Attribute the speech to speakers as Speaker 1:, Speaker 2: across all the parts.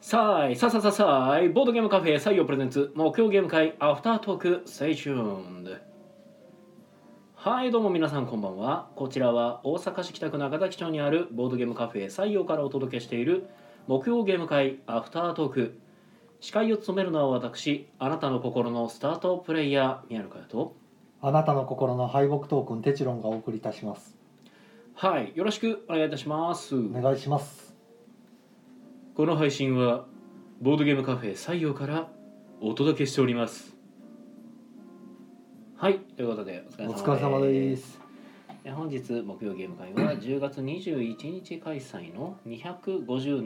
Speaker 1: さあい、さあさあさあさあい、ボードゲームカフェ採用プレゼンツ、木曜ゲーム会アフタートーク、Stay tuned。はい、どうも皆さんこんばんは。こちらは大阪市北区中崎町にあるボードゲームカフェ採用からお届けしている木曜ゲーム会アフタートーク。司会を務めるのは私、あなたの心のスタートプレイヤー、宮野佳代と。
Speaker 2: あなたの心の敗北トークンテチロンがお送りいたします。
Speaker 1: はい、よろしくお願いいたします。
Speaker 2: お願いします。
Speaker 1: この配信はボードゲームカフェ採用からお届けしておりますはいということでお疲
Speaker 2: お
Speaker 1: れ様です
Speaker 2: 疲れ様です。
Speaker 1: え本日木曜ゲーム会 は10月21日開催の257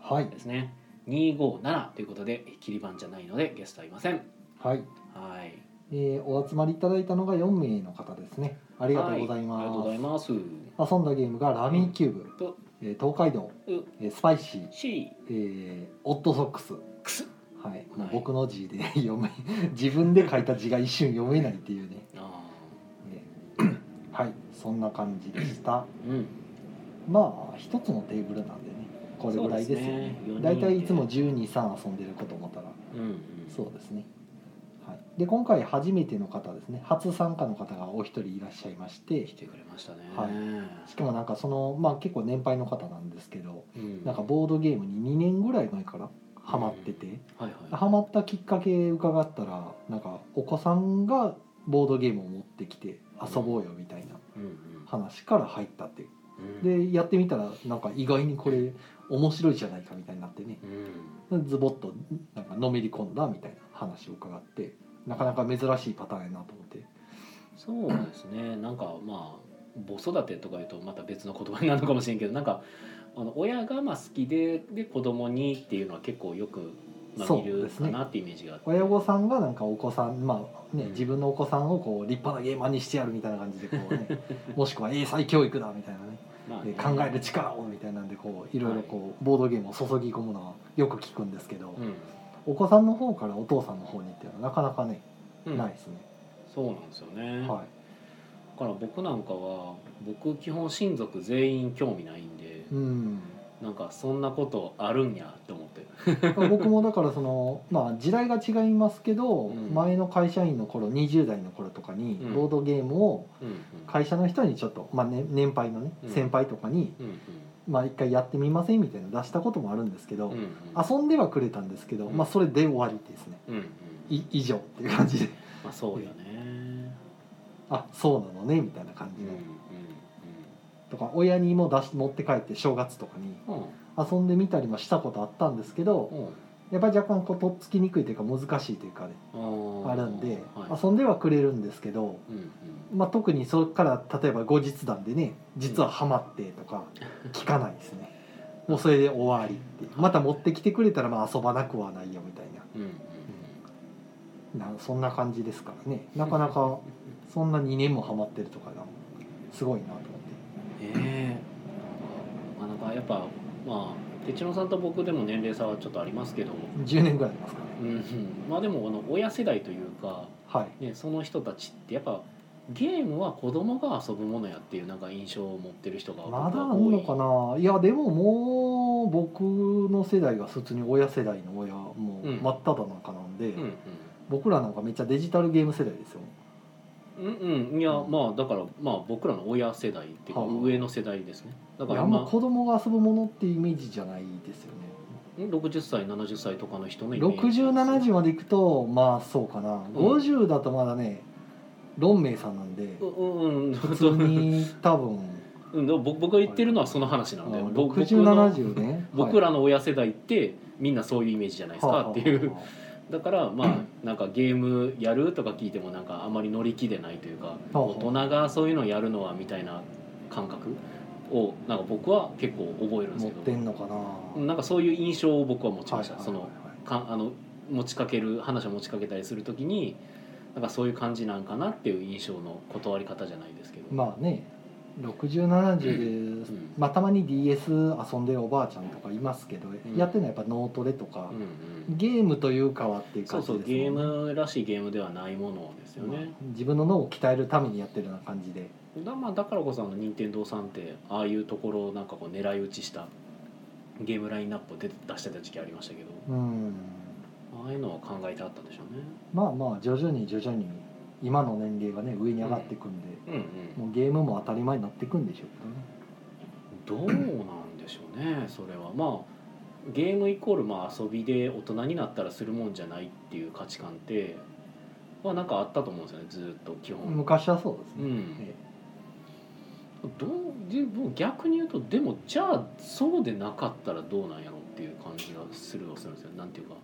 Speaker 2: はい
Speaker 1: で。すね257ということで切り番じゃないのでゲストはいません
Speaker 2: はい。
Speaker 1: はい
Speaker 2: えーお集まりいただいたのが4名の方ですね。あ
Speaker 1: あ
Speaker 2: りがとうござい
Speaker 1: ありがとう
Speaker 2: ま
Speaker 1: ございます
Speaker 2: す。遊んだゲームがラミーキューブ、
Speaker 1: と
Speaker 2: えー東海道、
Speaker 1: う
Speaker 2: えースパイシー、
Speaker 1: C
Speaker 2: えーオットソックス。
Speaker 1: くす
Speaker 2: はい
Speaker 1: はい。
Speaker 2: 僕の字で 読め、自分で書いた字が一瞬読めないっていうね。
Speaker 1: あ
Speaker 2: えーはい。そんな感じでした。
Speaker 1: ーうん
Speaker 2: まあ一つのテーブルなんでねこれぐらいですよね
Speaker 1: そうですね
Speaker 2: だいたいいつも123遊んでること思ったら
Speaker 1: うんうん
Speaker 2: そうですね、はい、で今回初めての方ですね初参加の方がお一人いらっしゃいまして
Speaker 1: 来てくれましたね
Speaker 2: はしかもなんかそのまあ結構年配の方なんですけど
Speaker 1: うん
Speaker 2: なんかボードゲームに2年ぐらい前からハマってて
Speaker 1: はいはい
Speaker 2: ハマったきっかけ伺ったらなんかお子さんがボードゲームを持ってきて遊ぼうよみたいな
Speaker 1: うん
Speaker 2: 話から入ったっていう
Speaker 1: うんうん
Speaker 2: でやってみたらなんか意外にこれ面白いじゃないかみたいになってね
Speaker 1: うん
Speaker 2: ズボッとなんかのめり込んだみたいな話を伺ってなかなか珍しいパターンやなと思って
Speaker 1: そうですねなんかまあ母育てとか言うとまた別の言葉になるのかもしれんけどなんかあの親がまあ好きでで子供にっていうのは結構よく、まあ、
Speaker 2: そう
Speaker 1: 見る
Speaker 2: です
Speaker 1: か
Speaker 2: ね
Speaker 1: なってイメージがあって、
Speaker 2: 親御さんがなんかお子さんまあね
Speaker 1: うん
Speaker 2: 自分のお子さんをこう立派なゲーマーにしてやるみたいな感じでこ うねもしくは英才教育だみたいなね
Speaker 1: まあ
Speaker 2: で
Speaker 1: ね
Speaker 2: 考える力をみたいなんでこういろいろこうボードゲームを注ぎ込むのはよく聞くんですけど
Speaker 1: う
Speaker 2: お子さんの方からお父さんの方にっていうのはなかなかね
Speaker 1: ん、うん
Speaker 2: ないですね
Speaker 1: そうなんですよね、
Speaker 2: は
Speaker 1: だから僕なんかは僕基本親族全員興味ないんで、
Speaker 2: いうん
Speaker 1: なんかそんなことあるんやって思って
Speaker 2: 僕もだからそのまあ時代が違いますけど、
Speaker 1: うん
Speaker 2: 前の会社員の頃20代の頃とかに
Speaker 1: うん
Speaker 2: ボードゲームを
Speaker 1: うんうん
Speaker 2: 会社の人にちょっと、まあね、年配のね
Speaker 1: うん
Speaker 2: 先輩とかに、
Speaker 1: うん
Speaker 2: まあ、一回やってみませんみたいなの出したこともあるんですけど、
Speaker 1: うんうんうん
Speaker 2: 遊んではくれたんですけど、
Speaker 1: うん
Speaker 2: まあ、それで終わりですね
Speaker 1: うんうん
Speaker 2: い以上っていう感じで
Speaker 1: まあそうよね
Speaker 2: あそうなのねみたいな感
Speaker 1: う
Speaker 2: じ
Speaker 1: ん
Speaker 2: で、
Speaker 1: うん
Speaker 2: とか親にも出し持って帰って正月とかに
Speaker 1: うん
Speaker 2: 遊んでみたりもしたことあったんですけど、
Speaker 1: うんうん
Speaker 2: やっぱり若干こうとっつきにくいというか難しいというかね
Speaker 1: あ
Speaker 2: あるんで、
Speaker 1: はい
Speaker 2: 遊んではくれるんですけど、
Speaker 1: うんうん、
Speaker 2: まあ、特にそれから例えば後日談でね実はハマってとか聞かないですね、もうそれで終わりっていうまた持ってきてくれたらまあ遊ばなくはないよみたい
Speaker 1: うんうん
Speaker 2: ななそんな感じですからねなかなかそんな2年もハマってるとかがすごいなと思って
Speaker 1: ええなかなかやっぱまあ哲郎さんと僕でも年齢差はちょっとありますけど、
Speaker 2: 10年ぐらいありますかね
Speaker 1: うんうん、まあでもあの親世代というか、
Speaker 2: はい
Speaker 1: ね、その人たちってやっぱゲームは子供が遊ぶものやっていうなんか印象を持ってる人が僕
Speaker 2: まだあ
Speaker 1: は
Speaker 2: ん
Speaker 1: 多い
Speaker 2: のかないやでももう僕の世代が普通に親世代の親もう
Speaker 1: うん
Speaker 2: 真っ只中なんで、
Speaker 1: うんうん
Speaker 2: 僕らなんかめっちゃデジタルゲーム世代ですよ
Speaker 1: うんうん、いや、まあだからまあ僕らの親世代っていうか
Speaker 2: はあ
Speaker 1: 上の世代ですねだか
Speaker 2: いや
Speaker 1: ら
Speaker 2: あんま
Speaker 1: 今
Speaker 2: 子供が遊ぶものってイメージじゃないですよね
Speaker 1: 60歳70歳とかの人のイメージ
Speaker 2: 6070までいくとまあそうかな、
Speaker 1: ん
Speaker 2: 50だとまだねロンメイさんなんで
Speaker 1: うんうんうん
Speaker 2: 普通に多分
Speaker 1: うん、でも僕僕が言ってるのはその話なんで、ぼ僕の
Speaker 2: 6070ね
Speaker 1: 僕ら
Speaker 2: の
Speaker 1: の親世代ってみんなそういうイメージじゃないですかっていうだからまあなんかゲームやるとか聞いてもなんかあまり乗り気でないというか
Speaker 2: あはあ
Speaker 1: 大人がそういうのやるのはみたいな感覚をなんか僕は結構覚えるんで
Speaker 2: 持っ
Speaker 1: すけ
Speaker 2: てんのかな、
Speaker 1: どなんかそういう印象を僕は持ちました、
Speaker 2: はい
Speaker 1: そのかあの持ちかける話を持ちかけたりするときになんかそういう感じなんかなっていう印象の断り方じゃないですけど。
Speaker 2: まあね6070で、
Speaker 1: うん
Speaker 2: まあ、たまに DS 遊んでるおばあちゃんとかいますけど、
Speaker 1: ん
Speaker 2: やってるのはやっぱ脳トレとか
Speaker 1: うん、うん
Speaker 2: ゲームというかはっていう
Speaker 1: そ
Speaker 2: 感
Speaker 1: う
Speaker 2: じ
Speaker 1: そ
Speaker 2: です
Speaker 1: う
Speaker 2: もん
Speaker 1: ゲ
Speaker 2: ね
Speaker 1: ームらしいゲームではないものですよ
Speaker 2: ま
Speaker 1: ね、
Speaker 2: あ自分の脳を鍛えるためにやってるような感じで
Speaker 1: だまあだからこそあの任天堂さんってああいうところをなんかこう狙い撃ちしたゲームラインナップを出て出してた時期ありましたけど
Speaker 2: うん
Speaker 1: ああいうのは考えてあったんでしょ
Speaker 2: まあまあ徐々に徐々に今の年齢がね上に上がっていくんで、
Speaker 1: うねうんう
Speaker 2: もうゲームも当たり前になっていくんでしょう
Speaker 1: んどうなんでしょうねそれはまあゲームイコールまあ遊びで大人になったらするもんじゃないっていう価値観ってはなんかあったと思うんですよねずっと基
Speaker 2: けど
Speaker 1: 本
Speaker 2: ね昔はそうで
Speaker 1: う
Speaker 2: すね、
Speaker 1: ん
Speaker 2: え
Speaker 1: どうでも逆に言うとでもじゃあそうでなかったらどうなんやろっていう感じがするはするんですよなんていうか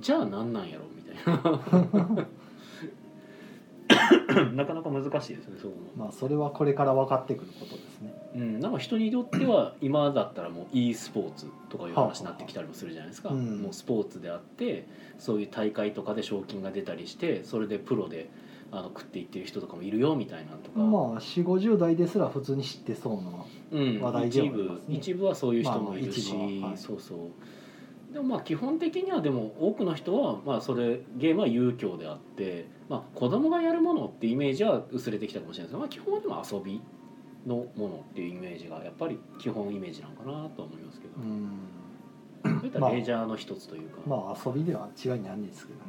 Speaker 1: じゃあなんなんやろみたい ななかなか難しいですねそう思う
Speaker 2: えまあそれはこれから分かってくることですね
Speaker 1: うん、なんか人にとっては今だったらもう e スポーツとかいう話になってきたりもするじゃないですか、
Speaker 2: うん
Speaker 1: もうスポーツであってそういう大会とかで賞金が出たりしてそれでプロであの食っていってる人とかもいるよみたいなのとか、
Speaker 2: まあ4 5 0代ですら普通に知ってそうな
Speaker 1: うん、
Speaker 2: 話題ではあ
Speaker 1: 一
Speaker 2: りま
Speaker 1: 部
Speaker 2: すね
Speaker 1: 一部はそういう人もいるし、
Speaker 2: まあまあ一部ははい
Speaker 1: そうそうでもまあ基本的にはでも多くの人はまあそれゲームは遊興であって、まあ、子供がやるものってイメージは薄れてきたかもしれないですけど、まあ、基本はでも遊びのものっていうイメージがやっぱり基本イメージなのかなとは思いますけど、
Speaker 2: うん
Speaker 1: そういったレジャーの一つというか、
Speaker 2: まあ遊びでは違いないんですけどね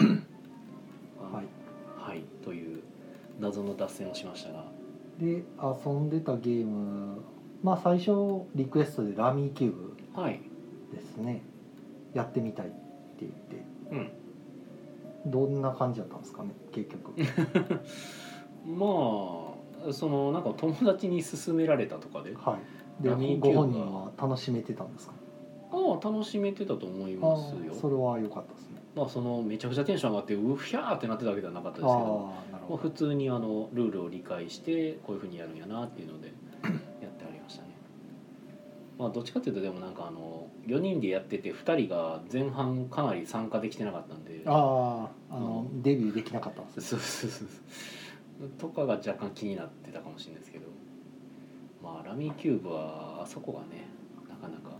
Speaker 1: うんうん
Speaker 2: はい
Speaker 1: あはいという謎の脱線をしましたが
Speaker 2: で遊んでたゲームまあ最初リクエストでラミーキューブ
Speaker 1: はい
Speaker 2: ですねやってみたいって言って
Speaker 1: うん
Speaker 2: どんな感じだったんですかね結 局
Speaker 1: まあそのなんか友達に勧められたとかで
Speaker 2: はいで
Speaker 1: ラミーキュ
Speaker 2: ご
Speaker 1: ーブは
Speaker 2: 本人は楽しめてたんですか
Speaker 1: ああ楽しめてたと思い
Speaker 2: ああ
Speaker 1: ますよ
Speaker 2: それは良かったですね
Speaker 1: まあそのめちゃくちゃテンション上がってうひゃーってなってたわけではなかった
Speaker 2: あ
Speaker 1: で
Speaker 2: あ
Speaker 1: すけど
Speaker 2: ーなる
Speaker 1: まあ、
Speaker 2: ほ
Speaker 1: 普
Speaker 2: ど
Speaker 1: 通にあのルールを理解してこういうふうにやるんやなっていう のでやってありましたねまあどっちかっていうとでもなんかあの4人でやってて2人が前半かなり参加できてなかったんで
Speaker 2: あああの
Speaker 1: う
Speaker 2: デビューできなかったんです
Speaker 1: そう
Speaker 2: ね
Speaker 1: そうそうそうとかが若干気になってたかもしれないですけどまあラミーキューブはあそこがねなかなか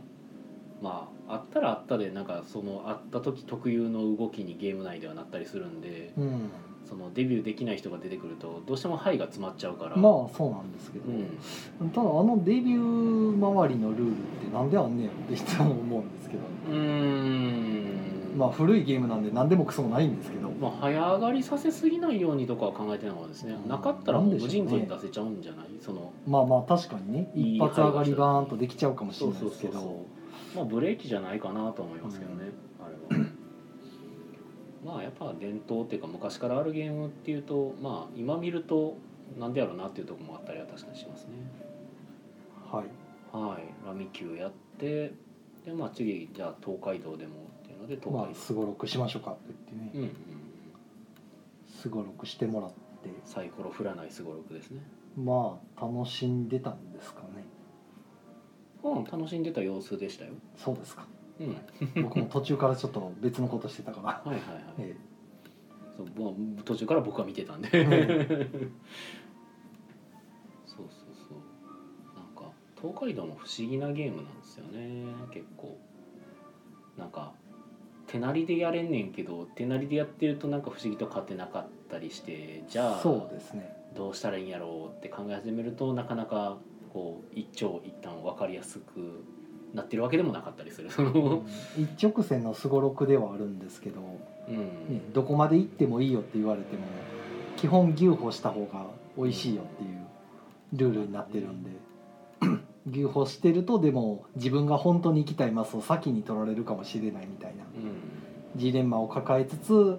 Speaker 1: まああったらあったでなんかそのあった時特有の動きにゲーム内ではなったりするんで
Speaker 2: うん
Speaker 1: そのデビューできない人が出てくるとどうしても範囲が詰まっちゃうから
Speaker 2: まあそうなんですけど、
Speaker 1: うん
Speaker 2: ただあのデビュー周りのルールってなんであんねんっていつも思うんですけど
Speaker 1: うーん
Speaker 2: まあ古いゲームなんで何でもクソもないんですけど
Speaker 1: まあ早上がりさせすぎないようにとかは考えてなかったですね、
Speaker 2: うん
Speaker 1: なかったらもう無尽蔵
Speaker 2: な
Speaker 1: に
Speaker 2: んでしょうね
Speaker 1: 出せちゃうんじゃないその
Speaker 2: まあまあ確かにね
Speaker 1: いい
Speaker 2: 一発上がりバーンとできちゃうかもしれないですけど
Speaker 1: まあブレーキじゃないかなと思いますけどね、あれは まあやっぱ伝統っていうか昔からあるゲームっていうとまあ今見るとなんでやろうなっていうところもあったりは確かにしますね
Speaker 2: はい
Speaker 1: はいラミキューやってでまあ次じゃあ東海道でもっていうので東
Speaker 2: まあ
Speaker 1: 海
Speaker 2: すごろくしましょうかって言って
Speaker 1: 道、う
Speaker 2: ね
Speaker 1: んうん
Speaker 2: すごろくしてもらって
Speaker 1: サイコロ振らないすごろくですね
Speaker 2: まあ楽しんでたんですかね
Speaker 1: うん楽しんでた様子でしたよ
Speaker 2: そうで すか
Speaker 1: うんはい
Speaker 2: 僕も途中からちょっと別のことして たから
Speaker 1: はいはい、
Speaker 2: え
Speaker 1: そうぼ途中から僕は見てたんで、 そうそうそうなんか東海道も不思議なゲームなんですよね結構なんか手なりでやれんねんけど手なりでやってるとなんか不思議と勝てなかったりしてじゃ
Speaker 2: え
Speaker 1: あ
Speaker 2: そうですね
Speaker 1: どうしたらいいんやろうって考え始めるとなかなかこう一長一短分かりやすくなってるわけでもなかったりするその
Speaker 2: うん一直線のすごろくではあるんですけど、
Speaker 1: うん、
Speaker 2: ね、どこまで行ってもいいよって言われても基本牛歩した方が美味しいよっていうルールになってる んで牛歩してるとでも自分が本当に行きたいマスを先に取られるかもしれないみたいな
Speaker 1: う
Speaker 2: ジレンマを抱えつつ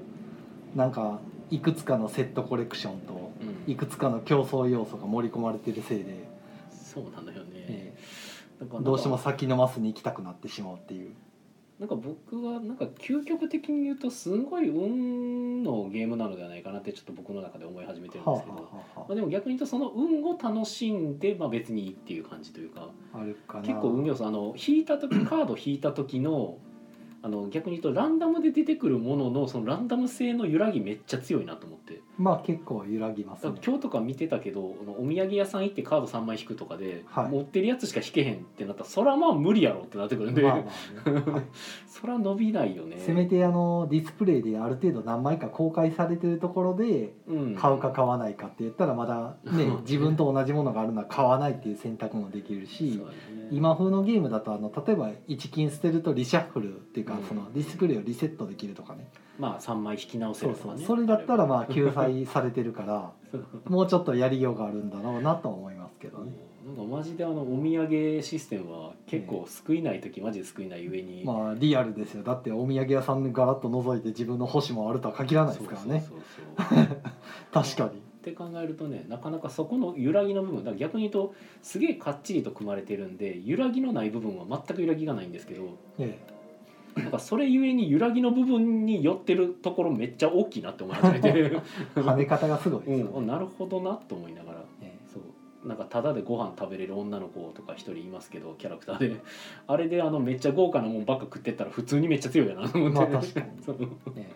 Speaker 2: なんかいくつかのセットコレクションと
Speaker 1: んう
Speaker 2: い
Speaker 1: ん、
Speaker 2: くつかの競争要素が盛り込まれてるせいで、
Speaker 1: そうなのよね
Speaker 2: え、
Speaker 1: だから
Speaker 2: えどうしても先のマスに行きたくなってしまうっていう
Speaker 1: なんか僕はなんか究極的に言うとすごい運のゲームなのではないかなってちょっと僕の中で思い始めてるんですけど、
Speaker 2: は
Speaker 1: まあ、でも逆に言うとその運を楽しんで、まあ、別にいいっていう感じというか
Speaker 2: あるかな
Speaker 1: 結構運要素あの引いた時カード引いた時のああの逆に言うとランダムで出てくるもののそのランダム性の揺らぎめっちゃ強いなと思って
Speaker 2: まあ結構揺らぎます
Speaker 1: だ
Speaker 2: ね
Speaker 1: から今日とか見てたけどあのお土産屋さん行ってカード3枚引くとかで、
Speaker 2: はい
Speaker 1: 持ってるやつしか引けへんってなったらそらまあ無理やろってなってくるんで、
Speaker 2: まあまあね、はい
Speaker 1: そら伸びないよね
Speaker 2: せめてあのディスプレイである程度何枚か公開されてるところで
Speaker 1: うん
Speaker 2: 買うか買わないかって言ったらまだね
Speaker 1: うん
Speaker 2: 自分と同じものがあるなら買わないっていう選択もできるし
Speaker 1: そうだね
Speaker 2: 今風のゲームだとあの例えば1金捨てるとリシャッフルっていうか
Speaker 1: うん
Speaker 2: そのディスプレイをリセットできるとかね
Speaker 1: まあ3枚引き直せ
Speaker 2: そ
Speaker 1: る
Speaker 2: う
Speaker 1: と
Speaker 2: そ
Speaker 1: か
Speaker 2: う
Speaker 1: ね
Speaker 2: それだったらまあ救済されて るからもうちょっとやりようがあるんだろうなとは思いますけどね
Speaker 1: なんかマジであのお土産システムは結構救いない時マジで救いない上に、
Speaker 2: まあリアルですよだってお土産屋さんガラッと覗いて自分の星もあるとは限らないですからね
Speaker 1: そうそうそうそう
Speaker 2: 確か
Speaker 1: っ
Speaker 2: に
Speaker 1: て考えるとねなかなかそこの揺らぎの部分だから逆に言うとすげえかっちりと組まれてるんで揺らぎのない部分は全く揺らぎがないんですけど
Speaker 2: え
Speaker 1: なんかそれゆえに揺らぎの部分に寄ってるところめっちゃ大きいなって思い始め て、
Speaker 2: え跳ね方がすごいで
Speaker 1: う
Speaker 2: す
Speaker 1: ん
Speaker 2: よ
Speaker 1: あ
Speaker 2: ね
Speaker 1: なるほどなと思いながら
Speaker 2: ええ
Speaker 1: そうなんかタダでご飯食べれる女の子とか一人いますけどキャラクターであれであのめっちゃ豪華なもんばっか食ってったら普通にめっちゃ強いやなと思って、
Speaker 2: まあ確かに
Speaker 1: そう
Speaker 2: え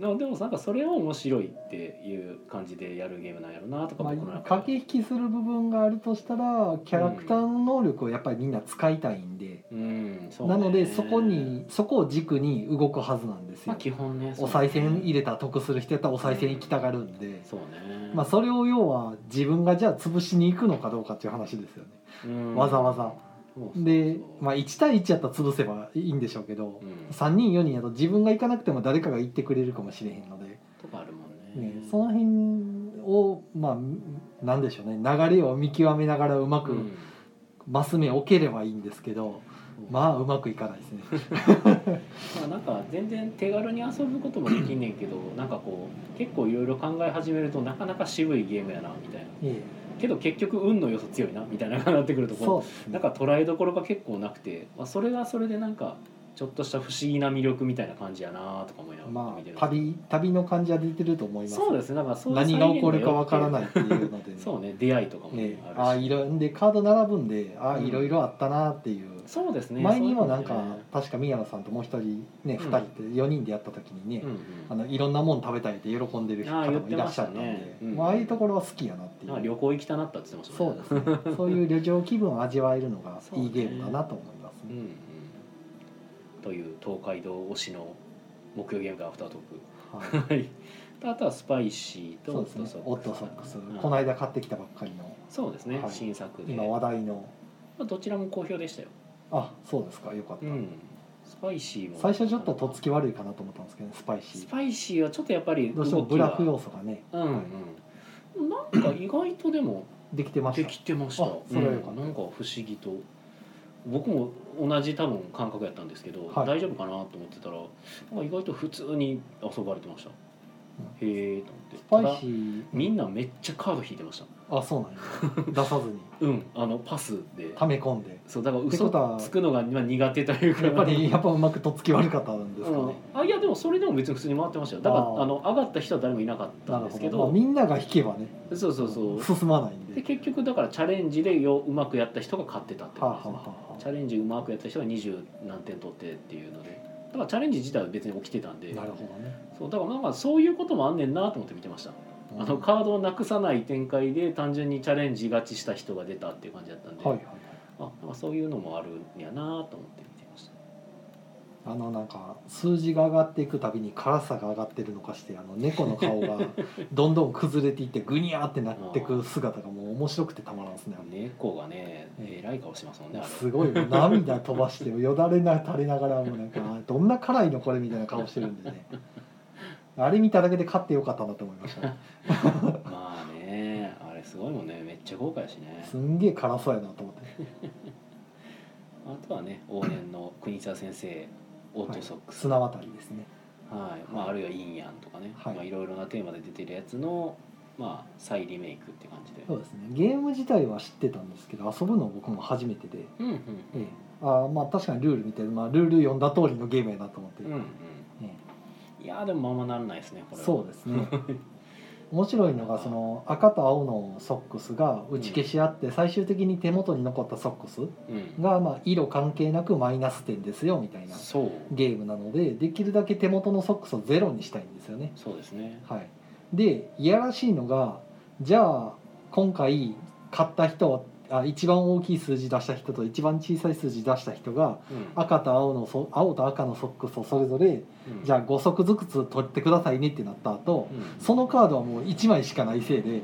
Speaker 1: なでもなんかそれは面白いっていう感じでやるゲームなんやろなと
Speaker 2: え
Speaker 1: か
Speaker 2: ま
Speaker 1: 僕の
Speaker 2: あ
Speaker 1: 中
Speaker 2: 駆け引きする部分があるとしたらキャラクターの能力をやっぱりみんな使いたいんで
Speaker 1: うんそうね
Speaker 2: なのでそこにそこを軸に動くはずなんです
Speaker 1: まあ
Speaker 2: よ
Speaker 1: 基本ね
Speaker 2: お賽銭入
Speaker 1: れ
Speaker 2: れたら得する人やったらお賽銭行きたがるんで
Speaker 1: そうね
Speaker 2: まあそれを要は自分がじゃあ潰しに行くのかどうかっていう話ですよね
Speaker 1: うん
Speaker 2: わざわざ
Speaker 1: そうそう
Speaker 2: で
Speaker 1: そう
Speaker 2: まあ1対1やったら潰せばいいんでしょうけど
Speaker 1: うん
Speaker 2: 3人4人やと自分が行かなくても誰かが行ってくれるかもしれへんので
Speaker 1: とかあるもんね
Speaker 2: ね、その辺をまあなんでしょうね流れを見極めながらうま
Speaker 1: う
Speaker 2: く
Speaker 1: ん
Speaker 2: マス目置ければいいんですけど、まあうまくいかないですね。
Speaker 1: まあ、なんか全然手軽に遊ぶこともできんねんけどなんかこう結構いろいろ考え始めるとなかなか渋いゲームやな みたいな
Speaker 2: え
Speaker 1: けど結局運の要素強いなみたいなのがなってくる
Speaker 2: え
Speaker 1: と
Speaker 2: そ
Speaker 1: こ
Speaker 2: うです
Speaker 1: うな
Speaker 2: ね
Speaker 1: んか捉えどころが結構なくて、まあ、それはそれでなんかちょっとした不思議な魅力みたいな感じやなとか思いながら
Speaker 2: ま
Speaker 1: 見て
Speaker 2: あ
Speaker 1: ます、
Speaker 2: 旅旅の感じは出てると思います。
Speaker 1: そうですねだからそういう
Speaker 2: 何が起こるかわから
Speaker 1: い
Speaker 2: ないっていうので、ね
Speaker 1: そうね出会いとかもね
Speaker 2: ね、あ
Speaker 1: あ
Speaker 2: あ
Speaker 1: るし
Speaker 2: いろんでカード並ぶんでああ
Speaker 1: うん
Speaker 2: いろいろあったなっていう、
Speaker 1: そうですね
Speaker 2: 前にもなんか、
Speaker 1: そういうのね
Speaker 2: 確か宮野さんともう一人
Speaker 1: うん
Speaker 2: ね、二人って4人でやった時にね、
Speaker 1: うんうん
Speaker 2: あのいろんなもん食べたいって喜んでる方もいらっしゃったんで
Speaker 1: あ
Speaker 2: ま
Speaker 1: ー
Speaker 2: あ
Speaker 1: 言ってましたねうん
Speaker 2: あ、あいうところは好きやなってい
Speaker 1: なん
Speaker 2: う
Speaker 1: か旅行行きたなったって言ってました
Speaker 2: そ
Speaker 1: も
Speaker 2: うんですねそういう旅情気分を味わえるのがいいゲームだなと思います
Speaker 1: うん
Speaker 2: ね、
Speaker 1: うん、という東海道推しの木曜ゲームがアフタート
Speaker 2: はい、
Speaker 1: ークはい あとはスパイシーと
Speaker 2: そう
Speaker 1: オ
Speaker 2: で
Speaker 1: ッ
Speaker 2: す
Speaker 1: ト
Speaker 2: ね
Speaker 1: ソッ
Speaker 2: オッ
Speaker 1: クス
Speaker 2: トソック
Speaker 1: う
Speaker 2: ス、
Speaker 1: ん
Speaker 2: この間買ってきたばっかりの
Speaker 1: そうですね、
Speaker 2: はい
Speaker 1: 新作で、
Speaker 2: 今
Speaker 1: ま
Speaker 2: 話題の
Speaker 1: あ、どちらも好評でしたよ、
Speaker 2: あそうですかよかった、
Speaker 1: うん、スパイシーも
Speaker 2: 最初ちょっととっつき悪いかなと思ったんですけど、ね、スパイシ
Speaker 1: ス
Speaker 2: ー
Speaker 1: パイシーはちょっとやっぱり
Speaker 2: どうしてもブラック要素がね
Speaker 1: うんうんなんか意外とでも
Speaker 2: できてまし
Speaker 1: で
Speaker 2: た
Speaker 1: きてました
Speaker 2: あそれはよかった
Speaker 1: うんなんか不思議と僕も同じ多分感覚やったんですけど、
Speaker 2: はい
Speaker 1: 大丈夫かなと思ってたらなんか意外と普通に遊ばれてました、へえと
Speaker 2: スパ
Speaker 1: 思ってた
Speaker 2: イシ
Speaker 1: だ
Speaker 2: ー
Speaker 1: みんなめっちゃカード引いてました
Speaker 2: あそうなんや 出さずに
Speaker 1: うんあのパスで
Speaker 2: 溜め込 んで
Speaker 1: そうだから
Speaker 2: ってことは
Speaker 1: 嘘つくのがまあ苦手というか
Speaker 2: やっぱりやっぱうまくとっつき悪かったんですかね、
Speaker 1: うん、あいやでもそれでも別に普通に回ってましたよだから
Speaker 2: あ
Speaker 1: あ
Speaker 2: ー
Speaker 1: の上がった人は誰もいなかった
Speaker 2: なんる
Speaker 1: です
Speaker 2: ほ
Speaker 1: け
Speaker 2: ど、
Speaker 1: ど
Speaker 2: まあ、みんなが引けばね
Speaker 1: そうそうそう
Speaker 2: 進まないん
Speaker 1: で
Speaker 2: で
Speaker 1: 結局だからチャレンジでようまくやった人が勝ってたって
Speaker 2: はあ、
Speaker 1: こ
Speaker 2: は
Speaker 1: とです
Speaker 2: あ
Speaker 1: ね
Speaker 2: はあは
Speaker 1: チャレンジうまくやった人が20何点取ってっていうのでだからチャレンジ自体は別に起きてたん
Speaker 2: あ、
Speaker 1: で
Speaker 2: なるほどね、
Speaker 1: そうだからなんかそういうこともあんねんなと思って見てました、
Speaker 2: うん
Speaker 1: あのカードをなくさない展開で単純にチャレンジ勝ちした人が出たっていう感じだったんで、
Speaker 2: はいはい
Speaker 1: あなんかそういうのもあるんやなと思って見てました
Speaker 2: あのなんか数字が上がっていくたびに辛さが上がってるのかしてあの猫の顔 がどんどん崩れていってグニャーってなってく姿がもう面白くてたまらんですね
Speaker 1: 猫がね
Speaker 2: ええ
Speaker 1: えらい顔してますもんねあれ
Speaker 2: すごいもう涙飛ばしてよだれな垂れながらもうなんかあどんな辛いのこれみたいな顔してるんでねあれ見ただけで勝ってよかったなと思いました、ね、
Speaker 1: まあねあれすごいもんねめっちゃ豪華やしね
Speaker 2: すんげえ辛そうやなと思って
Speaker 1: あとはね往年の国沢先生オートソックス
Speaker 2: 綱渡りですね
Speaker 1: はいまあ、あるいは「インヤン」とかね、
Speaker 2: はい
Speaker 1: まあ、いろいろなテーマで出てるやつの、まあ、再リメイクって感じで
Speaker 2: そうですねゲーム自体は知ってたんですけど遊ぶの僕も初めてで、
Speaker 1: うんうん
Speaker 2: ええあーまあ確かにルール見て、まあ、ルール読んだ通りのゲームやなと思って、
Speaker 1: うんうん
Speaker 2: え
Speaker 1: いやーでもままならないですねこ
Speaker 2: え
Speaker 1: れは
Speaker 2: そうですね面白いのがその赤と青のソックスが打ち消し合って最終的に手元に残ったソック ス
Speaker 1: うん、
Speaker 2: がまあ色関係なくマイナス点ですよみたいな
Speaker 1: そう
Speaker 2: ゲームなのでできるだけ手元のソックスをゼロにしたいんですよね。
Speaker 1: そうですね
Speaker 2: はい、でいやらしいのがじゃあ今回買った人あ一番大きい数字出した人と一番小さい数字出した人が
Speaker 1: うん
Speaker 2: 赤と青のそ青と赤のソックスをそれぞれ
Speaker 1: うん
Speaker 2: じゃあ5足ずつ取ってくださいねってなった後
Speaker 1: うん
Speaker 2: そのカードはもう1枚しかないせいで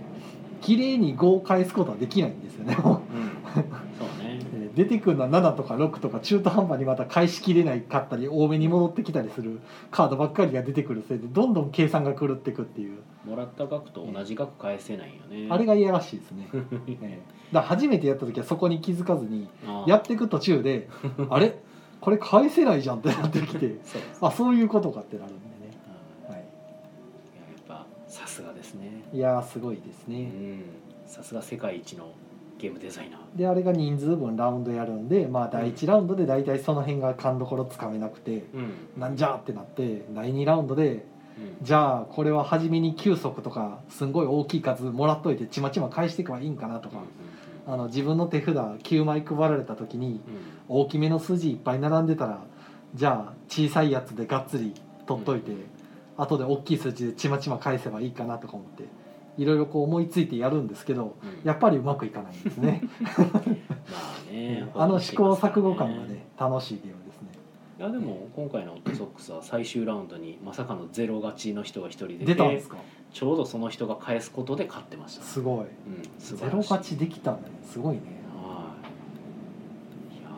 Speaker 2: 綺麗に5を返すことはできないんですよね。もう
Speaker 1: うん、そうね
Speaker 2: えー出てくるのは7とか6とか中途半端にまた返しきれないかったり多めに戻ってきたりするカードばっかりが出てくるせいでどんどん計算が狂ってくっていう
Speaker 1: もらった額と同じ額返せないよね
Speaker 2: あれ
Speaker 1: が
Speaker 2: がいやらしいですね。 ええだから初めてやった時はそこに気づかずにやっていく途中であれこれ返せないじゃんってなってき
Speaker 1: そ
Speaker 2: て
Speaker 1: うですね
Speaker 2: あそういうことかってなるんでね、
Speaker 1: うん
Speaker 2: は
Speaker 1: や
Speaker 2: い
Speaker 1: やっぱさすがですね
Speaker 2: い、いやーすごいです
Speaker 1: う
Speaker 2: ね、
Speaker 1: んさすが世界一のゲームデザイナー
Speaker 2: であれが人数分ラウンドやるんでまあ第1ラウンドで大体その辺が勘どころつかめなくて
Speaker 1: うん
Speaker 2: なんじゃーってなって第2ラウンドで
Speaker 1: うん
Speaker 2: じゃあこれは初めに9足とかすんごい大きい数もらっといてちまちま返していけばいいんかなとか、あの自分の手札9枚配られた時に
Speaker 1: うん
Speaker 2: 大きめの数字いっぱい並んでたらじゃあ小さいやつでがっつり取っといて、後で大きい数字でちまちま返せばいいかなとか思っていろいろこう思いついてやるんですけど
Speaker 1: うんうん
Speaker 2: やっぱりうまくいかないんです ね
Speaker 1: まあね
Speaker 2: あの試行錯誤感がね楽しいゲームですね
Speaker 1: いやでも今回のオットソックスは最終ラウンドにまさかのゼロ勝ちの人が一人出て
Speaker 2: 出たんですか
Speaker 1: ちょうどその人が返すことで勝ってました、
Speaker 2: すごい
Speaker 1: うん、素晴
Speaker 2: ゼ
Speaker 1: らしい
Speaker 2: ロ勝ちできたんだねすごいね
Speaker 1: はいいや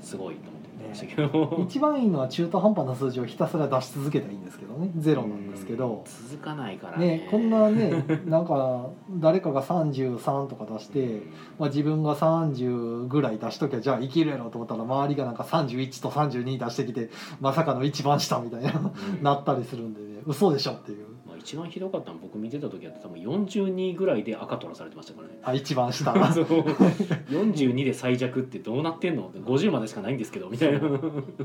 Speaker 1: ーすごいと思ってましたけど、
Speaker 2: 一番いいのは中途半端な数字をひたすら出し続けたらいいんですけどねゼロなんですけど
Speaker 1: うん 続かないからね
Speaker 2: ねこん なねなんか誰かが33とか出して、
Speaker 1: うん
Speaker 2: まあ、自分が30ぐらい出しときゃじゃあいけるやろと思ったら周りがなんか31と32出してきてまさかの一番下みたいな
Speaker 1: うん
Speaker 2: なったりするんでね嘘でしょっていう
Speaker 1: まあ、一番ひどかったの僕見てた時は多分42ぐらいで赤取らされてましたからね
Speaker 2: あ一 番下
Speaker 1: そう42で最弱ってどうなってんのって50までしかないんですけどみたいな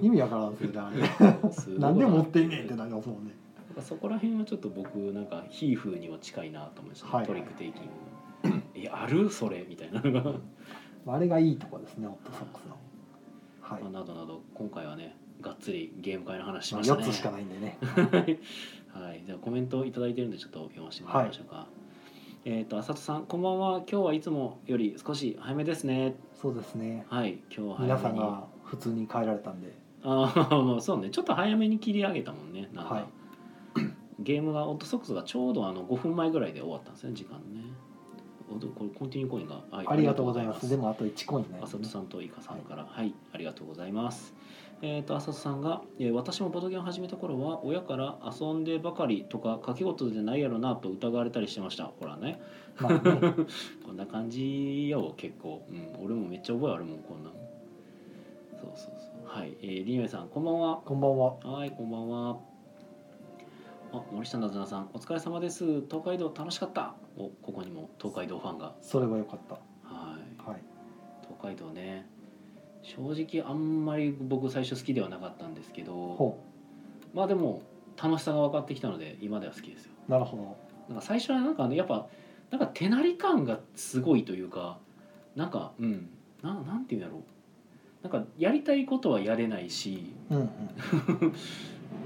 Speaker 2: 意味わからんですよねあ れ
Speaker 1: すごい
Speaker 2: なんで持ってんねんってなりますもんね
Speaker 1: なんかそこら辺はちょっと僕なんかヒーフーには近いなと思いました、ね
Speaker 2: はい
Speaker 1: トリックテイキングえあるそれみたいなのが、
Speaker 2: まああれがいいとこですねオットソックスのはい、
Speaker 1: まあ、などなど今回はねがっつりゲーム会の話し
Speaker 2: まあ、
Speaker 1: ましたね
Speaker 2: 4つしかないんでね
Speaker 1: はい、じゃあコメントをいただいてるんでちょっと読ませてもらいましょうか、えっ、とあさとさんこんばんは今日はいつもより少し早めですね
Speaker 2: そうですね
Speaker 1: はい今日は早めに
Speaker 2: 皆さんが普通に帰られたんで
Speaker 1: ああまあそうねちょっと早めに切り上げたもんねなんか、
Speaker 2: はい
Speaker 1: ゲームがオットソックスがちょうどあの5分前ぐらいで終わったんですね時間ねおどこれコンティニューコインが、はい
Speaker 2: ありがとうございますで
Speaker 1: も
Speaker 2: もあと1コインない
Speaker 1: あさとさんといかさんからはい、ありがとうございますえっ、とあさとさんが、えー私もボトゲンを始めた頃は親から遊んでばかりとか賭け事じゃないやろなと疑われたりしてましたほらね
Speaker 2: まあね
Speaker 1: こんな感じよ結構、うん、俺もめっちゃ覚えあるもんこんなんそうそうそうはい、えー、りめさんこんばんは
Speaker 2: こんばんは
Speaker 1: はい、こんばんは。あ、森下なずなさん、お疲れ様です。東海道楽しかった。お、ここにも東海道ファンが。
Speaker 2: それはよかった
Speaker 1: はい、
Speaker 2: はい
Speaker 1: 東海道ね。正直あんまり僕最初好きではなかったんですけど、
Speaker 2: ほ
Speaker 1: まあでも楽しさが分かってきたので今では好きですよ。
Speaker 2: うなるほ
Speaker 1: なんか最初はなんかねやっぱなんか手なり感がすごいというか、なんかうん、なんなんていうんだろう。なんかやりたいことはやれないし、
Speaker 2: どうんうん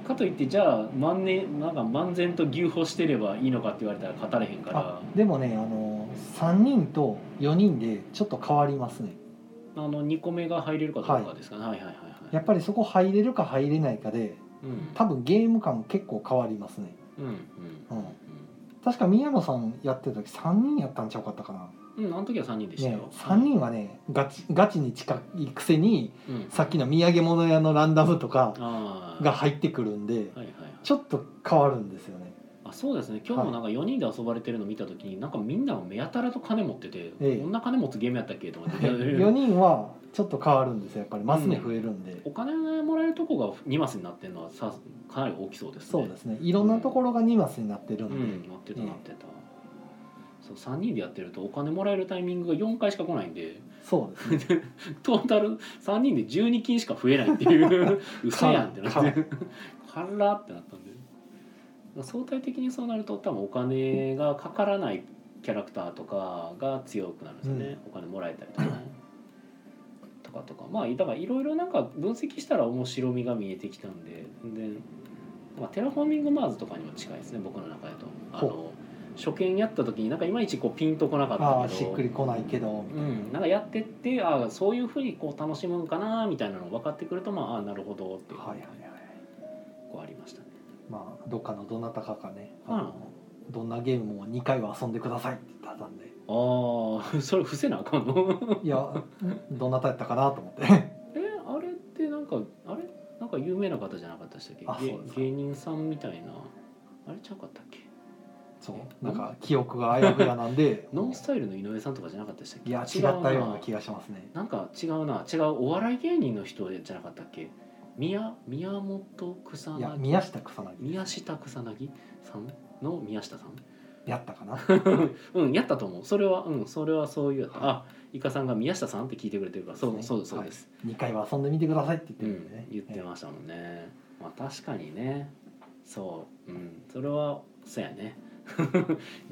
Speaker 1: かといってじゃあ万年なんか漫然と牛歩してればいいのかって言われたら語れへんから
Speaker 2: あ
Speaker 1: あ
Speaker 2: でもねあの3人と4人でちょっと変わりますね
Speaker 1: の2個目が入れるかどうかですかね、はい、はいはいはい
Speaker 2: やっぱりそこ入れるか入れないかで
Speaker 1: うん
Speaker 2: 多分ゲーム感結構変わりますね
Speaker 1: うんうん
Speaker 2: 確か宮野さんやってる時3人やったんちゃうかったかな、
Speaker 1: うんうんあの時は3人でしたよ、
Speaker 2: ね、3人はねガチガチに近いくせに
Speaker 1: うん
Speaker 2: さっきの土産物屋のランダムとか
Speaker 1: あー
Speaker 2: が入ってくるんで
Speaker 1: はいはいはい
Speaker 2: ちょっと変わるんですよね
Speaker 1: あそうですね今日もなんか4人で遊ばれてるの見た時になんかみんなが目やたらと金持ってて、
Speaker 2: ええ
Speaker 1: こんな金持つゲームやったっけと思って
Speaker 2: 4人はちょっと変わるんですよやっぱりマス目増えるんで、
Speaker 1: お金がもらえるとこが2マスになってるのはさかなり大きそうですね
Speaker 2: そうですねいろんなところが2マスになってるん
Speaker 1: う
Speaker 2: で、
Speaker 1: ん、なってた
Speaker 2: ええ
Speaker 1: なってた、そう3人でやってるとお金もらえるタイミングが4回しか来ないんで
Speaker 2: そうですね
Speaker 1: トータル3人で12金し か増えないっていう嘘やんってなって
Speaker 2: か
Speaker 1: からってなったんで相対的にそうなると多分お金がかからないキャラクターとかが強くなるんですよね、お金もらえたりとかね。とかとかまあだからいろいろなんか分析したら面白みが見えてきたんでで、まあ、テラフォーミングマーズとかにも近いですね僕の中だと。あの初見やった時になんかいまいちこうピンとこ なか
Speaker 2: あ
Speaker 1: っ
Speaker 2: あ
Speaker 1: た
Speaker 2: し
Speaker 1: け
Speaker 2: っ
Speaker 1: ど
Speaker 2: くりこないけど
Speaker 1: う
Speaker 2: みたいな、
Speaker 1: ん、なんかやってってああそういうふうにこう楽しむんかなみたいなの分かってくるとまあああなるほどっていうのが
Speaker 2: はいはいはい
Speaker 1: こうありましたね。
Speaker 2: まあどっかのどなたかがね、
Speaker 1: うん
Speaker 2: あのどんなゲームも2回は遊んでくださいって言った んで
Speaker 1: ああ それ伏せなあかんの
Speaker 2: いやどなたやったかなと思って
Speaker 1: えあれってなんかあれなんか有名な方じゃなかったでしたっけ
Speaker 2: あ
Speaker 1: げ
Speaker 2: そうですか
Speaker 1: 芸人さんみたいなあれちゃうかったっけ
Speaker 2: そうなんか記憶があやふやな んで
Speaker 1: ノンスタイルの井上さんとかじゃなかったでしたっけ
Speaker 2: いや違っ
Speaker 1: うな
Speaker 2: たような気がしますね
Speaker 1: なんか違うな違うお笑い芸人の人じゃなかったっけ宮宮本草
Speaker 2: いや
Speaker 1: 薙
Speaker 2: 宮下草薙
Speaker 1: 宮下草薙さんの宮下さん
Speaker 2: やったかな
Speaker 1: うんやったと思うそれはうんそれはそういうやった、あイカさんが宮下さんって聞いてくれてるからそうそうそうです、
Speaker 2: 2回は遊んでみてくださいって
Speaker 1: う
Speaker 2: 言ってるんでね
Speaker 1: ん、、言ってましたもんね、まあ確かにねそううんそれはそうやね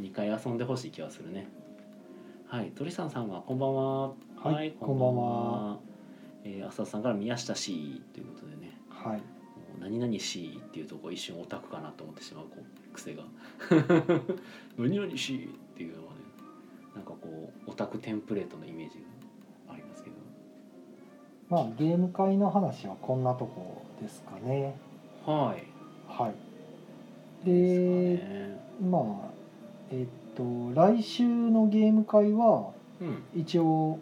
Speaker 1: 2回遊んでほしい気はするねはい鳥さんさんはこんばんは
Speaker 2: はいこんばんは
Speaker 1: えー浅田さんから宮下氏ということでね
Speaker 2: はい
Speaker 1: もう何々氏っていうとこ一瞬オタクかなと思ってしまうこう癖が何々氏っていうのはねなんかこうオタクテンプレートのイメージがありますけど
Speaker 2: まあゲーム会の話はこんなとこですかね
Speaker 1: はい
Speaker 2: はい
Speaker 1: ですか
Speaker 2: で
Speaker 1: ね
Speaker 2: まあえっと来週のゲーム会は
Speaker 1: うん
Speaker 2: 一応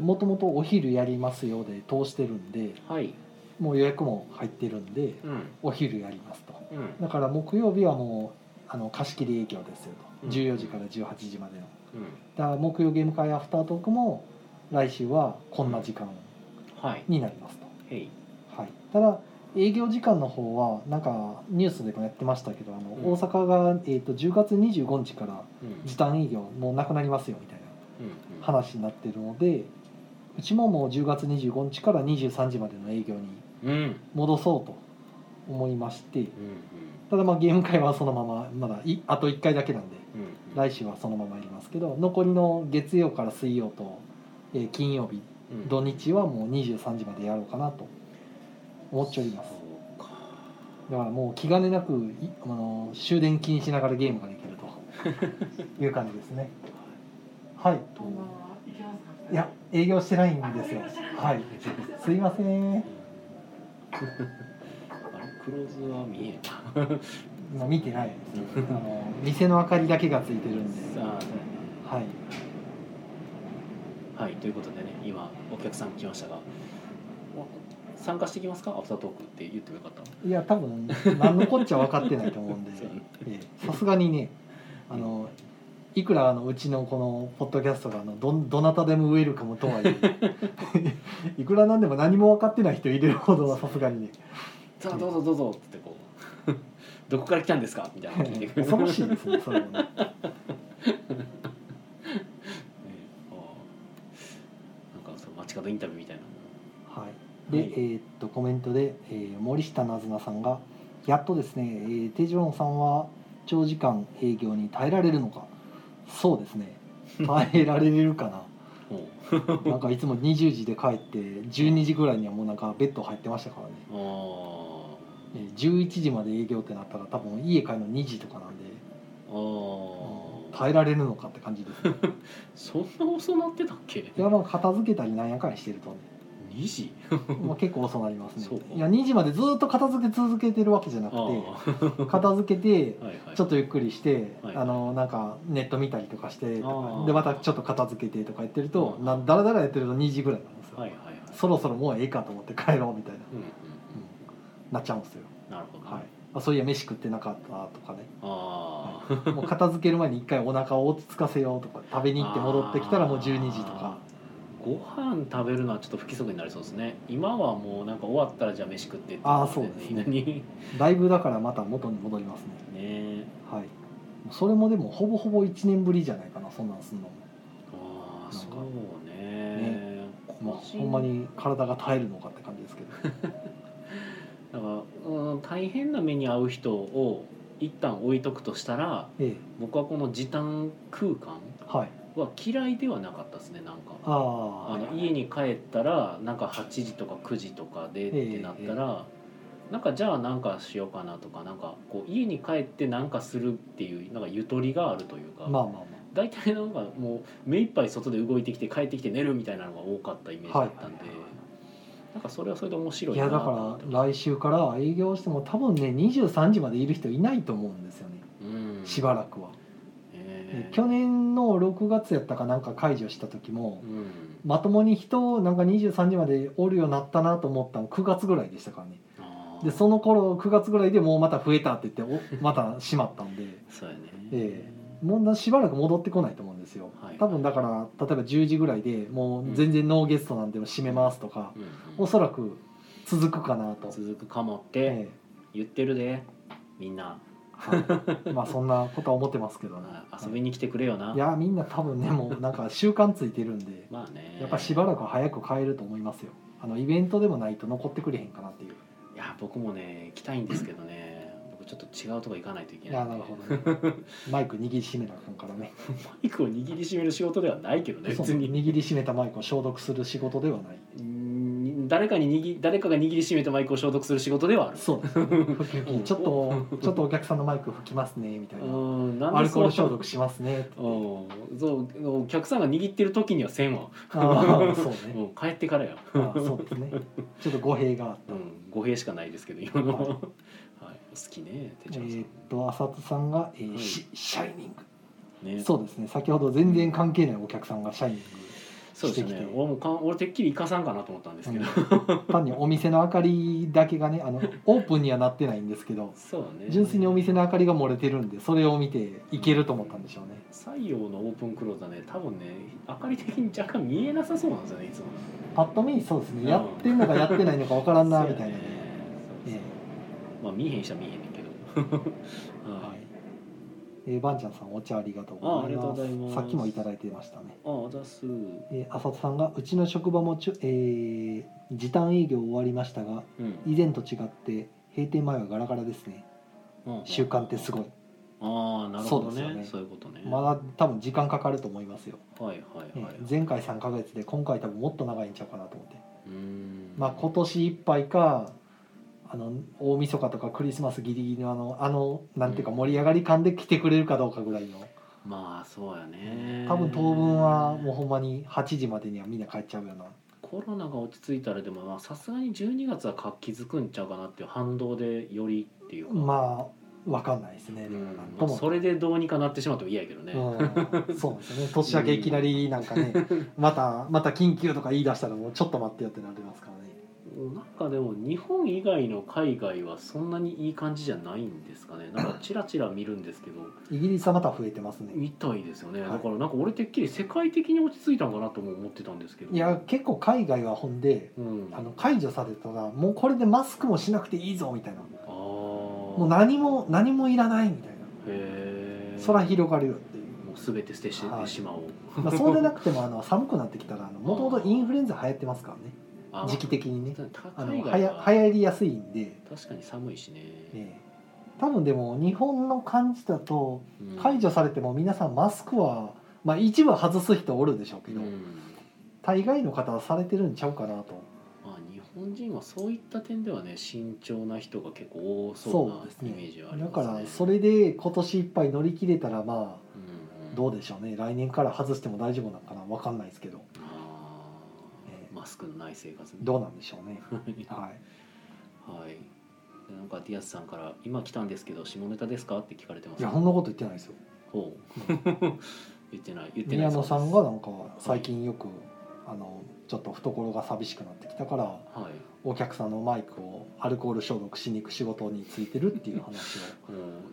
Speaker 2: もともとお昼やりますよで通してるんで
Speaker 1: はい
Speaker 2: もう予約も入ってるんで
Speaker 1: うん
Speaker 2: お昼やりますと
Speaker 1: うん
Speaker 2: だから木曜日はもうあの貸し切り営業ですよと
Speaker 1: うん
Speaker 2: 14時から18時までのだから木曜ゲーム会アフタートークも来週はこんな時間
Speaker 1: うんはい
Speaker 2: になりますと、
Speaker 1: へい
Speaker 2: はい、ただ営業時間の方はなんかニュースでもやってましたけどあの、
Speaker 1: うん
Speaker 2: 大阪が、えー、と10月25日から
Speaker 1: うん
Speaker 2: 時短営業もうなくなりますよみたいな
Speaker 1: うんうん
Speaker 2: 話になってるのでうちももう10月25日から23時までの営業に
Speaker 1: うんうん
Speaker 2: 戻そうと思いまして
Speaker 1: うん
Speaker 2: ただまあゲーム会はそのまままだいあと1回だけなんで
Speaker 1: うん
Speaker 2: 来週はそのままやりますけど残りの月曜から水曜と、えー金曜日
Speaker 1: うん
Speaker 2: 土日はもう23時までやろうかなと思っております
Speaker 1: そうか
Speaker 2: だからもう気兼ねなくいあの終電気にしながらゲームができる という感じですねはい
Speaker 3: こんばんは。行けますか。
Speaker 2: いや営業してないんですよ
Speaker 3: あ
Speaker 2: はいすいません
Speaker 1: うんあれクローズは見えんな
Speaker 2: 今見てないですあの店の明かりだけがついてるんで
Speaker 1: さあ
Speaker 2: はい
Speaker 1: はいということでね今お客さん来ましたがお参加してきますかアフタートークって言ってもよかった
Speaker 2: いや多分何のこっちゃ分かってないと思うんで
Speaker 1: そうね
Speaker 2: ええさすがにねあのいくらあのうちのこのポッドキャストがあのどんどなたでもウェルカムとはいえ いくらなんでも何も分かってない人入れるほどはさすがにね
Speaker 1: さあどうぞどうぞって言ってこう どこから来たんですかみたいなの聞いてくる
Speaker 2: 恐ろしいですねそれもね
Speaker 1: ねああなんかその街角インタビューみたいな
Speaker 2: はい、で、えーっとコメントで、えー森下なずなさんが「やっとですね、えー、テジロンさんは長時間営業に耐えられるのかそうですね耐えられるかな」
Speaker 1: も
Speaker 2: なんかいつも20時で帰って12時ぐらいにはもうなんかベッド入ってましたからね
Speaker 1: う
Speaker 2: えー11時まで営業ってなったら多分家帰るの2時とかなんで
Speaker 1: あーあー
Speaker 2: 耐えられるのかって感 じですね
Speaker 1: そんな遅なってたっけ
Speaker 2: いやまあ片付けたりなんやかんやしてるとね、
Speaker 1: 2時
Speaker 2: まあ、結構遅なりますね
Speaker 1: そうか
Speaker 2: いや2時までずっと片付け続けてるわけじゃな
Speaker 1: あ
Speaker 2: く
Speaker 1: あー
Speaker 2: て片付けて
Speaker 1: はいはい
Speaker 2: ちょっとゆっくりして、
Speaker 1: はい
Speaker 2: あのなんかネット見たりとかしてと
Speaker 1: あ
Speaker 2: か
Speaker 1: ー
Speaker 2: でまたちょっと片付けてとかやってると
Speaker 1: うん
Speaker 2: なだらだらやってると2時ぐらいなんですよ、
Speaker 1: はいはいはい
Speaker 2: そろそろもうええかと思って帰ろうみたいな、
Speaker 1: うんうん
Speaker 2: うんなっちゃうんですよ、
Speaker 1: うんなるほどね、
Speaker 2: はい、あそういや飯食ってなかったとかね
Speaker 1: ああ、
Speaker 2: もう片付ける前に一回お腹を落ち着かせようとか食べに行って戻ってきたらもう12時とか
Speaker 1: ご飯食べるのはちょっと不規則になりそうですね今はもうなんか終わったらじゃあ飯食ってって
Speaker 2: あーそうですね
Speaker 1: ね
Speaker 2: だいぶだからまた元に戻ります ね
Speaker 1: ねえ
Speaker 2: はいそれもでもほぼほぼ1年ぶりじゃないかなそんなんすんのも、
Speaker 1: ああ
Speaker 2: なん
Speaker 1: そ
Speaker 2: か
Speaker 1: うね
Speaker 2: まあ、
Speaker 1: 個人
Speaker 2: ほんまに体が耐えるのかっ て感じですけど
Speaker 1: だから、うん、大変な目に遭う人を一旦置いとくとしたら
Speaker 2: ええ
Speaker 1: 僕はこの時短空間
Speaker 2: はい
Speaker 1: は嫌いではなかったですねなんか
Speaker 2: ああ
Speaker 1: あの家に帰ったらなんか8時とか9時とかでってなったら、なんかじゃあなんかしようかなとかなんかこう家に帰ってなんかするっていうなんかゆとりがあるというか、
Speaker 2: まあまあま
Speaker 1: 大体なんかもう目いっぱい外で動いてきて帰ってきて寝るみたいなのが多かったイメージだったんで、
Speaker 2: はい
Speaker 1: なんかそれはそれで面
Speaker 2: あ
Speaker 1: 白
Speaker 2: い
Speaker 1: いな
Speaker 2: や
Speaker 1: と
Speaker 2: だ
Speaker 1: 思
Speaker 2: か
Speaker 1: って
Speaker 2: ら来週から営業しても多分ね23時までいる人いないと思うんですよね
Speaker 1: うん
Speaker 2: しばらくは、
Speaker 1: ええ
Speaker 2: 去年の6月やったかなんか解除した時も、
Speaker 1: うん
Speaker 2: まともに人をなんか23時までおるようになったなと思ったの9月ぐらいでしたからね
Speaker 1: あー
Speaker 2: でその頃9月ぐらいでもうまた増えたって言っ ておまた閉まったんで
Speaker 1: そうやね
Speaker 2: えもうしばらく戻ってこないと思うんですよ、
Speaker 1: はい
Speaker 2: 多分だから例えば10時ぐらいでもう全然ノーゲストなんでも閉めますとか、
Speaker 1: うんうん
Speaker 2: おそらく続くかなと、
Speaker 1: 続くかもって
Speaker 2: え
Speaker 1: 言ってるでみんな、
Speaker 2: えまあそんなことは思ってます けどね
Speaker 1: はい遊びに来てくれよない
Speaker 2: やみんな多分ねもうなんか習慣ついてるんで
Speaker 1: まあね
Speaker 2: やっぱしばらく早く帰ると思いますよあのイベントでもないと残ってくれへんかなっていう
Speaker 1: いや僕もね行きたいんですけどね僕ちょっと違うとこ行かないといけ
Speaker 2: い
Speaker 1: ない
Speaker 2: や
Speaker 1: んで
Speaker 2: なるほど、 ね、マイク握りしめなあかんからね
Speaker 1: マイクを握りしめる仕事ではないけどね
Speaker 2: そう
Speaker 1: 別に
Speaker 2: 握りしめたマイクを消毒する仕事ではないう
Speaker 1: ーん誰かに握り誰かが握りしめたマイクを消毒する仕事ではある
Speaker 2: そうですねふきふき ちょっとちょっとお客さんのマイク拭きますねみたいうな
Speaker 1: ーんなん
Speaker 2: アルコール消
Speaker 1: 毒
Speaker 2: 毒しますねって
Speaker 1: うんそうお客さんが握ってる時にはせんわ、
Speaker 2: ああそう
Speaker 1: う
Speaker 2: ね
Speaker 1: ん、帰ってからや、
Speaker 2: ああそうですねちょっと語弊があっ
Speaker 1: う
Speaker 2: た、
Speaker 1: ん、語弊しかないですけど今のは、
Speaker 2: はい
Speaker 1: い好きねて
Speaker 2: え
Speaker 1: ちゃんさん
Speaker 2: ーっと浅田さんが、えー
Speaker 1: はい
Speaker 2: シシャイニング
Speaker 1: ね
Speaker 2: そうですね先ほど全然関係ないお客さんがシャイニング
Speaker 1: そうです
Speaker 2: してき
Speaker 1: ね
Speaker 2: て
Speaker 1: 俺もかん俺てっきりイカさんかなと思ったんですけど、
Speaker 2: 単にお店の明かりだけがねあのオープンにはなってないんですけど
Speaker 1: そうね
Speaker 2: 純粋にお店の明かりが漏れてるんでそれを見ていけると思ったんでしょうね
Speaker 1: 採用のオープンクローザーね多分ね明かり的に若干見えなさそうなんですよねいつも
Speaker 2: パッと見そうです
Speaker 1: うん
Speaker 2: ねやってんのかやってないのかわからんなみたいな
Speaker 1: そう
Speaker 2: ね
Speaker 1: やねそうそう
Speaker 2: え
Speaker 1: まあ見えへんしゃ見えへんねんけど
Speaker 2: え
Speaker 1: は
Speaker 2: はいいえー、ばんちゃんさんお茶ありがとうござい
Speaker 1: あありがとう
Speaker 2: ま
Speaker 1: ございます
Speaker 2: すさっきもいただいてましたね
Speaker 1: ああ出すうん
Speaker 2: えー、浅田さんがうちの職場もちょ、えー時短営業終わりましたが以前と違って閉店前はガラガラですね
Speaker 1: うん
Speaker 2: 習慣ってすごい
Speaker 1: ああなるほど
Speaker 2: そうですよ
Speaker 1: ね
Speaker 2: ね
Speaker 1: そういうことね
Speaker 2: まだ多分時間かかると思いますよ、
Speaker 1: はいはいはい
Speaker 2: えー前回3ヶ月で今回多分もっと長いんちゃうかなと思って
Speaker 1: うーん
Speaker 2: まあ今年いっぱいかあの大晦日とかクリスマスギリギリのあのあのなんていうか
Speaker 1: うん
Speaker 2: 盛り上がり感で来てくれるかどうかぐらいの
Speaker 1: まあそうやね
Speaker 2: 多分当分はもうほんまに8時までにはみんな帰っちゃうような
Speaker 1: コロナが落ち着いたらでもまあさすがに12月は活気づくんちゃうかなっていう反動でよりっていうか
Speaker 2: まあわかんないですね
Speaker 1: う
Speaker 2: で
Speaker 1: ん
Speaker 2: もなん
Speaker 1: ま
Speaker 2: と
Speaker 1: あ
Speaker 2: も
Speaker 1: それでどうにかなってしまっても嫌やけどね、
Speaker 2: うんそうなんですよね年明けいきなりなんかね、またまた緊急とか言い出したらもうちょっと待ってよってなりますからね
Speaker 1: なんかでも日本以外の海外はそんなにいい感じじゃないんですかねなんかチラチラ見るんですけど
Speaker 2: イギリスはまた増えてますね
Speaker 1: みたいですよねだ
Speaker 2: はい
Speaker 1: からなんか俺てっきり世界的に落ち着いたんかなとも思ってたんですけど
Speaker 2: いや結構海外はほんで
Speaker 1: うん
Speaker 2: あの解除されたらもうこれでマスクもしなくていいぞみたいな
Speaker 1: あー
Speaker 2: もう何も何もいらないみたい
Speaker 1: へえ
Speaker 2: な空広がるよっ ていう、
Speaker 1: もう全て捨てし
Speaker 2: はい
Speaker 1: しまおう、
Speaker 2: まあ、そうでなくてもあの寒くなってきたらもともとインフルエンザ流行ってますから
Speaker 1: あ
Speaker 2: ね時期的にねあの
Speaker 1: 海
Speaker 2: は
Speaker 1: 外
Speaker 2: や
Speaker 1: は
Speaker 2: 流行りやすいんで、
Speaker 1: 確かに寒いしね、
Speaker 2: ええ多分でも日本の感じだと
Speaker 1: うん
Speaker 2: 解除されても皆さんマスクは、まあ、一部外す人おるでしょうけ
Speaker 1: う
Speaker 2: ど、
Speaker 1: ん
Speaker 2: 大概の方はされてるんちゃうかなと
Speaker 1: まあ、日本人はそういった点ではね慎重な人が結構多そうなイメージはあり
Speaker 2: だ
Speaker 1: ますね
Speaker 2: からそれで今年いっぱい乗り切れたらまあ
Speaker 1: うんうん
Speaker 2: どうでしょうね来年から外しても大丈夫なのかなわかんないですけど、
Speaker 1: あ
Speaker 2: え
Speaker 1: ー
Speaker 2: え
Speaker 1: マスクのない生活
Speaker 2: どうなんでしょうね
Speaker 1: は
Speaker 2: はい
Speaker 1: いでなんかディアスさんから「今来たんですけど下ネタですか?」って聞かれてます
Speaker 2: いやそんなこと言ってないですよ
Speaker 1: ほう 言ってない言ってない
Speaker 2: 宮野さん
Speaker 1: そ
Speaker 2: が
Speaker 1: う
Speaker 2: なんか最近よくあのちょっと懐が寂しくなってきたから
Speaker 1: ですはい
Speaker 2: お客さんのマイクをアルコール消毒しに行く仕事についてるっていう話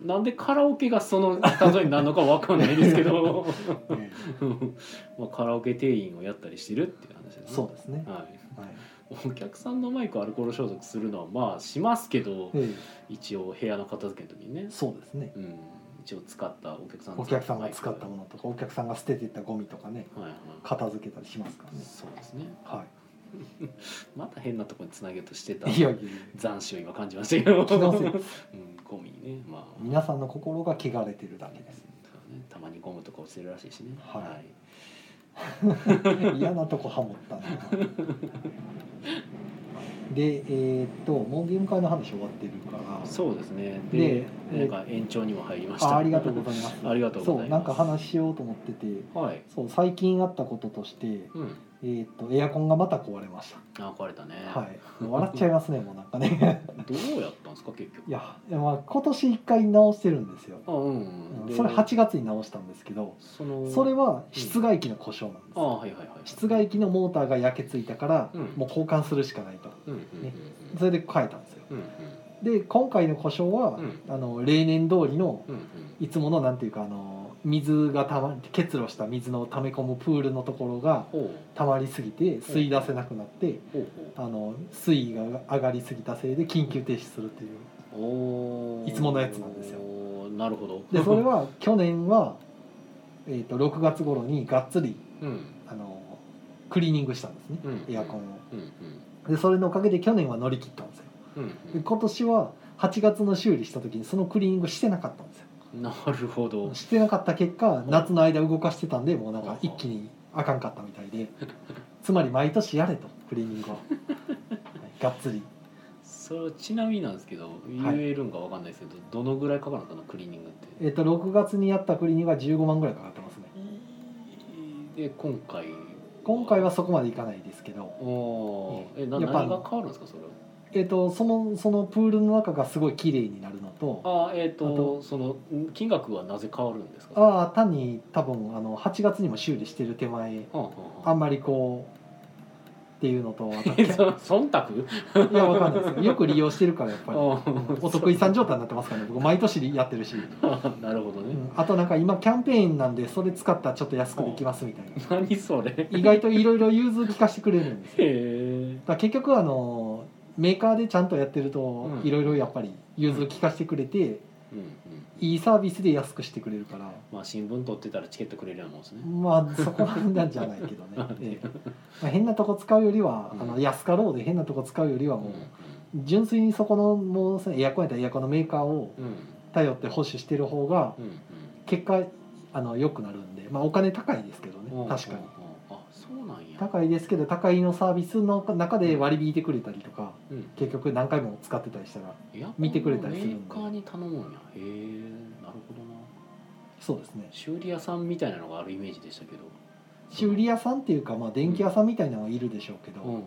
Speaker 1: うんなんでカラオケがその例えになるのかわかんないですけど
Speaker 2: を、え
Speaker 1: まあカラオケ店員をやったりしてるっていう話です
Speaker 2: え
Speaker 1: ね
Speaker 2: そうですね、
Speaker 1: はい、
Speaker 2: はい
Speaker 1: お客さんのマイクをアルコール消毒するのはまあしますけど
Speaker 2: え
Speaker 1: 一応部屋の片付けの時にね
Speaker 2: え、そうですね
Speaker 1: うん、一応使ったお客さんの
Speaker 2: お客さんが使った
Speaker 1: マ
Speaker 2: ものとかお客さんが捨ててったゴミとかね
Speaker 1: イクはいはい
Speaker 2: 片付けたりしますからね
Speaker 1: そうですね
Speaker 2: は
Speaker 1: また変なところにつなげようとしてた
Speaker 2: いいやいやいや
Speaker 1: 斬首を今感じましたけど
Speaker 2: 気のせいです
Speaker 1: うん、ゴミねまあ
Speaker 2: 皆さんの心が汚れてるだけです
Speaker 1: そうねたまにゴムとか落ちてるらしいしね
Speaker 2: はい
Speaker 1: はい、
Speaker 2: 嫌なとこハモったなでえーっともうゲーム会の話終わってるから
Speaker 1: そうですね
Speaker 2: で
Speaker 1: でなんか延長にも入りました
Speaker 2: あありがとうございます
Speaker 1: ありがとうございます
Speaker 2: そうなんか話しようと思ってて
Speaker 1: はい
Speaker 2: そう最近あったこととして、
Speaker 1: うん
Speaker 2: えーっとエアコンがまた壊れました
Speaker 1: あ壊れたね、
Speaker 2: はい、笑っちゃいま すねもうなんかね
Speaker 1: どうやったんですか結局
Speaker 2: いや、まあ、今年一回直してるんですよ、
Speaker 1: あうん、
Speaker 2: うん
Speaker 1: で
Speaker 2: それ8月に直したんですけど
Speaker 1: その
Speaker 2: それは室外機の故障なんで
Speaker 1: あ
Speaker 2: すよ、
Speaker 1: はいはいはい
Speaker 2: 室外機のモーターが焼けついたから、
Speaker 1: うん
Speaker 2: もう交換するしかないと
Speaker 1: うんうんうん
Speaker 2: ねそれで変えたんですよ
Speaker 1: うんうん
Speaker 2: で今回の故障は、
Speaker 1: うん
Speaker 2: あの例年通りの
Speaker 1: うんうん
Speaker 2: いつものなんていうかあの水がたま結露した水の溜め込むプールのところが
Speaker 1: ほう
Speaker 2: 溜まりすぎて吸い出せなくなって、
Speaker 1: ほう
Speaker 2: あの水位が上がりすぎたせいで緊急停止するっていう
Speaker 1: ほうおー
Speaker 2: いつものやつなんですよ
Speaker 1: なるほど
Speaker 2: でそれ、は去年は、えー、と6月頃にがっつり
Speaker 1: うん
Speaker 2: あのクリーニングしたんですね
Speaker 1: うん、
Speaker 2: エアコンを
Speaker 1: うんうん
Speaker 2: でそれのおかげで去年は乗り切ったんですよ
Speaker 1: うん
Speaker 2: で今年は8月の修理した時にそのクリーニングしてなかったんですよ
Speaker 1: うんなるほど
Speaker 2: してなかった結果
Speaker 1: ん
Speaker 2: 夏の間動かしてたんでもうなんか一気にあかんかったみたいでつまり毎年やれとクリーニングは、はい、がっつり
Speaker 1: それちなみになんですけど言えるんかわかんないですけど、どのぐらいかかるのかなクリーニングって
Speaker 2: えっ、と6月にやったクリーニングは15万ぐらいかかってますね
Speaker 1: で今回
Speaker 2: 今回はそこまでいかないですけど、
Speaker 1: おーえな
Speaker 2: やっ
Speaker 1: 何
Speaker 2: ぱ
Speaker 1: が変わるんですかそれは
Speaker 2: えっとそのそのプールの中がすごい綺麗になるのと
Speaker 1: あーえっ、と
Speaker 2: あと
Speaker 1: そのん金額はなぜ変わるんですか
Speaker 2: ああ単に多分あの8月にも修理してる手前
Speaker 1: あ
Speaker 2: あんまりこうっていうのとあと
Speaker 1: えそ忖度
Speaker 2: いやわかんないですよよく利用してるからやっぱり
Speaker 1: うん
Speaker 2: お得意さん状態になってますからね僕毎年やってるし、
Speaker 1: なるほど
Speaker 2: う
Speaker 1: ね、
Speaker 2: ん、あとなんか今キャンペーンなんでそれ使ったらちょっと安くできますみたいな
Speaker 1: 何それへ
Speaker 2: 意外といろいろ融通聞かせてくれるんですよ
Speaker 1: え
Speaker 2: だから結局あのメーカーでちゃんとやってると
Speaker 1: うん
Speaker 2: いろいろやっぱり融通聞かせてくれて、
Speaker 1: うんうん
Speaker 2: いいサービスで安くしてくれるから
Speaker 1: まあ新聞取ってたらチケットくれるようなもんですね
Speaker 2: まあそこはなんじゃないけど ね、ええまあ、変なとこ使うよりは、
Speaker 1: うん
Speaker 2: あの安かろうで変なとこ使うよりは
Speaker 1: うん
Speaker 2: もう純粋にそこのもうさエアコンやったらエアコンのメーカーを
Speaker 1: うん
Speaker 2: 頼って保守してる方が
Speaker 1: うん
Speaker 2: 結果あの良くなるんで、まあ、お金高いですけど
Speaker 1: うんうん
Speaker 2: ね確かに
Speaker 1: あそうなんや
Speaker 2: 高いですけど高いのサービスの中で割り引いてくれたりとか
Speaker 1: うん
Speaker 2: 結局何回も使ってたりしたら
Speaker 1: エアコンの
Speaker 2: 見てくれたりするんで
Speaker 1: メーカーに頼むんやへえなるほどな
Speaker 2: そうですね
Speaker 1: 修理屋さんみたいなのがあるイメージでしたけど
Speaker 2: 修理屋さんっていうか、まあ、電気屋さんみたいなのはいるでしょうけど、
Speaker 1: うんうんうん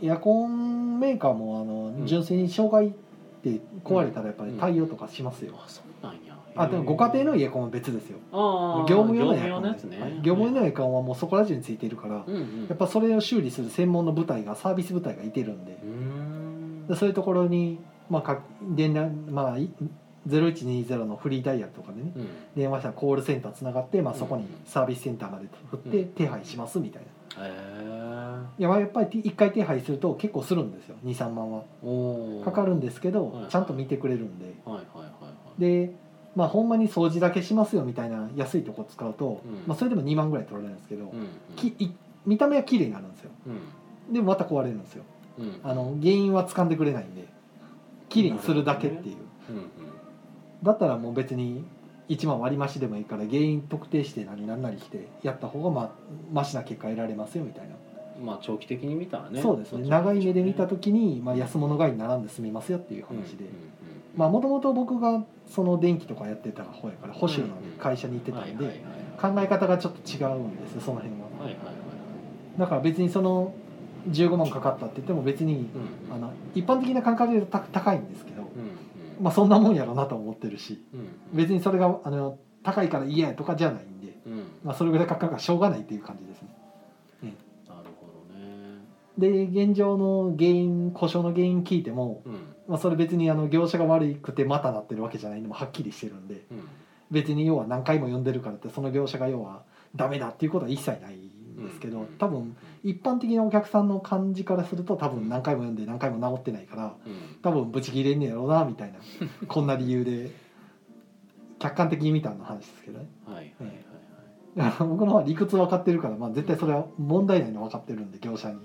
Speaker 2: エアコンメーカーもあ
Speaker 1: うん
Speaker 2: の純粋に障害って壊れたらやっぱり対応とかしますよ、
Speaker 1: あそうなんや
Speaker 2: あでもご家庭の
Speaker 1: へえ
Speaker 2: エアコンは別ですよ
Speaker 1: ああ
Speaker 2: 業務用の
Speaker 1: 業
Speaker 2: エアコン
Speaker 1: やつね、
Speaker 2: はい業務用のエアコンはもうそこら中についているから、
Speaker 1: うんうん
Speaker 2: やっぱそれを修理する専門の部隊がサービス部隊がいてるんで
Speaker 1: うーん
Speaker 2: でそういうところに、まあ、か連絡まあい0120のフリーダイヤルとかでね
Speaker 1: うん
Speaker 2: 電話したらコールセンターつながって、まあ、そこに
Speaker 1: うん
Speaker 2: サービスセンターまで振って
Speaker 1: うん
Speaker 2: 手配しますみたいな
Speaker 1: へえ
Speaker 2: いやまあやっぱり1回手配すると結構するんですよ23万は
Speaker 1: おー
Speaker 2: かかるんですけ
Speaker 1: は
Speaker 2: ど
Speaker 1: い
Speaker 2: ちゃんと見てくれるんで
Speaker 1: はいはいはいはい
Speaker 2: でまあほんまに掃除だけしますよみたいな安いとこ使うと、
Speaker 1: うん
Speaker 2: まあ、それでも2万ぐらい取られるんですけど、
Speaker 1: うんうん
Speaker 2: きい見た目は綺麗になるんですよ
Speaker 1: うん
Speaker 2: でまた壊れるんですよ
Speaker 1: うん
Speaker 2: あの原因は掴んでくれないんで綺麗にするだけっていう、
Speaker 1: うんうん
Speaker 2: だったらもう別に1万割り増しでもいいから原因特定して何何なりしてやった方がまあマシな結果得られますよみたいな、
Speaker 1: まあ長期的に見たらね
Speaker 2: そうですね長い目で見た時に、まあ、安物買いにならんで済みますよっていう話で、まあもともと僕がその電気とかやってた方やから保守の会社に行ってたんで、考え方がちょっと違うんですよその辺は
Speaker 1: はいはいはい
Speaker 2: だから別にその15万かかったって言っても別に
Speaker 1: うんうん
Speaker 2: あの一般的な感覚で言うとた高いんですけど
Speaker 1: うんうん
Speaker 2: まあそんなもんやろなと思ってるし
Speaker 1: うん
Speaker 2: 別にそれがあの高いから嫌やとかじゃないんで、
Speaker 1: うんなる
Speaker 2: まあ、それぐらいかかるからしょうがないっていう感じですね
Speaker 1: ほどね
Speaker 2: で現状の原因故障の原因聞いても、
Speaker 1: うん
Speaker 2: まあ、それ別にあの業者が悪くてまたなってるわけじゃないのもはっきりしてるんで
Speaker 1: うん
Speaker 2: 別に要は何回も呼んでるからってその業者が要はダメだっていうことは一切ないんですけど、多分一般的なお客さんの感じからすると多分何回も読んで何回も治ってないから
Speaker 1: うん
Speaker 2: 多分ブチ切れんねやろうなみたいなこんな理由で客観的に見たの話ですけどね
Speaker 1: はいはいはいはい
Speaker 2: あの僕の方は理屈分かってるから、まあ、絶対それは問題ないの分かってるんで業者に、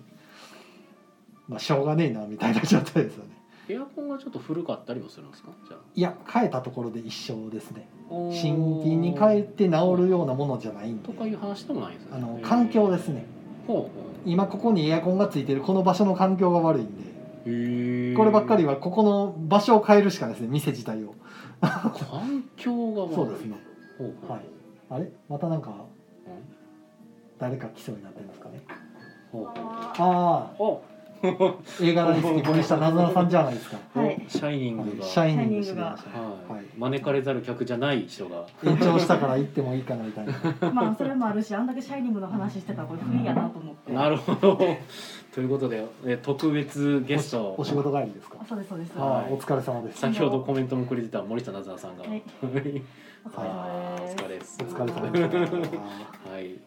Speaker 2: まあ、しょうがねえなみたいな状態ですよね
Speaker 1: エアコンがちょっと古かったりもするんですかじゃあ
Speaker 2: いや変えたところで一緒ですね
Speaker 1: おー
Speaker 2: 新品に変えて治るようなものじゃないんで
Speaker 1: とかいう話でもないんですね
Speaker 2: あの環境ですね
Speaker 1: ほう
Speaker 2: 今ここにエアコンがついてるこの場所の環境が悪いんで
Speaker 1: ほうへえ
Speaker 2: こればっかりはここの場所を変えるしかないですね店自体を
Speaker 1: 環境が悪い
Speaker 2: そうですね
Speaker 1: ほうほう
Speaker 2: はいあれまたなんか
Speaker 1: うん
Speaker 2: 誰か来そうになってますかね
Speaker 1: ほうほう
Speaker 2: ああ
Speaker 1: ほう
Speaker 2: 映画大好き森下なずなさんじゃないですか
Speaker 1: お
Speaker 3: はい
Speaker 1: シャイニングが、
Speaker 2: シャイニング
Speaker 3: シャイニングが
Speaker 2: してましたね
Speaker 1: はい
Speaker 2: はい
Speaker 1: 招かれざる客じゃない人が
Speaker 2: 延長したから行ってもいいかなみたいな
Speaker 3: まあそれもあるしあんだけ「シャイニング」の話してたらこれ不意やなと思って
Speaker 1: なるほどということでえ特別 ゲスト
Speaker 2: お仕事帰りですか
Speaker 3: あそうですそうです
Speaker 1: は
Speaker 3: は
Speaker 2: ああお疲れ様です
Speaker 3: い
Speaker 1: 先ほどコメントもくれてた森下なずなさんが、
Speaker 3: い
Speaker 1: あ
Speaker 3: お疲
Speaker 1: ーお疲れ
Speaker 3: れ様で
Speaker 1: です
Speaker 2: お疲れ様
Speaker 3: す
Speaker 2: でした
Speaker 1: はい
Speaker 3: はい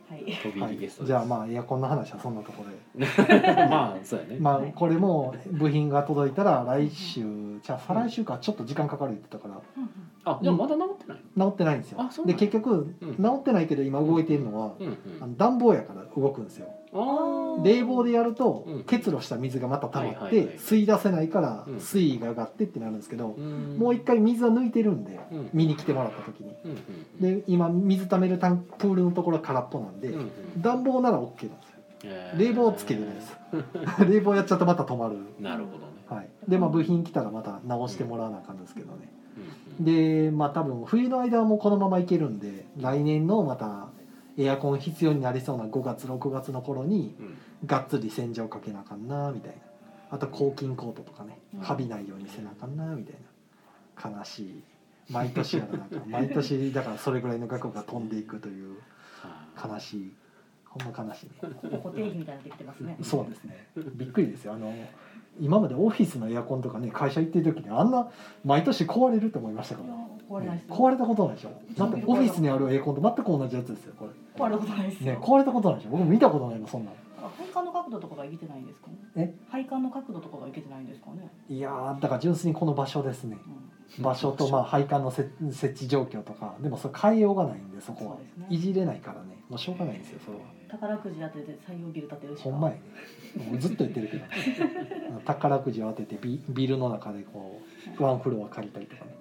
Speaker 1: 飛び入
Speaker 2: は
Speaker 1: りゲストです
Speaker 2: い、じゃあまあエアコンの話はそんなところで、
Speaker 1: あ まあそうやね、
Speaker 2: まあ
Speaker 3: はい
Speaker 2: これも部品が届いたら来週じゃあ再来週かちょっと時間かかるって言ってたか
Speaker 3: うんうん
Speaker 1: あじゃあまだ治ってない
Speaker 2: ら治ってないんですよ
Speaker 1: あそうな
Speaker 2: で
Speaker 1: んだ
Speaker 2: 結局
Speaker 1: うん
Speaker 2: 治ってないけど今動いてるのは、
Speaker 1: うん
Speaker 2: あ
Speaker 1: うん
Speaker 2: の暖房やから動くんですよ
Speaker 1: あー
Speaker 2: 冷房でやると
Speaker 1: うん
Speaker 2: 結露した水がまた溜まっ
Speaker 1: はいはいは
Speaker 2: て
Speaker 1: い
Speaker 2: 吸い出せないから
Speaker 1: うん
Speaker 2: 水位が上がってってなるんですけど
Speaker 1: ん
Speaker 2: もう一回水は抜いてるんで
Speaker 1: うんうん
Speaker 2: 見に来てもらった時に
Speaker 1: うんうん
Speaker 2: で今水溜めるタンプールのところ空っぽなんで
Speaker 1: うんうん
Speaker 2: 暖房なら OK なんですよ
Speaker 1: えー
Speaker 2: 冷房をつけるんです 冷房やっちゃうとまた止まる
Speaker 1: なるほどね、
Speaker 2: はいでまあ部品来たらまた直してもらわなあかんですけどね
Speaker 1: うんうん
Speaker 2: でまあ多分冬の間はもうこのままいけるんで来年のまたエアコン必要になりそうな5月6月の頃に
Speaker 1: うん
Speaker 2: がっつり洗浄かけなあかんなみたいなあと抗菌コートとかね
Speaker 3: うん
Speaker 2: カビないようにせなあかんなみたいな悲しい毎年やらなあか ん毎年だからそれぐらいの額が飛んでいくという
Speaker 1: は
Speaker 2: 悲しいほんま悲しいね
Speaker 3: ここ定義みたいにできてますね
Speaker 2: そうです ね。びっくりですよ。あの今までオフィスのエアコンとかね会社行ってる時にあんな毎年壊れると思いましたか
Speaker 3: いや
Speaker 2: ら。
Speaker 3: 壊れないです
Speaker 2: 壊れたことないでしょ。だってオフィスにあるエアコンと全く同じやつですよ。こ
Speaker 3: 壊れたことないです
Speaker 2: れ。ね
Speaker 3: よ
Speaker 2: 壊れたことないでしょ。僕も見たことないもんそんなの。
Speaker 3: 配管の角度とかがいけてないんですかね
Speaker 2: え
Speaker 3: 配管の角度とかがいけてないんですかね
Speaker 2: いやーだから純粋にこの場所ですね。
Speaker 3: うん
Speaker 2: 場所とまあ配管のせ設置状況とかでもそれ変えようがないんでそこは
Speaker 3: そうですね
Speaker 2: いじれないからねもうしょうがないんですよそれは。
Speaker 3: 宝くじ当てて採用ビル建てるしか
Speaker 2: ほんまやね。もうずっと言ってるけど、 ね、宝くじを当ててビビルの中でこうワンフロア借りたりとかね。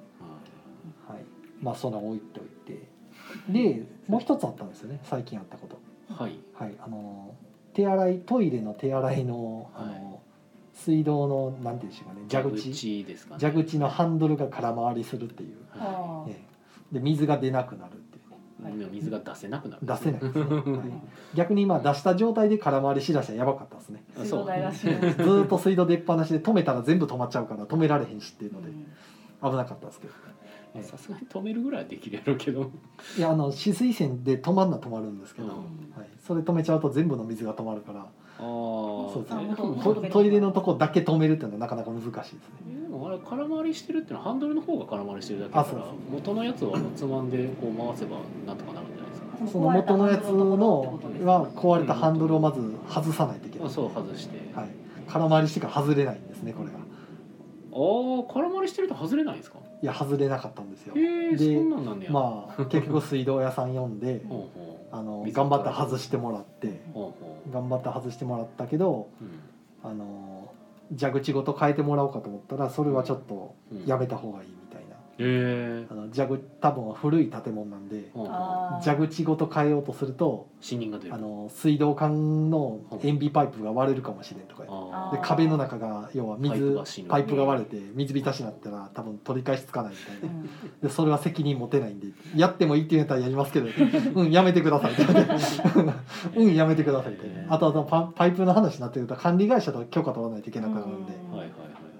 Speaker 2: はい、まあそんなの置いておいてでもう一つあったんですよね最近あったこと、
Speaker 1: いはい
Speaker 2: はい、あの手洗いトイレの手洗いのあの、
Speaker 1: は
Speaker 2: 水道のなんていうんでしょうかね蛇口
Speaker 1: 口ですかね
Speaker 2: 蛇口のハンドルが空回りするっていう、
Speaker 1: は
Speaker 3: ああ
Speaker 2: ええで水が出なくなるっていうね
Speaker 1: いもう水が出せなくなる
Speaker 2: 出せな いですね、
Speaker 1: うん
Speaker 2: はい、逆に今出した状態で空回りしだしたらやばかったですね
Speaker 3: 水道代らしいな
Speaker 2: ずーっと水道出っ放しで止めたら全部止まっちゃうから止められへんしっていう
Speaker 3: う
Speaker 2: ので
Speaker 3: ん
Speaker 2: 危なかったですけど
Speaker 1: まあさすがに止めるぐらいはできるやろうけど
Speaker 2: いやあの止水栓で止まんな止まるんですけど、
Speaker 1: うん
Speaker 2: はい、それ止めちゃうと全部の水が止まるから
Speaker 1: ああそ
Speaker 2: そう
Speaker 1: う
Speaker 2: です
Speaker 3: ね
Speaker 2: トトイレのとこだけ止めるっていうのはなかなか難しいですね
Speaker 1: でもあれ空回りしてるってのはハンドルの方が空回りしてるだけだ
Speaker 2: あ
Speaker 1: か
Speaker 2: そう
Speaker 1: ら
Speaker 2: そう
Speaker 1: 元のやつはつまんでこう回せばなんとかなるんじゃないですか
Speaker 2: その元のやつのは壊れたハンドルをまず外さないといけない、
Speaker 1: あ
Speaker 2: は
Speaker 1: そう外して、
Speaker 2: い、空回りしてから外れないんですねこれが
Speaker 1: ああ空回りしてると外れないんですか
Speaker 2: いや外れなかったんですよ
Speaker 1: へえ
Speaker 2: で
Speaker 1: そんなんなんねや
Speaker 2: まあ結局水道屋さん呼ん で
Speaker 1: ほうほう
Speaker 2: あの
Speaker 1: 水
Speaker 2: 頑
Speaker 1: を
Speaker 2: 張って外してもらって
Speaker 1: ほうほ
Speaker 2: 頑張って外してもらったけど
Speaker 1: う
Speaker 2: あの蛇口ごと変えてもらおうかと思ったらそれはちょっと
Speaker 1: うんうん
Speaker 2: やめた方がいいみたいな
Speaker 1: へえ
Speaker 2: あの蛇口多分古い建物なんで
Speaker 1: ほうほう
Speaker 3: ああ
Speaker 2: 蛇口ごと変えようとすると
Speaker 1: 死人が出る
Speaker 2: あの水道管の塩ビパイプが割れるかもしれんとかで
Speaker 1: あ
Speaker 3: ー
Speaker 2: 壁の中が要は
Speaker 1: パイプ
Speaker 2: 水
Speaker 1: が死ぬ
Speaker 2: パイプが割れて水浸しになったら多分取り返しつかないみた
Speaker 3: う
Speaker 2: いなんでそれは責任持てないんでやってもいいって言うんやったらやりますけどうんやめてくださいって言われてうんやめてくださいって
Speaker 1: へー
Speaker 2: あとあとパパイプの話になってくると管理会社と許可取らないといけなくなるんで
Speaker 3: うん
Speaker 1: はいはいはい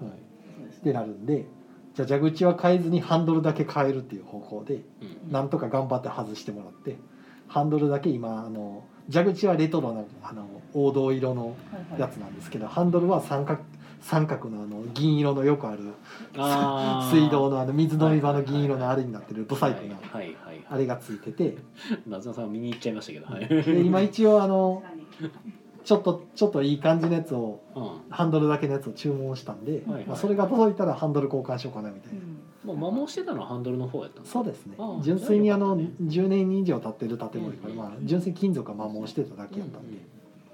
Speaker 1: は
Speaker 3: そうです
Speaker 2: って
Speaker 3: ね
Speaker 2: なるんでじゃあ蛇口は変えずにハンドルだけ変えるっていう方向で。
Speaker 1: い、うん
Speaker 2: なんとか頑張って外してもらってハンドルだけ今あの蛇口はレトロなあの黄土色の
Speaker 3: はいはい
Speaker 2: やつなんですけどハンドルは三角三角のあの銀色のよくある
Speaker 1: あー
Speaker 2: 水道のあの水飲み場の銀色のあれになってるブサイクな
Speaker 1: はいはい
Speaker 2: あ
Speaker 1: はい
Speaker 2: れがついてて
Speaker 1: 夏菜さんは見に行っちゃいましたけどはい、
Speaker 2: で今一応あのちょっとちょっといい感じのやつを
Speaker 1: うん、
Speaker 2: ハンドルだけのやつを注文したんで、
Speaker 1: はいはい
Speaker 2: まあ、それが届いたらハンドル交換しようかなみたいな。
Speaker 1: もう摩耗してたのはハンドルの方やったんですか
Speaker 2: そうですね
Speaker 1: ああ
Speaker 2: 純粋にあの
Speaker 1: じゃあよかった
Speaker 2: 10年以上経ってる建物だから、
Speaker 1: うん
Speaker 2: まあ、純粋に金属が摩耗してただけやったんで、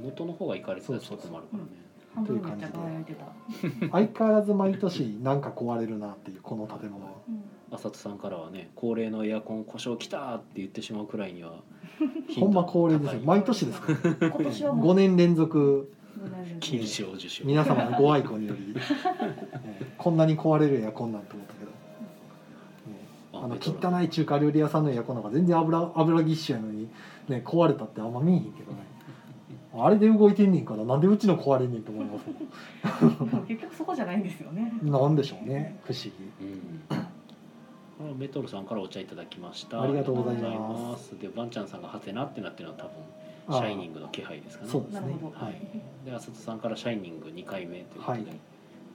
Speaker 1: 元の方がいかれてたらちょっと困るからね、
Speaker 3: 半分めっちゃ輝いてた。
Speaker 2: 相変わらず毎年なんか壊れるなっていうこの建物は
Speaker 3: うん
Speaker 1: 浅津さんからはね恒例のエアコン故障きたーって言ってしまうくらい には
Speaker 2: ほんま恒例ですよ毎年で すから
Speaker 3: 今年はも
Speaker 2: 5
Speaker 3: う年
Speaker 2: 年連続
Speaker 1: 金賞受賞
Speaker 2: 皆様のご愛顧により、 えーこんなに壊れるエアコンなんて思ったけど、ねあの
Speaker 1: ベトナム
Speaker 2: 汚い中華料理屋さんのエアコンなんか全然油油ぎっしゅやのに、ね、壊れたってあんま見えへんけどねあれで動いてんねんからなんでうちの壊れんねんと思いますもん
Speaker 3: 結局そこじゃないんですよね。
Speaker 2: なんでしょうね不思議
Speaker 1: うんあベトルさんからお茶いただきました
Speaker 2: ありがと
Speaker 3: うございます
Speaker 1: ありがとうございますでバンちゃんさんがハテナってなってるのは多分
Speaker 2: あー
Speaker 1: シャイニングの気配ですかね
Speaker 2: そう
Speaker 3: なるほど。
Speaker 1: はいで浅津さんからシャイニング2回目ということ
Speaker 2: はい
Speaker 1: で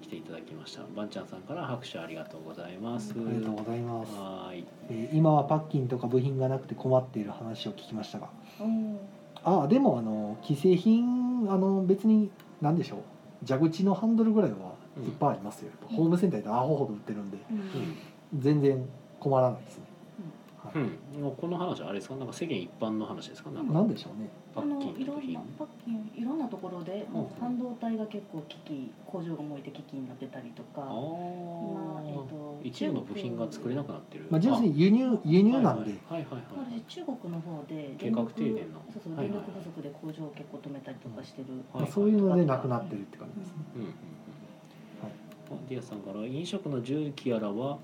Speaker 1: 来ていただきました、バンちゃんさんから拍手ありがとうございます
Speaker 2: ありがとうございます、
Speaker 1: はーい
Speaker 2: えー今はパッキンとか部品がなくて困っている話を聞きましたが
Speaker 3: おー
Speaker 2: ああでもあの既製品あの別に何でしょう蛇口のハンドルぐらいはいっぱいありますよ、やっぱホームセンターでアホほど売ってるんで
Speaker 3: うん
Speaker 2: 全然困らないですね、
Speaker 1: う
Speaker 2: は
Speaker 1: ん、もうこの話はあれですかなんか世間一般の話ですかなん
Speaker 2: い、
Speaker 1: か
Speaker 2: なんでしょうね
Speaker 1: パ
Speaker 3: あ
Speaker 1: ッ
Speaker 3: の
Speaker 1: キン
Speaker 3: い
Speaker 1: と
Speaker 3: ろ
Speaker 1: 部
Speaker 3: ん
Speaker 1: 品
Speaker 3: なパッキンいろんなところで
Speaker 1: うん
Speaker 3: 半導体が結構危機工場が燃えて危機になってたりとか
Speaker 1: あ、
Speaker 3: 今え
Speaker 1: ー
Speaker 3: っと
Speaker 1: 一部の部品が作れなくなってる、
Speaker 2: まあ純粋に輸入輸入なんで、
Speaker 1: はいはいはい
Speaker 3: まあある種中国の方で
Speaker 1: 計画停電の
Speaker 3: そうそう
Speaker 1: はい
Speaker 3: 電
Speaker 1: はい
Speaker 3: 力不足で工場を結構止めたりとかしてる。
Speaker 1: はい
Speaker 2: まあ、そういうのでなくなってるって感じですね、
Speaker 1: うんうんうんあディアさんから飲食の重機やらは、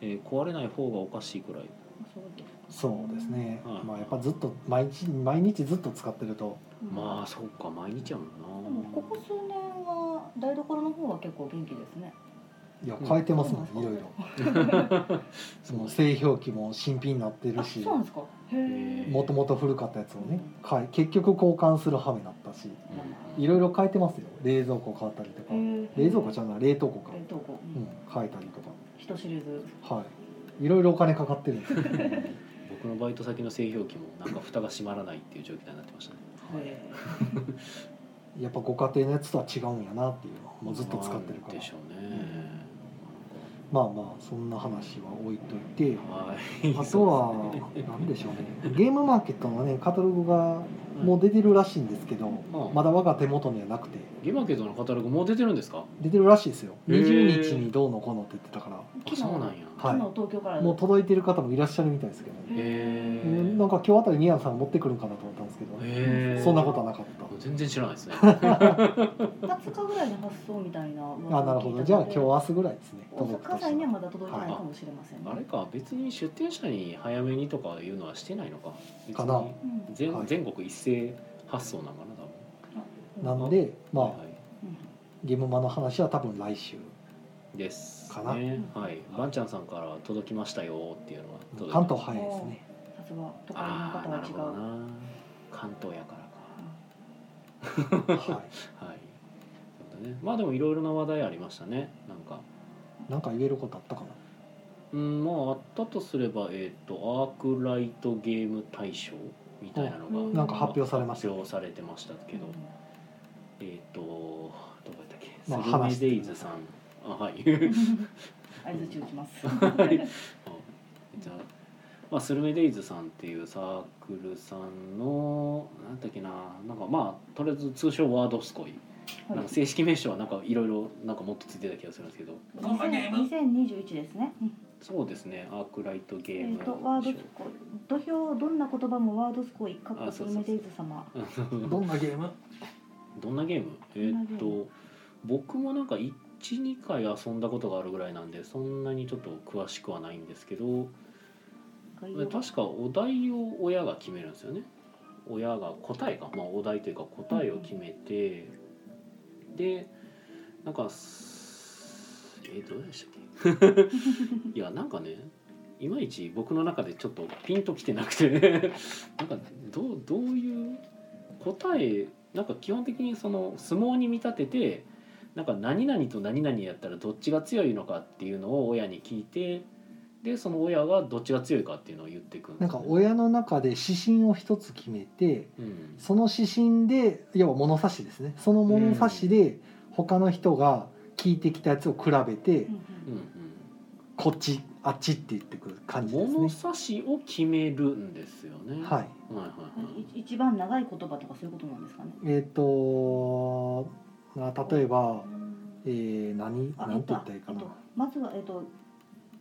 Speaker 1: えー壊れない方がおかしいくらい、
Speaker 3: そうです
Speaker 2: そうですね、
Speaker 1: はい
Speaker 2: まあやっぱずっと毎日毎日ずっと使ってると
Speaker 3: うん
Speaker 1: まあそうか毎日やも
Speaker 3: で
Speaker 1: ん
Speaker 3: も
Speaker 1: な
Speaker 3: ここ数年は台所の方は結構元気ですね。
Speaker 2: いや変えてますもん、
Speaker 3: うん
Speaker 2: いろいろその
Speaker 1: そう
Speaker 2: 製氷機も新品になってる
Speaker 3: あ、
Speaker 2: し
Speaker 3: そうなんですか。へ
Speaker 1: へ
Speaker 3: え。
Speaker 2: もともと古かったやつをね、買い結局交換する羽目だったし
Speaker 1: うん
Speaker 2: いろいろ変えてますよ冷蔵庫変わったりとか、冷蔵庫じゃ
Speaker 3: ん。
Speaker 2: ない冷凍庫か、
Speaker 3: 冷凍庫。
Speaker 2: うん、変えたりと
Speaker 3: 人知れず。
Speaker 2: かはいいろいろお金かかってるんですよ
Speaker 1: 僕のバイト先の製氷機もなんか蓋が閉まらないっていう状況になってましたね
Speaker 3: へえ
Speaker 2: やっぱご家庭のやつとは違うんやなっていうのはもうずっと使ってるか
Speaker 1: なん
Speaker 2: ら
Speaker 1: でしょうね、
Speaker 2: まあまあそんな話は置いといて
Speaker 1: はい
Speaker 2: あとは何でしょうねゲームマーケットのねカタログがもう出てるらしいんですけど
Speaker 1: まあ、
Speaker 2: まだ我が手元にはなくて
Speaker 1: ゲマーケットのカタログもう出てるんですか
Speaker 2: 出てるらしいですよ
Speaker 1: へー
Speaker 2: 20日にどうのこうのって言ってたから
Speaker 1: あ
Speaker 3: 昨日
Speaker 1: そうなんや
Speaker 2: はい
Speaker 3: 昨日東京から。
Speaker 2: もう届いてる方もいらっしゃるみたいですけどね
Speaker 1: へえ
Speaker 2: うんなんか今日あたり宮野さんが持ってくるんかなと思ったんですけど、
Speaker 1: へえ
Speaker 2: そんなことはなかった
Speaker 1: 全然知らない ですね
Speaker 3: 20日ぐらいに発送みたいな。
Speaker 2: あなるほどじゃあ今日
Speaker 3: は。
Speaker 2: 明日ぐらいですね
Speaker 3: 大
Speaker 2: 届くと
Speaker 3: 阪
Speaker 2: した
Speaker 3: 内には
Speaker 2: ら
Speaker 3: まだ届いてないかもしれませんね。
Speaker 1: あれか別に出店者に早めにとかいうのはしてないのか別に
Speaker 2: かな
Speaker 3: うん
Speaker 1: 全,、
Speaker 2: はい
Speaker 1: 全国一斉発送なのかな多分
Speaker 2: なので
Speaker 1: はい
Speaker 2: ま
Speaker 1: は
Speaker 2: あ
Speaker 1: い
Speaker 3: うん
Speaker 2: ゲームマの話は多分来週
Speaker 1: です
Speaker 2: かな
Speaker 1: ねはいばんちゃんさんから届きましたよっていうのは届いて
Speaker 2: 関東早いですね
Speaker 3: さすが都会の
Speaker 1: ああ
Speaker 3: 方
Speaker 1: な
Speaker 3: は
Speaker 1: る
Speaker 3: 違
Speaker 1: ほど
Speaker 3: う。
Speaker 1: な関東やから
Speaker 2: は
Speaker 1: かはいそうだねまあでもいろいろな話題ありましたねなんか
Speaker 2: いなんか言えることあったかな
Speaker 1: うんまああったとすればえっ、とアークライトゲーム大賞みたいなのが、
Speaker 3: うん
Speaker 2: なんか発表されました
Speaker 1: 発表されてましたけど、
Speaker 3: うん
Speaker 1: えっ、とどこやったっけ、
Speaker 2: まあ
Speaker 1: スルメ
Speaker 2: 話して
Speaker 1: デ
Speaker 2: る
Speaker 1: イズさんあはい
Speaker 3: 合図中打ちます。
Speaker 1: はい じゃあ、まあ、スルメデイズさんっていうサークルさんのなんだっけななんかまあとりあえず通称ワードスコイ、
Speaker 3: は
Speaker 1: な
Speaker 3: い
Speaker 1: んか正式名称はなんかいろいろなんかもっとついてた気がするんですけど
Speaker 3: 2021ですね。
Speaker 1: そうですねアークライトゲー
Speaker 3: え
Speaker 1: ム、
Speaker 3: ーとワードスコイ土俵どんな言葉もワードスコイかっこスルメデイズ様。
Speaker 2: どんなゲーム
Speaker 1: どんなゲームえ
Speaker 3: んな
Speaker 1: ー
Speaker 3: ゲーム
Speaker 1: っと僕もなんか12回遊んだことがあるぐらいなんでそんなにちょっと詳しくはないんですけど
Speaker 3: 概
Speaker 1: で
Speaker 3: 要
Speaker 1: 確かお題を親が決めるんですよね親が答えか、まあ、お題というか答えを決めて、でなんかすえー、どうでしたっけ いやなんかねいまいち僕の中でちょっとピンときてなくてなんかどうどういう答えなんか基本的にその相撲に見立ててなんか何々と何々やったらどっちが強いのかっていうのを親に聞いてでその親がどっちが強いかっていうのを言っていくん
Speaker 2: な
Speaker 1: で
Speaker 2: ん
Speaker 1: す
Speaker 2: か
Speaker 1: よね、
Speaker 2: 親の中で指針を一つ決めて
Speaker 1: うん
Speaker 2: その指針で要は物差しですねその物差しで他の人が聞いてきたやつを比べて
Speaker 3: う
Speaker 1: う
Speaker 3: ん
Speaker 1: んうん
Speaker 2: こっちあっちって言ってくる感じですね
Speaker 1: 物差しを決めるんですよね。
Speaker 2: はい
Speaker 1: はいは
Speaker 3: う
Speaker 1: い
Speaker 3: んい一番長い言葉とかそういうことなんですかね。
Speaker 2: えっ、とな例えば
Speaker 3: う、ん
Speaker 2: えー、何
Speaker 3: あ
Speaker 2: なんて言ったら
Speaker 3: え
Speaker 2: いい
Speaker 3: っ
Speaker 2: か
Speaker 3: と
Speaker 2: な、
Speaker 3: まずはえっと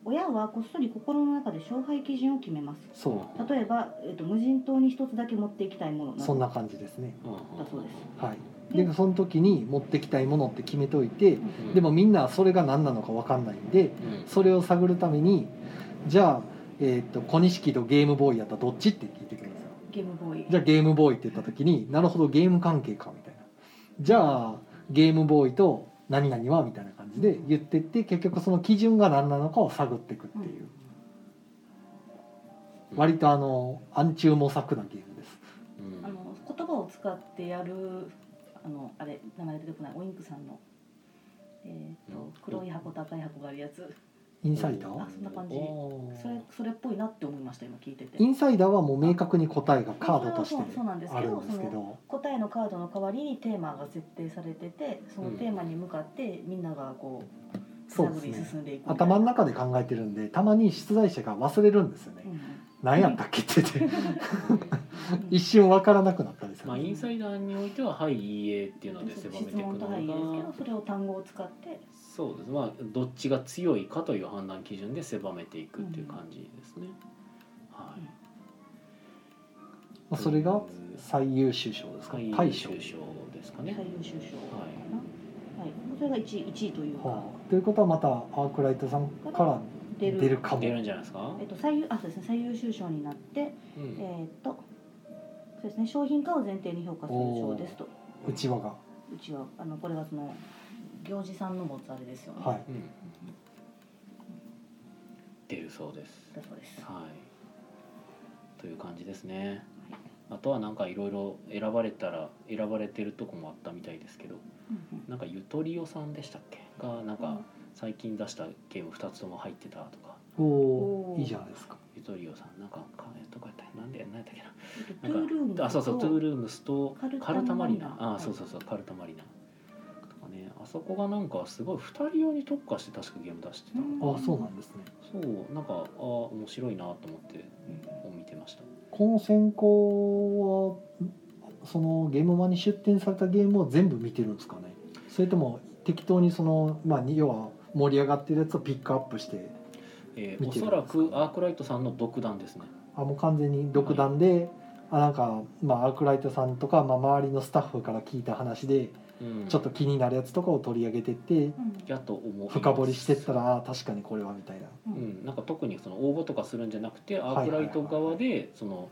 Speaker 3: 親はこっそり心の中で勝敗基準を決めます
Speaker 2: そう
Speaker 3: 例えば、えっと無人島に一つだけ持っていきたいもの
Speaker 2: そん
Speaker 3: な
Speaker 2: な感じですね
Speaker 3: だそうです
Speaker 2: はい
Speaker 3: で
Speaker 2: でその時に持ってきたいものって決めておいて
Speaker 1: うん
Speaker 2: でもみんなそれが何なのか分かんないんで
Speaker 1: うん
Speaker 2: それを探るためにじゃあ、えー、と小錦とゲームボーイやったらどっちって聞いてください
Speaker 3: ゲームボーイ
Speaker 2: じゃあゲームボーイって言った時になるほどゲーム関係かみたいなじゃあゲームボーイと何々はみたいな感じで言ってって結局その基準が何なのかを探っていくっていう
Speaker 1: うん
Speaker 2: 割とあの暗中模索なゲームです
Speaker 1: うん
Speaker 3: あの言葉を使ってやるあのあれ名前出てこないオインクさんの、えー、
Speaker 1: うん
Speaker 3: と黒い箱と赤い箱があるやつ
Speaker 2: インサイダ
Speaker 3: あ
Speaker 2: ー
Speaker 3: そんな感じ
Speaker 1: おー
Speaker 3: それそれっぽいなって思いました今聞いてて
Speaker 2: インサイダーはもう明確に答えがカードとして
Speaker 3: そうそうなんです
Speaker 2: あ
Speaker 3: け
Speaker 2: る
Speaker 3: ど
Speaker 2: んですけ
Speaker 3: そ
Speaker 2: ど
Speaker 3: 答えのカードの代わりにテーマが設定されててそのテーマに向かってみんながこう
Speaker 2: そうで
Speaker 3: 探
Speaker 2: す
Speaker 3: り
Speaker 2: ね
Speaker 3: 進んでいくみたいな
Speaker 2: 頭の中で考えてるんでたまに出題者が忘れるんですよね
Speaker 3: うん
Speaker 2: 何やったっけって言って
Speaker 3: うん
Speaker 2: 一瞬分からなくなったりする
Speaker 1: まあインサイダーにおいては「はいいいえ」っていうので
Speaker 3: 質
Speaker 1: 狭めていく
Speaker 3: 問
Speaker 1: の
Speaker 3: とはいいですけ
Speaker 1: が
Speaker 3: どそれを単語を使って
Speaker 1: そうですまあどっちが強いかという判断基準で狭めていくっていう感じですね、は
Speaker 3: うん
Speaker 2: まあそれが最優秀賞ですか
Speaker 1: い
Speaker 2: 大
Speaker 1: 最
Speaker 2: 賞
Speaker 1: 優秀賞ですかね
Speaker 3: 最優秀賞かな、はいそれが一位一位というか、
Speaker 2: はあ、ということはまたアークライトさんから
Speaker 3: 出る
Speaker 2: 出るかも
Speaker 1: 出るんじゃないですか
Speaker 3: えっと、最優あそうですね最優秀賞になって、
Speaker 1: うん
Speaker 3: えーっとそうですね商品化を前提に評価する賞ですと
Speaker 2: うちわが、
Speaker 3: うちはあのこれはその行司さんの持つあれですよね、
Speaker 2: はい、
Speaker 1: うん出るそうです
Speaker 3: だそうです、
Speaker 1: はいという感じですね
Speaker 3: はい
Speaker 1: あとはなんかいろいろ選ばれたら選ばれてるとこもあったみたいですけど
Speaker 3: うんうん
Speaker 1: なんかゆとりおさんでしたっけがなんか最近出したゲーム2つとも入ってたとか
Speaker 2: おお
Speaker 3: お
Speaker 2: ー
Speaker 3: ー
Speaker 2: いいじゃないですか
Speaker 1: ゆとりおさんなんかかえっとこうやったなんでなんやったっけな
Speaker 3: えっとトゥールーム
Speaker 1: あそうそうトゥールームスと
Speaker 3: カルタ
Speaker 1: カルタマリ
Speaker 3: マ
Speaker 1: ナ
Speaker 3: リナ
Speaker 1: あそうそうそうカルタマリナとかねあそこがなんかすごい2人用に特化して確かゲーム出してたの
Speaker 2: あそうなんですね
Speaker 1: そうなんかあ面白いなと思って
Speaker 3: う
Speaker 1: 見てました
Speaker 2: この選考はそのゲームマに出展されたゲームを全部見てるんですかねそれとも適当にその、まあ、に要は盛り上がってるやつをピックアップして
Speaker 1: えー
Speaker 2: 見
Speaker 1: お
Speaker 2: てる
Speaker 1: そらくアークライトさんの独断ですね
Speaker 2: あもう完全に独断で、あなんか、まあ、アークライトさんとか、まあ、周りのスタッフから聞いた話で
Speaker 1: うん
Speaker 2: ちょっと気になるやつとかを取り上げてって
Speaker 3: ん
Speaker 1: やと思います
Speaker 2: 深掘りしてったらあー確かにこれはみたいな
Speaker 3: う
Speaker 1: うんん、なんか特にその応募とかするんじゃなくて
Speaker 2: い
Speaker 1: ア
Speaker 2: はい
Speaker 1: ー
Speaker 2: はい
Speaker 1: クライト側でその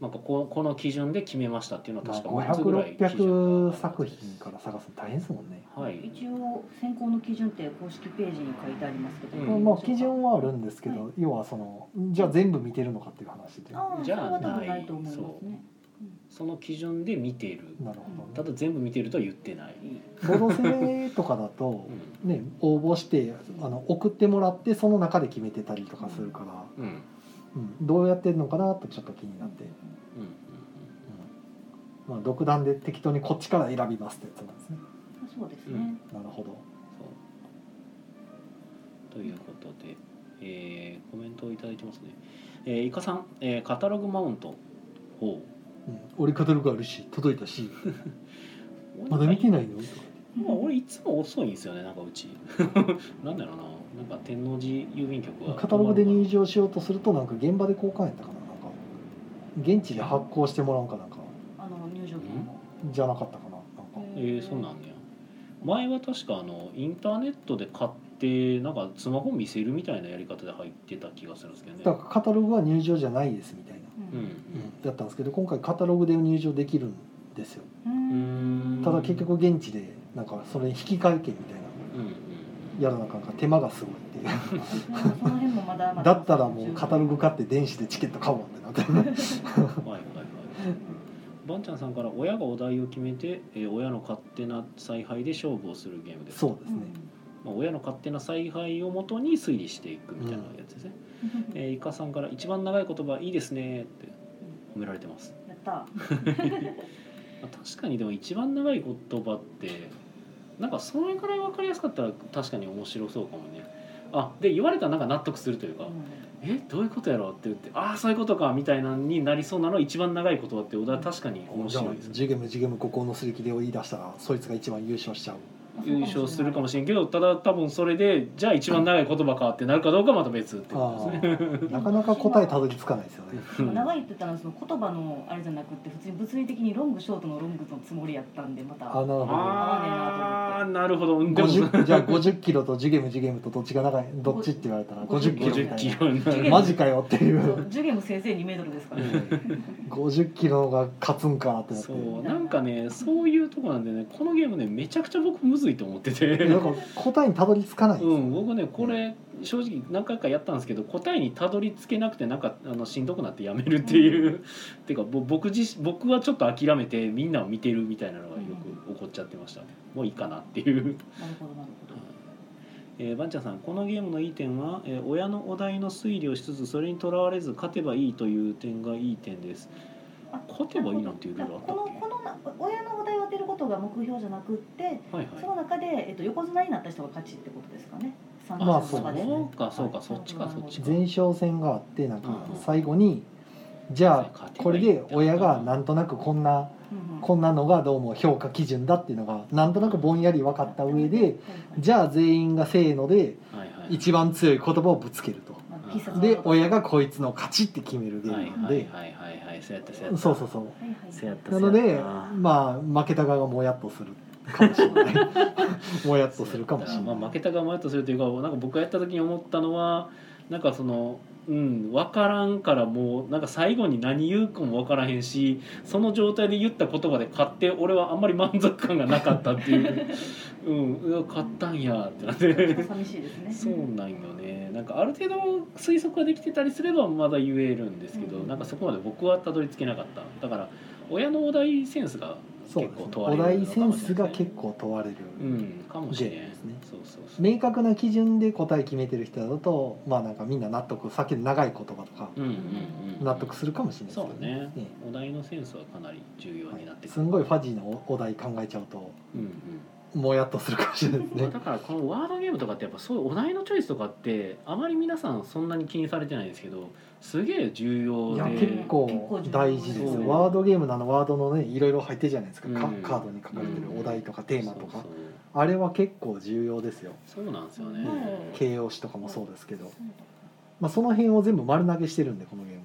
Speaker 1: なんかここの基準で決めましたっていうのは
Speaker 2: まあ、
Speaker 1: 確か6つぐらい基準が
Speaker 2: 500600作品から探すの大変ですもんね、
Speaker 1: はい
Speaker 3: 一応選考の基準って公式ページに書いてありますけど、
Speaker 1: うん
Speaker 2: まあまあ基準はあるんですけど、
Speaker 3: は
Speaker 2: 要はそのじゃあ全部見てるのかっていう話でな
Speaker 3: ああそ
Speaker 1: じ
Speaker 3: れ
Speaker 1: ゃあ
Speaker 3: は多分
Speaker 1: な
Speaker 3: ないいと思いますね
Speaker 1: その基準で見ている
Speaker 2: るほ
Speaker 1: た
Speaker 2: どね
Speaker 1: だ全部見てるとは言ってない、
Speaker 2: ボドセレとかだと
Speaker 1: う、ん
Speaker 2: ね、応募してあの送ってもらってその中で決めてたりとかするから、
Speaker 1: うんうん
Speaker 2: うん、どうやってんのかなってちょっと気になって、
Speaker 1: うん
Speaker 2: うんまあ、独断で適当にこっちから選びますってやつなんですね
Speaker 3: そうですね、
Speaker 1: うん
Speaker 2: なるほど
Speaker 1: そうということで、えーコメントをいただいてますね、えー、イカさん、えーカタログマウントほ
Speaker 2: うん、俺カタログあるし届いたし
Speaker 1: う
Speaker 2: まだ見てないのとか
Speaker 1: まあ、俺いつも遅いんですよねなんかうち なんだろうななんか天王寺郵便局は
Speaker 2: カタログで入場しようとするとなんか現場で交換やったかななんか現地で発行してもらうかなんか
Speaker 3: あの入場券も、
Speaker 2: じゃなかったかななんか
Speaker 1: えー、そうなんや前は確かあのインターネットで買ってなんかスマホ見せるみたいなやり方で入ってた気がするんですけどね
Speaker 2: だからカタログは入場じゃないですみたいな、
Speaker 3: うん
Speaker 1: うん
Speaker 2: やったんですけど今回カタログで入場できるんですよ
Speaker 3: う
Speaker 1: うんん
Speaker 2: ただ結局現地でなんかそれ引き換え券みたいな
Speaker 1: うんうん
Speaker 2: やらなあかんから手間がすごいっていう
Speaker 3: なんかその辺もまだま
Speaker 2: だったらもうカタログ買って電子でチケット買おうってなって
Speaker 1: はいはいはいばんちゃんさんから親がお題を決めて、えー親の勝手な采配で勝負をするゲームです
Speaker 2: そうですね、
Speaker 1: まあ、親の勝手な采配をもとに推理していくみたいなやつですね、
Speaker 3: うん
Speaker 1: えー、イカさんから「一番長い言葉いいですね」って褒められてます、
Speaker 3: やった
Speaker 1: まあ確かにでも一番長い言葉ってなんかそれぐらい分かりやすかったら確かに面白そうかもねあで言われたらなんか納得するというか、えどういうことやろうって言ってああそういうことかみたいなのになりそうなの一番長いことだって小田は確かに面
Speaker 2: じゃあ
Speaker 1: 白いですね
Speaker 2: ジュゲムジュゲムここのすり切れを言い出したらそいつが一番優勝しちゃう
Speaker 1: 優勝するかも
Speaker 3: し
Speaker 1: しれんけどただ多分それでじゃあ一番長い言葉かってなるかどうかまた別ってことですね。
Speaker 2: あーなかなか答えたどり着かないですよね
Speaker 1: う
Speaker 3: れ
Speaker 1: ん
Speaker 3: 長いって言ったのはその言葉のあれじゃなくて普通に物理的にロングショートのロングのつもりやったんでまた
Speaker 2: あなるほど
Speaker 1: ああなるほどでも
Speaker 2: 50じゃあ50キロとジュゲムジュゲムとどっちが長いどっちって言われたら50キロ
Speaker 1: 50
Speaker 2: みた
Speaker 1: キ
Speaker 2: い
Speaker 1: ロにな
Speaker 2: な
Speaker 1: る
Speaker 3: ロ
Speaker 2: マジかよってい
Speaker 3: そううジュゲム先生2メートルですから、ね、
Speaker 2: 50キロが勝つんかってなって
Speaker 1: そうなんかねそういうとこなんでねこのゲームねめちゃくちゃ僕むずいと思ってて
Speaker 2: なんか答えにたどり着かないんです
Speaker 1: う
Speaker 2: よ
Speaker 1: ん、僕ねこれ正直何回かやったんですけど答えにたどり着けなくてなんかあのしんどくなってやめるっていう、ていうかぼ僕自身僕はちょっと諦めてみんなを見てるみたいなのがよく起こっちゃってました、もういいかなっていう、
Speaker 3: なるほどなるほど
Speaker 1: えー、バンチャンさんこのゲームのいい点は、えー親のお題の推理をしつつそれにとらわれず勝てばいいという点がいい点です
Speaker 3: あ
Speaker 1: 勝てばいいなんていうルールあったっ
Speaker 3: このこのな親のお題を当てることが目標じゃなくって
Speaker 1: けはい
Speaker 3: そ
Speaker 1: はい
Speaker 3: の中で、えっと、横綱になった人が勝ちってことですかね参
Speaker 2: ま
Speaker 3: 加
Speaker 2: あ
Speaker 3: 者の中で、
Speaker 1: そうかそうか
Speaker 3: はい
Speaker 1: そっちかそっちか
Speaker 2: 前哨戦があってなんか
Speaker 1: うん
Speaker 2: 最後にじゃあこれで親がなんとなくこんな
Speaker 3: うんうん
Speaker 2: こんなのがどうも評価基準だっていうのがなんとなくぼんやり分かった上でじゃあ全員がせーので
Speaker 1: はいはい
Speaker 2: 一番強い言葉をぶつけると
Speaker 3: まあ必殺技
Speaker 2: で
Speaker 3: とか
Speaker 2: 親がこいつの勝ちって決めるゲームなん
Speaker 1: はい
Speaker 2: で
Speaker 1: はいはいはいはいそうやってそうやって
Speaker 2: そうそうそう
Speaker 3: はいはい
Speaker 1: そうやった
Speaker 2: なので
Speaker 1: ま
Speaker 2: まあ負けた側がもやっとするかもしれ ないもやっとするかもしれない、
Speaker 1: まあ、負けた側もやっとするというかなんか僕がやった時に思ったのはなんかそのうん分からんからもうなんか最後に何言うかも分からへんしその状態で言った言葉で勝って俺はあんまり満足感がなかったっていう、うん、うわ勝ったんやってなっ
Speaker 3: ちょってと。寂しいですね
Speaker 1: そうなんよねなんかある程度推測ができてたりすればまだ言えるんですけど、
Speaker 3: うん
Speaker 1: なんかそこまで僕はたどり着けなかっただから親のお題センスが
Speaker 2: そう
Speaker 1: 結構
Speaker 2: ですね
Speaker 1: 問わ
Speaker 2: お
Speaker 1: れる
Speaker 2: 題
Speaker 1: の
Speaker 2: セ
Speaker 1: かも
Speaker 2: ン
Speaker 1: しれ
Speaker 2: ス
Speaker 1: ない
Speaker 2: が
Speaker 1: ですね
Speaker 2: 結構問われる、
Speaker 1: うんかもしれないですね
Speaker 2: ゲームで
Speaker 1: そうそうそう
Speaker 2: 明確な基準で答え決めてる人だとまあなんかみんな納得さっきの長い言葉とか
Speaker 1: うんうんうん
Speaker 2: 納得するかもしれないです
Speaker 1: そ
Speaker 2: けど
Speaker 1: うね
Speaker 2: え
Speaker 1: お題のセンスはかなり重要
Speaker 2: えは
Speaker 1: になっ
Speaker 2: い
Speaker 1: てく
Speaker 2: す
Speaker 1: る、
Speaker 2: んごいファジーなおお題考えちゃうと
Speaker 1: うんうん
Speaker 2: もやっとするかもしれないです
Speaker 1: まあ
Speaker 2: ね
Speaker 1: だからこのワードゲームとかってやっぱそういうお題のチョイスとかってあまり皆さんそんなに気にされてないんですけどすげえ重要
Speaker 2: い
Speaker 1: で
Speaker 2: や
Speaker 3: ね
Speaker 2: 結
Speaker 3: 結
Speaker 2: 構
Speaker 3: 構重要
Speaker 2: 大事です
Speaker 1: そう
Speaker 2: よワードゲームなのワードのねいろいろ入ってるじゃないですか、か
Speaker 1: うん
Speaker 2: カードに書かれてるお題とかテーマと
Speaker 1: そ
Speaker 2: か、
Speaker 1: う
Speaker 2: あれは結構重要ですよ
Speaker 1: そうそうなんですよね、
Speaker 3: うん
Speaker 2: 形容詞とかもそうですけど、まあ、その辺を全部丸投げしてるんでこのゲ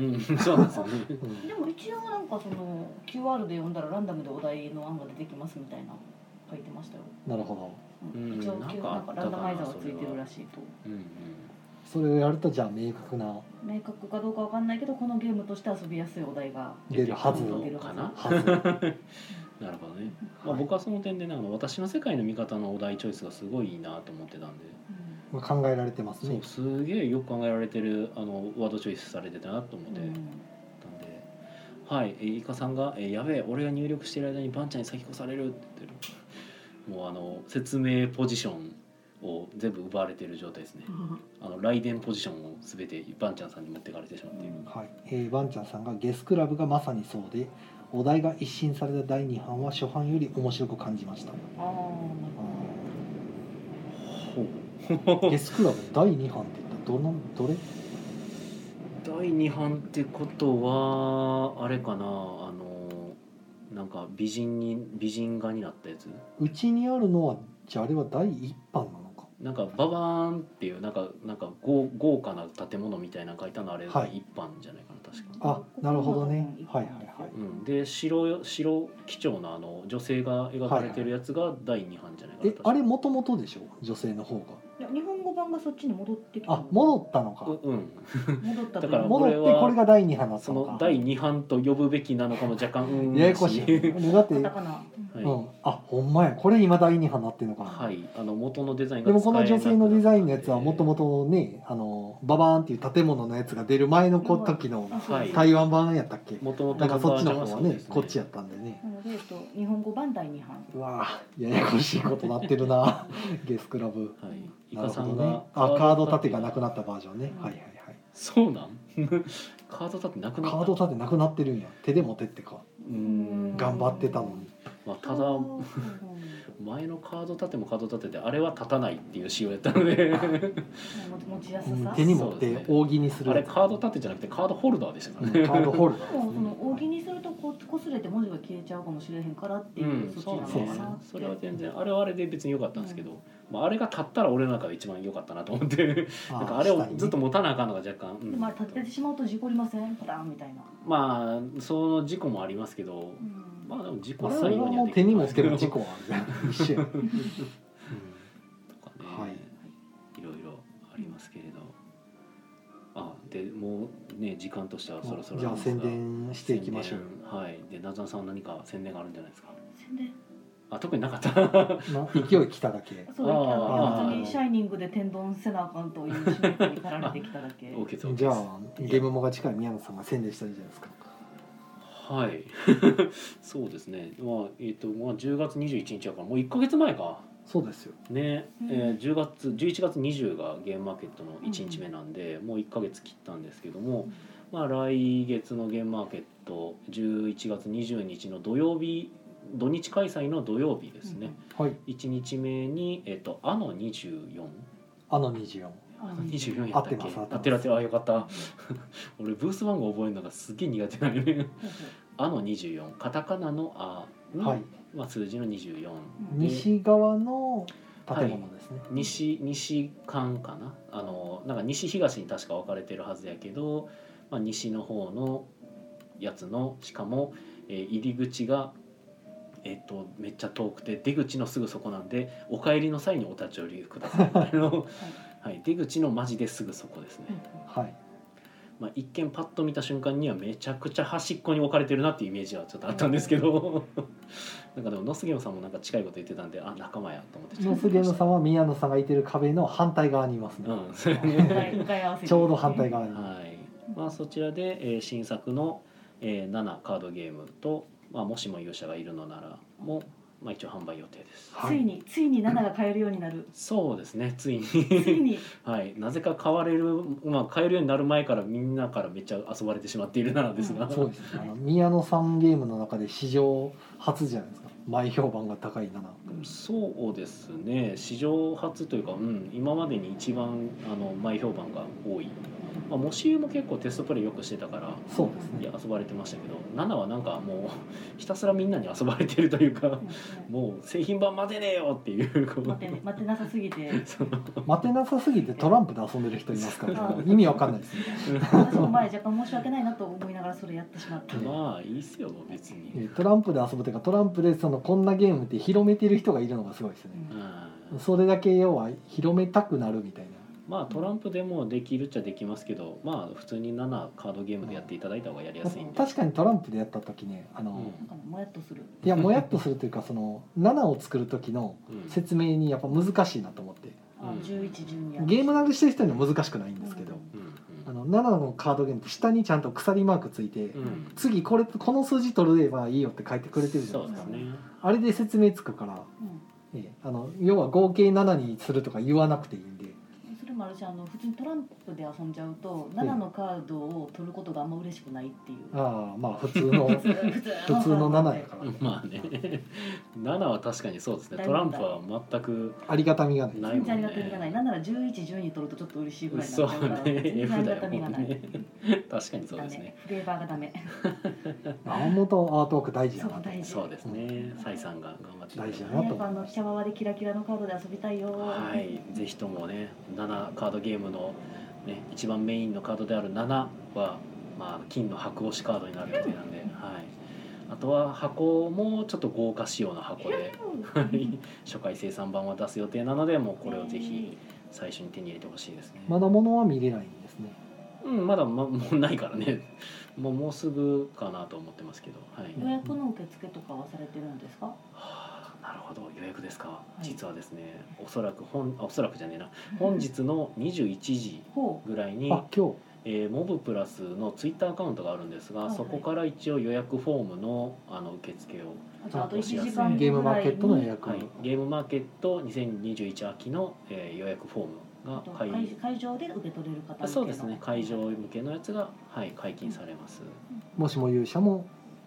Speaker 2: ーム、
Speaker 1: うん、そうなんですよね。
Speaker 2: うん
Speaker 3: でも一応なんかその QR で読んだらランダムでお題の案が出てきますみたいな書いてましたよ、
Speaker 2: なるほど
Speaker 3: う
Speaker 1: うん
Speaker 3: ん、一応
Speaker 1: なんかあ
Speaker 3: な
Speaker 1: ったかな
Speaker 3: んかランダマイザーがついてるらしいと
Speaker 1: うんうん、
Speaker 2: それをやるとじゃあ明確な
Speaker 3: 明確かどうかわかんないけどこのゲームとして遊びやすいお題が
Speaker 2: 出るはず
Speaker 3: 出てくる
Speaker 1: かな。
Speaker 2: はず
Speaker 1: なるほどね。 まあ、僕はその点で、ね、あの私の世界の見方のお題チョイスがすごいいいなと思ってたんで。
Speaker 2: まあ考えられてます
Speaker 1: そ
Speaker 2: ね
Speaker 1: う、すげえよく考えられてる、あのワードチョイスされてたなと思っ
Speaker 3: うん
Speaker 1: て。なんではい、えー、イカさんが「えーやべえ俺が入力してる間にバンちゃんに先越される」って言ってるもうあの説明ポジションを全部奪われてる状態ですねあの雷電ポジションを全てバンちゃんさんに持ってかれてしまっている、
Speaker 2: はいえー、バンちゃんさんが「ゲスクラブ」がまさにそうでお題が一新された第2版は初版より面白く感じました
Speaker 3: ああ
Speaker 2: あ
Speaker 1: ほう
Speaker 2: ーゲスクラブ第2版って言ったらどのどれ
Speaker 1: 第2版ってことはあれかなあのなんか美人に美人画になったやつ
Speaker 2: うちにあるのはじゃああれは第1版なのか
Speaker 1: なんかババーンっていうなんかなんか豪豪華な建物みたいなの書いたのあれ
Speaker 2: はい
Speaker 1: 一版じゃないかな確か、
Speaker 2: あなるほどねはいはいはい
Speaker 1: うん、で白白基調のあの女性が描かれてるやつが第2版じゃないかな、
Speaker 2: えあれ
Speaker 1: 確
Speaker 2: もともとでしょ女性の方が
Speaker 3: いや日本語版がそっちに戻ってきた
Speaker 2: あ戻ったの
Speaker 1: か
Speaker 2: か
Speaker 1: ううん
Speaker 3: 戻った
Speaker 1: だ
Speaker 3: という
Speaker 1: から
Speaker 2: 戻ってこれが第2版だった
Speaker 1: そ
Speaker 2: の
Speaker 1: の
Speaker 2: か
Speaker 1: 第2版と呼ぶべきなのかも若干うん
Speaker 2: ややこしい だって、
Speaker 3: カタカナ
Speaker 1: はい、
Speaker 2: うん、あほんまやこれ今第2版なってるのか、
Speaker 1: はい、あの元のデザインが
Speaker 2: でもこの
Speaker 1: 使え
Speaker 2: 女
Speaker 1: なくな
Speaker 2: 性
Speaker 1: った
Speaker 2: のデザインのやつはもともとねあのババーンっていう建物のやつが出る前のこ時の
Speaker 3: あそうです
Speaker 1: は
Speaker 2: 台湾版やったっけ
Speaker 1: 元々
Speaker 2: なんかそっちの
Speaker 1: バージ
Speaker 2: 方
Speaker 1: ョンそう
Speaker 2: はね
Speaker 1: です
Speaker 2: こっちやったんでね
Speaker 3: なので、えっと、日本語版第二版
Speaker 2: うわあややこしいことなってるな ゲスクラブ
Speaker 1: はい、イ
Speaker 2: なる
Speaker 1: カさ
Speaker 2: ほ
Speaker 1: ん
Speaker 2: ど
Speaker 1: が、
Speaker 2: ねあカード立てがなく
Speaker 1: っ
Speaker 2: なったバージョンね、
Speaker 3: うん
Speaker 2: はいはいはい
Speaker 1: そうなん カード立てなくなった
Speaker 2: カード立てなくなってるんや手で持てってか
Speaker 1: うーん
Speaker 2: 頑張ってたのに
Speaker 1: まあ、ただ
Speaker 3: うん
Speaker 1: 前のカード立てもカード立ててあれは立たないっていう仕様やったので
Speaker 3: も持ちやす
Speaker 2: うん
Speaker 3: さ。
Speaker 2: 手に持って扇にする
Speaker 1: あれ
Speaker 2: やつ
Speaker 1: カード立てじゃなくてカードホルダーでしたから
Speaker 2: うん
Speaker 1: ね、
Speaker 2: カードホルダ
Speaker 3: でもその
Speaker 2: ー
Speaker 3: 大
Speaker 2: です
Speaker 3: き
Speaker 2: ね
Speaker 3: にするとこう擦れて文字が消えちゃうかもしれへんからっていううんそっち
Speaker 1: そう
Speaker 3: な
Speaker 1: なんで
Speaker 3: の
Speaker 1: す
Speaker 3: か
Speaker 1: よ
Speaker 3: な
Speaker 1: ね
Speaker 3: って。
Speaker 1: それは全然あれはあれで別に良かったんですけど、まあ、あれが立ったら俺の中で一番良かったなと思って
Speaker 2: あー
Speaker 1: なんかあれを
Speaker 2: 下にね
Speaker 1: ずっと持たなあかんのが若干、うん
Speaker 3: でもあれ立ててしまうと事故りませんパターンみたいな。
Speaker 1: まあその事故もありますけど
Speaker 3: うん
Speaker 1: まあでも事故は
Speaker 2: これは
Speaker 1: 最後には
Speaker 2: もう
Speaker 1: で
Speaker 2: 手
Speaker 1: き
Speaker 2: に
Speaker 1: るん
Speaker 2: 持
Speaker 1: で
Speaker 2: っ
Speaker 1: す
Speaker 2: て
Speaker 1: けど
Speaker 2: も事故はあるじゃん一 緒やん
Speaker 1: とかね、
Speaker 2: はい
Speaker 1: い、ろいろありますけれどあでもうね時間としてはそろそろ
Speaker 2: じゃ
Speaker 1: な
Speaker 2: あ
Speaker 1: んです
Speaker 2: 宣
Speaker 1: が
Speaker 2: 伝していきましょう
Speaker 1: 宣伝はいでなざんさんは何か宣伝があるんじゃないですか
Speaker 3: 宣伝。
Speaker 1: あ特になかった
Speaker 2: な勢い来ただけ
Speaker 3: そうだけ
Speaker 1: あ
Speaker 2: ー
Speaker 3: 本当にシャイニングで天丼せなあかんという締め切りに駆られてきただけ。
Speaker 1: OK です
Speaker 2: じゃあゲームもが近い宮野さんが宣伝したらいいじゃないですか
Speaker 1: はい そうですねまあえっ、と、まあ、10月21日やからもう1か月前か
Speaker 2: そうですよ
Speaker 1: ね、
Speaker 3: うん
Speaker 1: えー10月11月20がゲームマーケットの1日目なんで、もう1か月切ったんですけども、まあ、来月のゲームマーケット11月20日の土曜日土日開催の土曜日ですね、
Speaker 2: はい
Speaker 1: 1日目に「えっとあの24」
Speaker 2: あの24
Speaker 3: うん。あの
Speaker 1: 24やったっけ
Speaker 2: 合ってます合ってます
Speaker 1: あてる合ってるあよかった俺ブース番号覚えるのがすっげえ苦手なのね
Speaker 3: ほう
Speaker 1: 「あの24」カタカナの「あ」に、
Speaker 2: はい
Speaker 1: まあ、数字の24
Speaker 3: ほううん
Speaker 1: に
Speaker 2: 西側の建物ですね
Speaker 1: 西西館かなあのなんか西東に確か分かれてるはずやけど、まあ、西の方のやつのしかも、えー入り口が、えっとめっちゃ遠くて出口のすぐそこなんでお帰りの際にお立ち寄りくださいあの、はい、出口のマジですぐそこですね、
Speaker 2: はい
Speaker 1: まあ、一見パッと見た瞬間にはめちゃくちゃ端っこに置かれてるなっていうイメージはちょっとあったんですけど なんかでもノスゲムさんもなんか近いこと言ってたんであ仲間やと思ってちょ
Speaker 2: ノ
Speaker 1: っと
Speaker 2: スゲームさんは宮野さんがいてる壁の反対側にいますね、
Speaker 1: うんそれね
Speaker 3: 向かい向かい合わせ。
Speaker 2: ちょうど反対。側に、
Speaker 1: はいまあ、そちらで、えー新作の、えー7カードゲームと、まあ、もしも勇者がいるのならも、まあ、一応販売予定です
Speaker 2: は
Speaker 3: ついについに七が買えるようになる。
Speaker 1: そうですねついに、
Speaker 3: ついに。
Speaker 1: はい、なぜか買われる、まあ、買えるようになる前からみんなからめっちゃ遊ばれてしまっているならですが、
Speaker 2: そうですねあの宮野さんゲームの中で史上初じゃないですか前評判が高いなら
Speaker 1: そうですね史上初というか、うん、今までに一番あの前評判が多い、まあ、もしゆも結構テストプレイよくしてたから
Speaker 2: そうです
Speaker 1: いや
Speaker 2: ね
Speaker 1: 遊ばれてましたけど7はなんかもうひたすらみんなに遊ばれてるというかもう製品版待てねえよっていうこう
Speaker 3: 待って待ってなさすぎて。
Speaker 1: その
Speaker 2: 待てなさすぎてトランプで遊んでる人いますから
Speaker 3: あ
Speaker 2: 意味わかんないですね
Speaker 3: 私も前若干申し訳ないなと思いながらそれやってしまった。
Speaker 1: まあいいっすよ別に、
Speaker 2: えトランプで遊ぶというかトランプでそのこんなゲームって広めてる人がいるのがすごいですね
Speaker 1: う
Speaker 3: うん
Speaker 1: ん、
Speaker 2: それだけ要は広めたくなるみたい
Speaker 1: まあトランプでもできるっちゃできますけどまあ普通に7カードゲームでやっていただいた方がやりや
Speaker 2: な
Speaker 1: すいんで
Speaker 2: 確かにトランプでやった時ねあの、
Speaker 1: うん
Speaker 3: なんかねもやっとする。
Speaker 2: いやもやっとするというかその7を作る時の
Speaker 1: うん
Speaker 2: 説明にやっぱ難しいなと思って
Speaker 3: あ
Speaker 1: うん
Speaker 3: 十一十二。
Speaker 2: ゲーム慣れしてる人には難しくないんですけど、
Speaker 3: うん
Speaker 1: うん
Speaker 2: あの7のカードゲームって下にちゃんと鎖マークついて、
Speaker 1: うんうん
Speaker 2: 次これこの数字取れればいいよって書いてくれてるじゃないですか
Speaker 1: そうですね
Speaker 2: あれで説明つくから、
Speaker 3: う
Speaker 2: ええあの要は合計7にするとか言わなくていいんで
Speaker 3: んそれもあるしあの普通にトランプで遊んじゃうと7のカードを取ることがあんま嬉しくないっていう
Speaker 2: ああまあ普通 の
Speaker 3: 普通普通
Speaker 2: 普通の7やから、
Speaker 1: まあね7は確かにそうですねトランプは全く
Speaker 2: ありがたみがな
Speaker 1: な
Speaker 2: い
Speaker 1: い
Speaker 3: 全
Speaker 1: もん
Speaker 3: 然ありがたみがな
Speaker 1: ね
Speaker 3: いなんなら1112取るとちょっと嬉しいぐらいに
Speaker 1: そ
Speaker 3: な
Speaker 1: う
Speaker 3: っちゃうから
Speaker 1: ね
Speaker 3: 全
Speaker 1: F
Speaker 3: 然あり
Speaker 1: だ
Speaker 3: が
Speaker 1: よ
Speaker 3: たみがない
Speaker 1: ね確かにそうですね
Speaker 3: ダメフレーバーがダメ
Speaker 2: 本元アートワーク大事やな
Speaker 3: そう
Speaker 2: と
Speaker 3: 大事
Speaker 1: そうですね蔡さんが頑張ってくれ
Speaker 2: 大
Speaker 1: て
Speaker 2: 事だな
Speaker 3: 早くあのシャワーでキラキラのカードで遊びたいよ
Speaker 1: はい、ぜひともね、7カードゲームの、ね、一番メインのカードである7は、まあ、金の箱押しカードになる予定なんで、はい、あとは箱もちょっと豪華仕様の箱で、はい 初回生産版は出す予定なので、もうこれをぜひ最初に手に入れてほしいですね。
Speaker 2: まだ物は見れないんですね
Speaker 1: うん、まだま もうないからね、もうもうすぐかなと思ってますけど、はい。
Speaker 3: 予約の受付とかはされてるんですか
Speaker 1: はあなるほど予約ですか、
Speaker 3: い
Speaker 1: 実はですねおそらく本あおそらくじゃねえな本日の21時
Speaker 3: ほう
Speaker 1: ぐらいに
Speaker 2: あ今
Speaker 1: えー、モブプラスのツイッターアカウントがあるんですが、
Speaker 3: はいはい
Speaker 1: そこから一応予約フォームのあの受付を、
Speaker 3: あじゃああと1時間
Speaker 2: 日
Speaker 3: 後ぐらいに
Speaker 2: ゲームマーケットの予約
Speaker 1: はい、ゲームマーケット2021秋の、えー予約フォ
Speaker 3: あ
Speaker 1: ーム
Speaker 3: と
Speaker 1: が
Speaker 3: 会
Speaker 1: 解
Speaker 3: 会場で受け取れる方向けの
Speaker 1: あそうですね会場向けのやつが、はい、解禁されます、
Speaker 2: もしも勇者も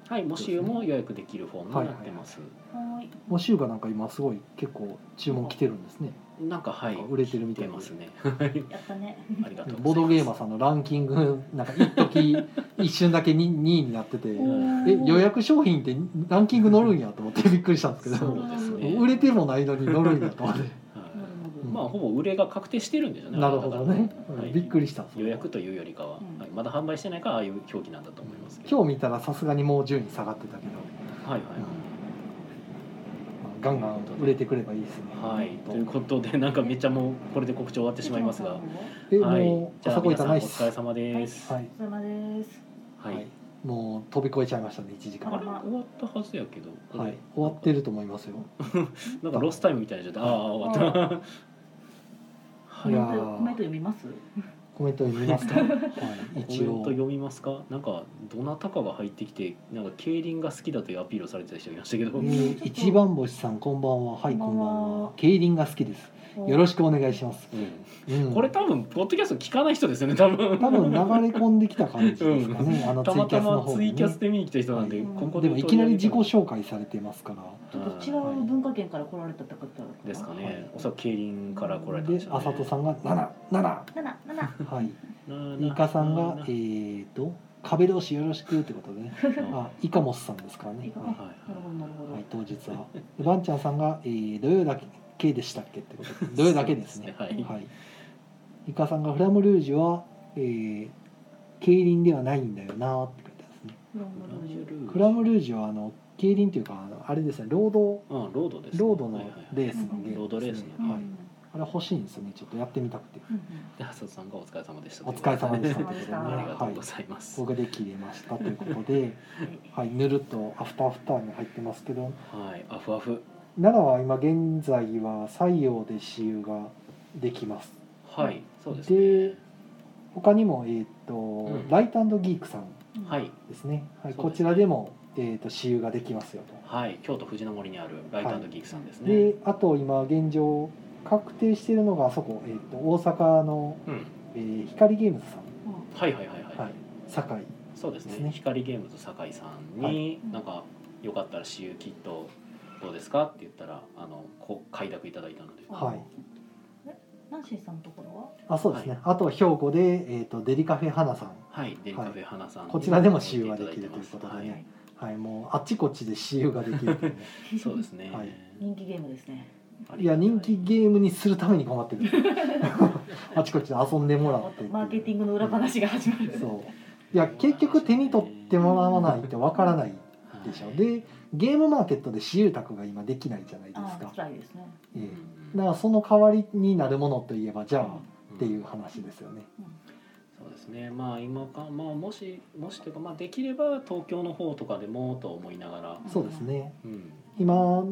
Speaker 1: はい、もしも予約できるフォームになってます。
Speaker 3: はい。
Speaker 2: おしゅうがなんか今すごい結構注文来てるんですね
Speaker 1: なんかはい、
Speaker 2: 売れてるみたい
Speaker 1: 出
Speaker 2: で
Speaker 1: ますね。はい
Speaker 3: やったね。
Speaker 1: ありがとうございます。
Speaker 2: ボードゲーマーさんのランキ ングなんか一時一瞬だけ 2, 位になってて
Speaker 1: ん
Speaker 2: え予約商品ってランキング乗るんやと思ってびっくりしたんですけ
Speaker 1: そ
Speaker 2: ど
Speaker 1: うですね。
Speaker 2: 売れてもないのに乗るんやと思って
Speaker 1: は
Speaker 3: う
Speaker 1: い
Speaker 3: ん
Speaker 1: まあほぼ売れが確定してるんですよね。
Speaker 2: なるほどね
Speaker 1: あれだからはい
Speaker 2: びっくりしたそれ
Speaker 1: 予約というよりかは、
Speaker 3: うん
Speaker 1: はいまだ販売してないからああいう表記なんだと思いますけど。
Speaker 2: 今日見たらさすがにもう順位下がってたけど
Speaker 1: 日はいはい。
Speaker 2: ガンガン売れてくればいいですね
Speaker 1: はい、ということでなんかめっちゃもうこれで告知終わってしまいますが、
Speaker 2: え
Speaker 1: はい
Speaker 2: も、う
Speaker 1: じゃ
Speaker 2: 朝
Speaker 1: あ
Speaker 2: こい
Speaker 1: 皆さん
Speaker 2: た
Speaker 1: お
Speaker 2: ないっす
Speaker 1: 疲れ様です。
Speaker 2: はい
Speaker 3: お疲れ様です。
Speaker 1: はい、
Speaker 2: はいもう飛び越えちゃいましたね1時間
Speaker 1: あ
Speaker 2: は
Speaker 1: れ終わったはずやけど、これ
Speaker 2: い終わってると思いますよ
Speaker 1: なんかロスタイムみたいな状態。ああ終わった。
Speaker 3: コ
Speaker 1: はい
Speaker 3: メ
Speaker 2: や
Speaker 3: ン
Speaker 2: ー
Speaker 3: トコメント読みます？
Speaker 2: コメント 見ますかはい
Speaker 1: コメン
Speaker 2: 一
Speaker 1: ト
Speaker 2: 応
Speaker 1: 読みますかなんかどなたかが入ってきてなんか競輪が好きだというアピールをされてた人がいましたけど、
Speaker 3: ん
Speaker 2: えー一番星さんこんばんははい
Speaker 3: こ
Speaker 2: こ
Speaker 3: ん
Speaker 2: ん
Speaker 3: ば
Speaker 2: ば
Speaker 3: ん
Speaker 2: ん
Speaker 3: は
Speaker 2: は競輪が好きですよろしくお願いします、
Speaker 1: うん
Speaker 2: うん、
Speaker 1: これ多分ポッドキャスト聞かない人ですよね多分
Speaker 2: 多分流れ込んできた感じですかね、あのツ
Speaker 1: た
Speaker 2: イキ
Speaker 1: また
Speaker 2: ャスの
Speaker 1: ま
Speaker 2: 方
Speaker 1: ツ
Speaker 2: に、
Speaker 1: イキャ
Speaker 2: ね
Speaker 1: ス、で見に来た人なんで、
Speaker 3: うん
Speaker 1: ここ
Speaker 2: で
Speaker 1: で
Speaker 2: もいきなり自己
Speaker 1: 取り
Speaker 2: 紹介されてますから
Speaker 3: ちょっと違
Speaker 1: は
Speaker 3: う文化圏から来られたって方か
Speaker 1: い
Speaker 3: な
Speaker 1: ですか
Speaker 2: は
Speaker 1: ね
Speaker 2: い
Speaker 1: おそらく競輪から来られたんで
Speaker 2: で
Speaker 1: しょう
Speaker 2: あ
Speaker 1: ね
Speaker 2: さとさんが77は
Speaker 3: 七七。
Speaker 2: い
Speaker 1: ん
Speaker 2: イカさんがえーと壁同士よろしくってことでね あイカモスさんですからね
Speaker 3: いいかな。
Speaker 2: は
Speaker 3: なるほどなるほ
Speaker 2: い、
Speaker 3: ど。
Speaker 2: はい、当日 はでバンちゃんさんが、えー土曜だけでしたっけってことで土曜だけですね
Speaker 1: はい、
Speaker 2: はい、イカさんが「フラムルージュは、えー、競輪ではないんだよな」って書いてあるんですね
Speaker 3: フラムルージュ
Speaker 2: フラムルージュはあの競輪というかあのあれですねロード
Speaker 1: うんロードです、
Speaker 2: ロードの
Speaker 1: はいはいはい
Speaker 2: レースのゲームです、ね、
Speaker 1: ロードレース
Speaker 3: う
Speaker 1: の
Speaker 3: ん
Speaker 2: はい、あれ欲しいんですよねちょっとやってみたくて
Speaker 3: うん
Speaker 1: であさとさんがお疲れ様でした
Speaker 2: お疲れ様でした
Speaker 3: お疲れ様 でした
Speaker 1: ありがと
Speaker 2: は
Speaker 1: う
Speaker 2: い
Speaker 1: ございます、
Speaker 2: ここで切れましたということで、
Speaker 3: うんはい
Speaker 2: はい、ぬるっとアフターアフターに入ってますけど
Speaker 1: はい、あふあふ
Speaker 2: 奈良は今現在は採用で私有ができます
Speaker 1: はいそうですね
Speaker 2: で他にも、えーっと
Speaker 1: ん
Speaker 2: ライトギークさん
Speaker 3: うん
Speaker 1: はい
Speaker 2: ですね、は
Speaker 1: そうで
Speaker 2: い
Speaker 1: すね
Speaker 2: こちらでも、えーっと私有ができますよと
Speaker 1: はい、京都藤の森にあるライトギークさんですね。
Speaker 2: であと今現状確定しているのがあそこ、えー、と大阪の、
Speaker 1: うん、
Speaker 2: えー光ゲームズさん、
Speaker 3: うん
Speaker 1: はいはいはいはい。
Speaker 2: はい、堺
Speaker 1: そうです
Speaker 2: で
Speaker 1: ね。
Speaker 2: すね
Speaker 1: 光ゲームズ酒井さんに、
Speaker 2: は
Speaker 1: なんかよかったら私有キットどうですかって言ったらあのこう快諾いただいたので、
Speaker 2: はい。
Speaker 3: え、ナンシーさんのところ
Speaker 2: あそうですね、あとは兵庫で、えー、とデリカフェ花さん
Speaker 1: はい、デリカフェ花さんに、
Speaker 2: こちらでも私有ができるということ
Speaker 1: は
Speaker 2: で
Speaker 1: い
Speaker 2: ね、はいもうあっちこっちで私有ができるというね
Speaker 3: は？
Speaker 1: そうですね。
Speaker 2: はい
Speaker 3: 人気ゲームですね。
Speaker 1: あ
Speaker 2: い
Speaker 1: りが
Speaker 2: や
Speaker 1: たい
Speaker 2: 人気ゲームにするために頑張ってる あっちこっちで遊んでもらってっていう
Speaker 3: マーケティングの裏話が始まる。
Speaker 2: そういや結局手に取ってもらわないとわからないでしょ、
Speaker 1: はい
Speaker 2: でゲームマーケットで私有宅が今できないじゃないです
Speaker 3: あ
Speaker 2: か
Speaker 3: あ、辛いですね。
Speaker 2: ええ
Speaker 1: うん
Speaker 2: だからその代わりになるものといえばじゃあ
Speaker 1: うん
Speaker 2: っていう話ですよね。
Speaker 1: そうですねまあ今かまあもしもしというかまあできれば東京の方とかでもと思いながら、
Speaker 2: そうですね。
Speaker 1: うん、
Speaker 2: 今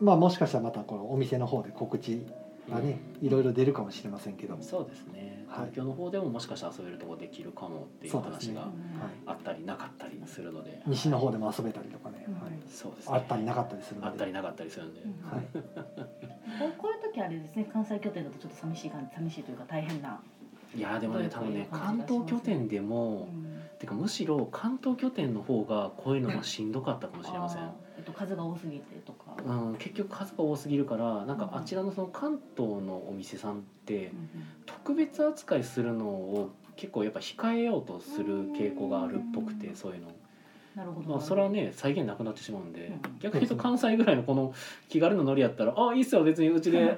Speaker 2: まあもしかしたらまたこのお店の方で告知がねいろいろ出るかもしれませんけど、
Speaker 1: そうですね
Speaker 2: はい
Speaker 1: 東京の方でももしかしたら遊べるとこできるかもっていう
Speaker 2: そうです
Speaker 1: 話
Speaker 2: ね
Speaker 1: が
Speaker 2: はい、
Speaker 1: あったりなかったりするので
Speaker 2: 西の方でも遊べたりとかね、
Speaker 3: うん
Speaker 2: はい
Speaker 1: そうですね
Speaker 2: あったりなかったりする
Speaker 1: あっ
Speaker 2: の
Speaker 1: た
Speaker 2: で
Speaker 1: り、なかったりするんで、
Speaker 3: うん
Speaker 2: はい、
Speaker 3: ここういう時あれですね関西拠点だとちょっと寂しい感寂しいというか大変な、
Speaker 1: いやーでもね多分ね関東拠点で
Speaker 3: う
Speaker 1: も、
Speaker 3: ん、
Speaker 1: てかむしろ関東拠点の方がこういうのがしんどかったかもしれませ
Speaker 3: あー
Speaker 1: ん。
Speaker 3: えっと、数が多すぎてとか、うん
Speaker 1: うん、結局数が多すぎるからなんかあちらのその関東のお店さんって特別扱いするのを結構やっぱ控えようとする傾向があるっぽくてそういうの
Speaker 3: なるほど、
Speaker 1: まあ、それはね再現なくなってしまうんで、
Speaker 3: うん
Speaker 1: 逆に言うと関西ぐらいのこの気軽なノリやったら「あいいっすよ別にう ちで遊遊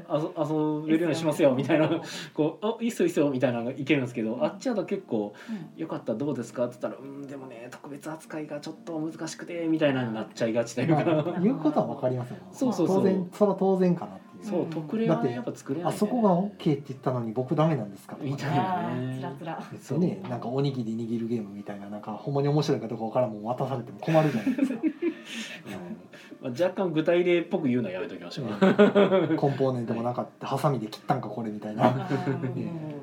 Speaker 1: べるようにしますよ」みたいな「こうあいいっすよいいっすよ」みたいなのがいけるんですけど、
Speaker 3: うん
Speaker 1: あっちやと結構「
Speaker 3: う
Speaker 1: よかったらどうですか?」って言ったら「うんでもね特別扱いがちょっと難しくて」みたいなのになっちゃいがちというか、
Speaker 2: まあ言うことは分かりますよ、ね。
Speaker 1: そうそうそう
Speaker 2: 当然それは当然かなっていう。
Speaker 1: そう特例はねやっぱ作れない
Speaker 2: あ
Speaker 1: んで
Speaker 2: そこが OK って言ったのに僕ダメなんですかとかね
Speaker 1: みたい
Speaker 3: ん、
Speaker 1: な
Speaker 3: あーつらつら
Speaker 2: ですよね、なんかおにぎり握るゲームみたいななんかほんまに面白いかどうかわからんもん渡されても困るじゃないですか、
Speaker 1: まあ、若干具体例っぽく言うのはやめときましょう、
Speaker 2: うんコンポーネントもなかったハサミで切ったんかこれみたいな
Speaker 3: あーうん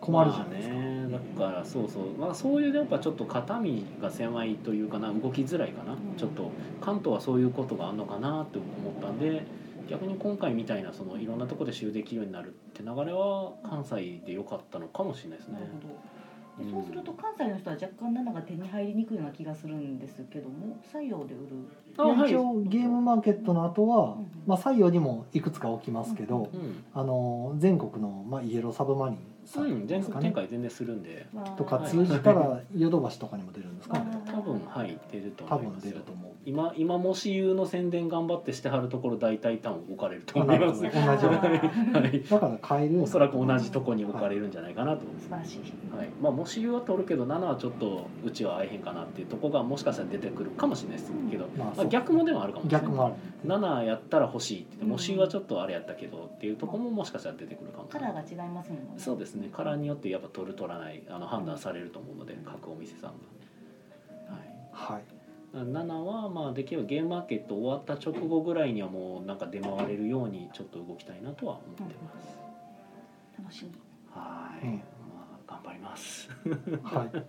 Speaker 2: 困るじゃないですか、
Speaker 1: まあね、だからそうそう、まあ、そういうやっぱちょっと肩身が狭いというかな動きづらいかな、
Speaker 3: ん
Speaker 1: ちょっと関東はそういうことがあるのかなって思ったんで逆に今回みたいなそのい ろんなところで使用できるようになるって流れは関西で良かったのかもしれないですね
Speaker 3: なる。ほどでそうすると関西の人は若干7が手に入りにくいような気がするんですけども西洋で売る、
Speaker 1: あはい
Speaker 2: 一応ゲームマーケットの後は、
Speaker 3: うん
Speaker 2: まあ、採用にもいくつか置きますけど、
Speaker 1: うん、
Speaker 2: あの全国の、まあ、イエローサブマリンさ
Speaker 1: うんん、全
Speaker 2: です
Speaker 1: 国
Speaker 2: か
Speaker 1: 展
Speaker 2: ね、
Speaker 1: 開全然するんで
Speaker 3: まあ
Speaker 2: とか通じたらヨドバシとかにも出るんですかね
Speaker 1: 多分はい出ると
Speaker 2: 多
Speaker 1: 思い
Speaker 2: 分
Speaker 1: ます
Speaker 2: 出る
Speaker 1: よ
Speaker 2: と思う
Speaker 1: 今今もし言うの宣伝頑張ってしてはるところ大体多分置かれると
Speaker 2: あ
Speaker 1: 思
Speaker 2: ないる
Speaker 1: ま
Speaker 2: ほ
Speaker 1: す
Speaker 2: ど
Speaker 1: よ
Speaker 2: 同じような
Speaker 1: はい
Speaker 2: だから買えるようになる
Speaker 1: おそらく同じとこに置かれ
Speaker 2: はい
Speaker 1: るんじゃないかなと思います
Speaker 3: 素晴らしい、
Speaker 1: はいまあ、もし言うは取るけど7はちょっとうちは合えへんかなっていうとこがもしかしたら出てくるかもしれないですけど、
Speaker 2: まあ
Speaker 1: ま
Speaker 2: そ
Speaker 1: あ、
Speaker 2: う
Speaker 1: 逆もでもあるかもしれない
Speaker 2: 逆もある
Speaker 1: 7やったら欲しいって言って
Speaker 3: うん
Speaker 1: もし言うはちょっとあれやったけどっていうとこももしかしたら出てくるかもし
Speaker 3: カ
Speaker 1: れ
Speaker 3: ラ
Speaker 1: な
Speaker 3: ーが
Speaker 1: い
Speaker 3: 違いますもんね
Speaker 1: そうですねカラーによってやっぱ取る取らないあの判断されると思うので各お店さんが。はい
Speaker 2: はい
Speaker 1: 7はまあできればゲームマーケット終わった直後ぐらいにはもうなんか出回れるようにちょっと動きたいなとは思ってます。
Speaker 3: 楽しみ
Speaker 1: はい、
Speaker 2: うん
Speaker 1: まあ頑張ります。
Speaker 2: はい
Speaker 1: はい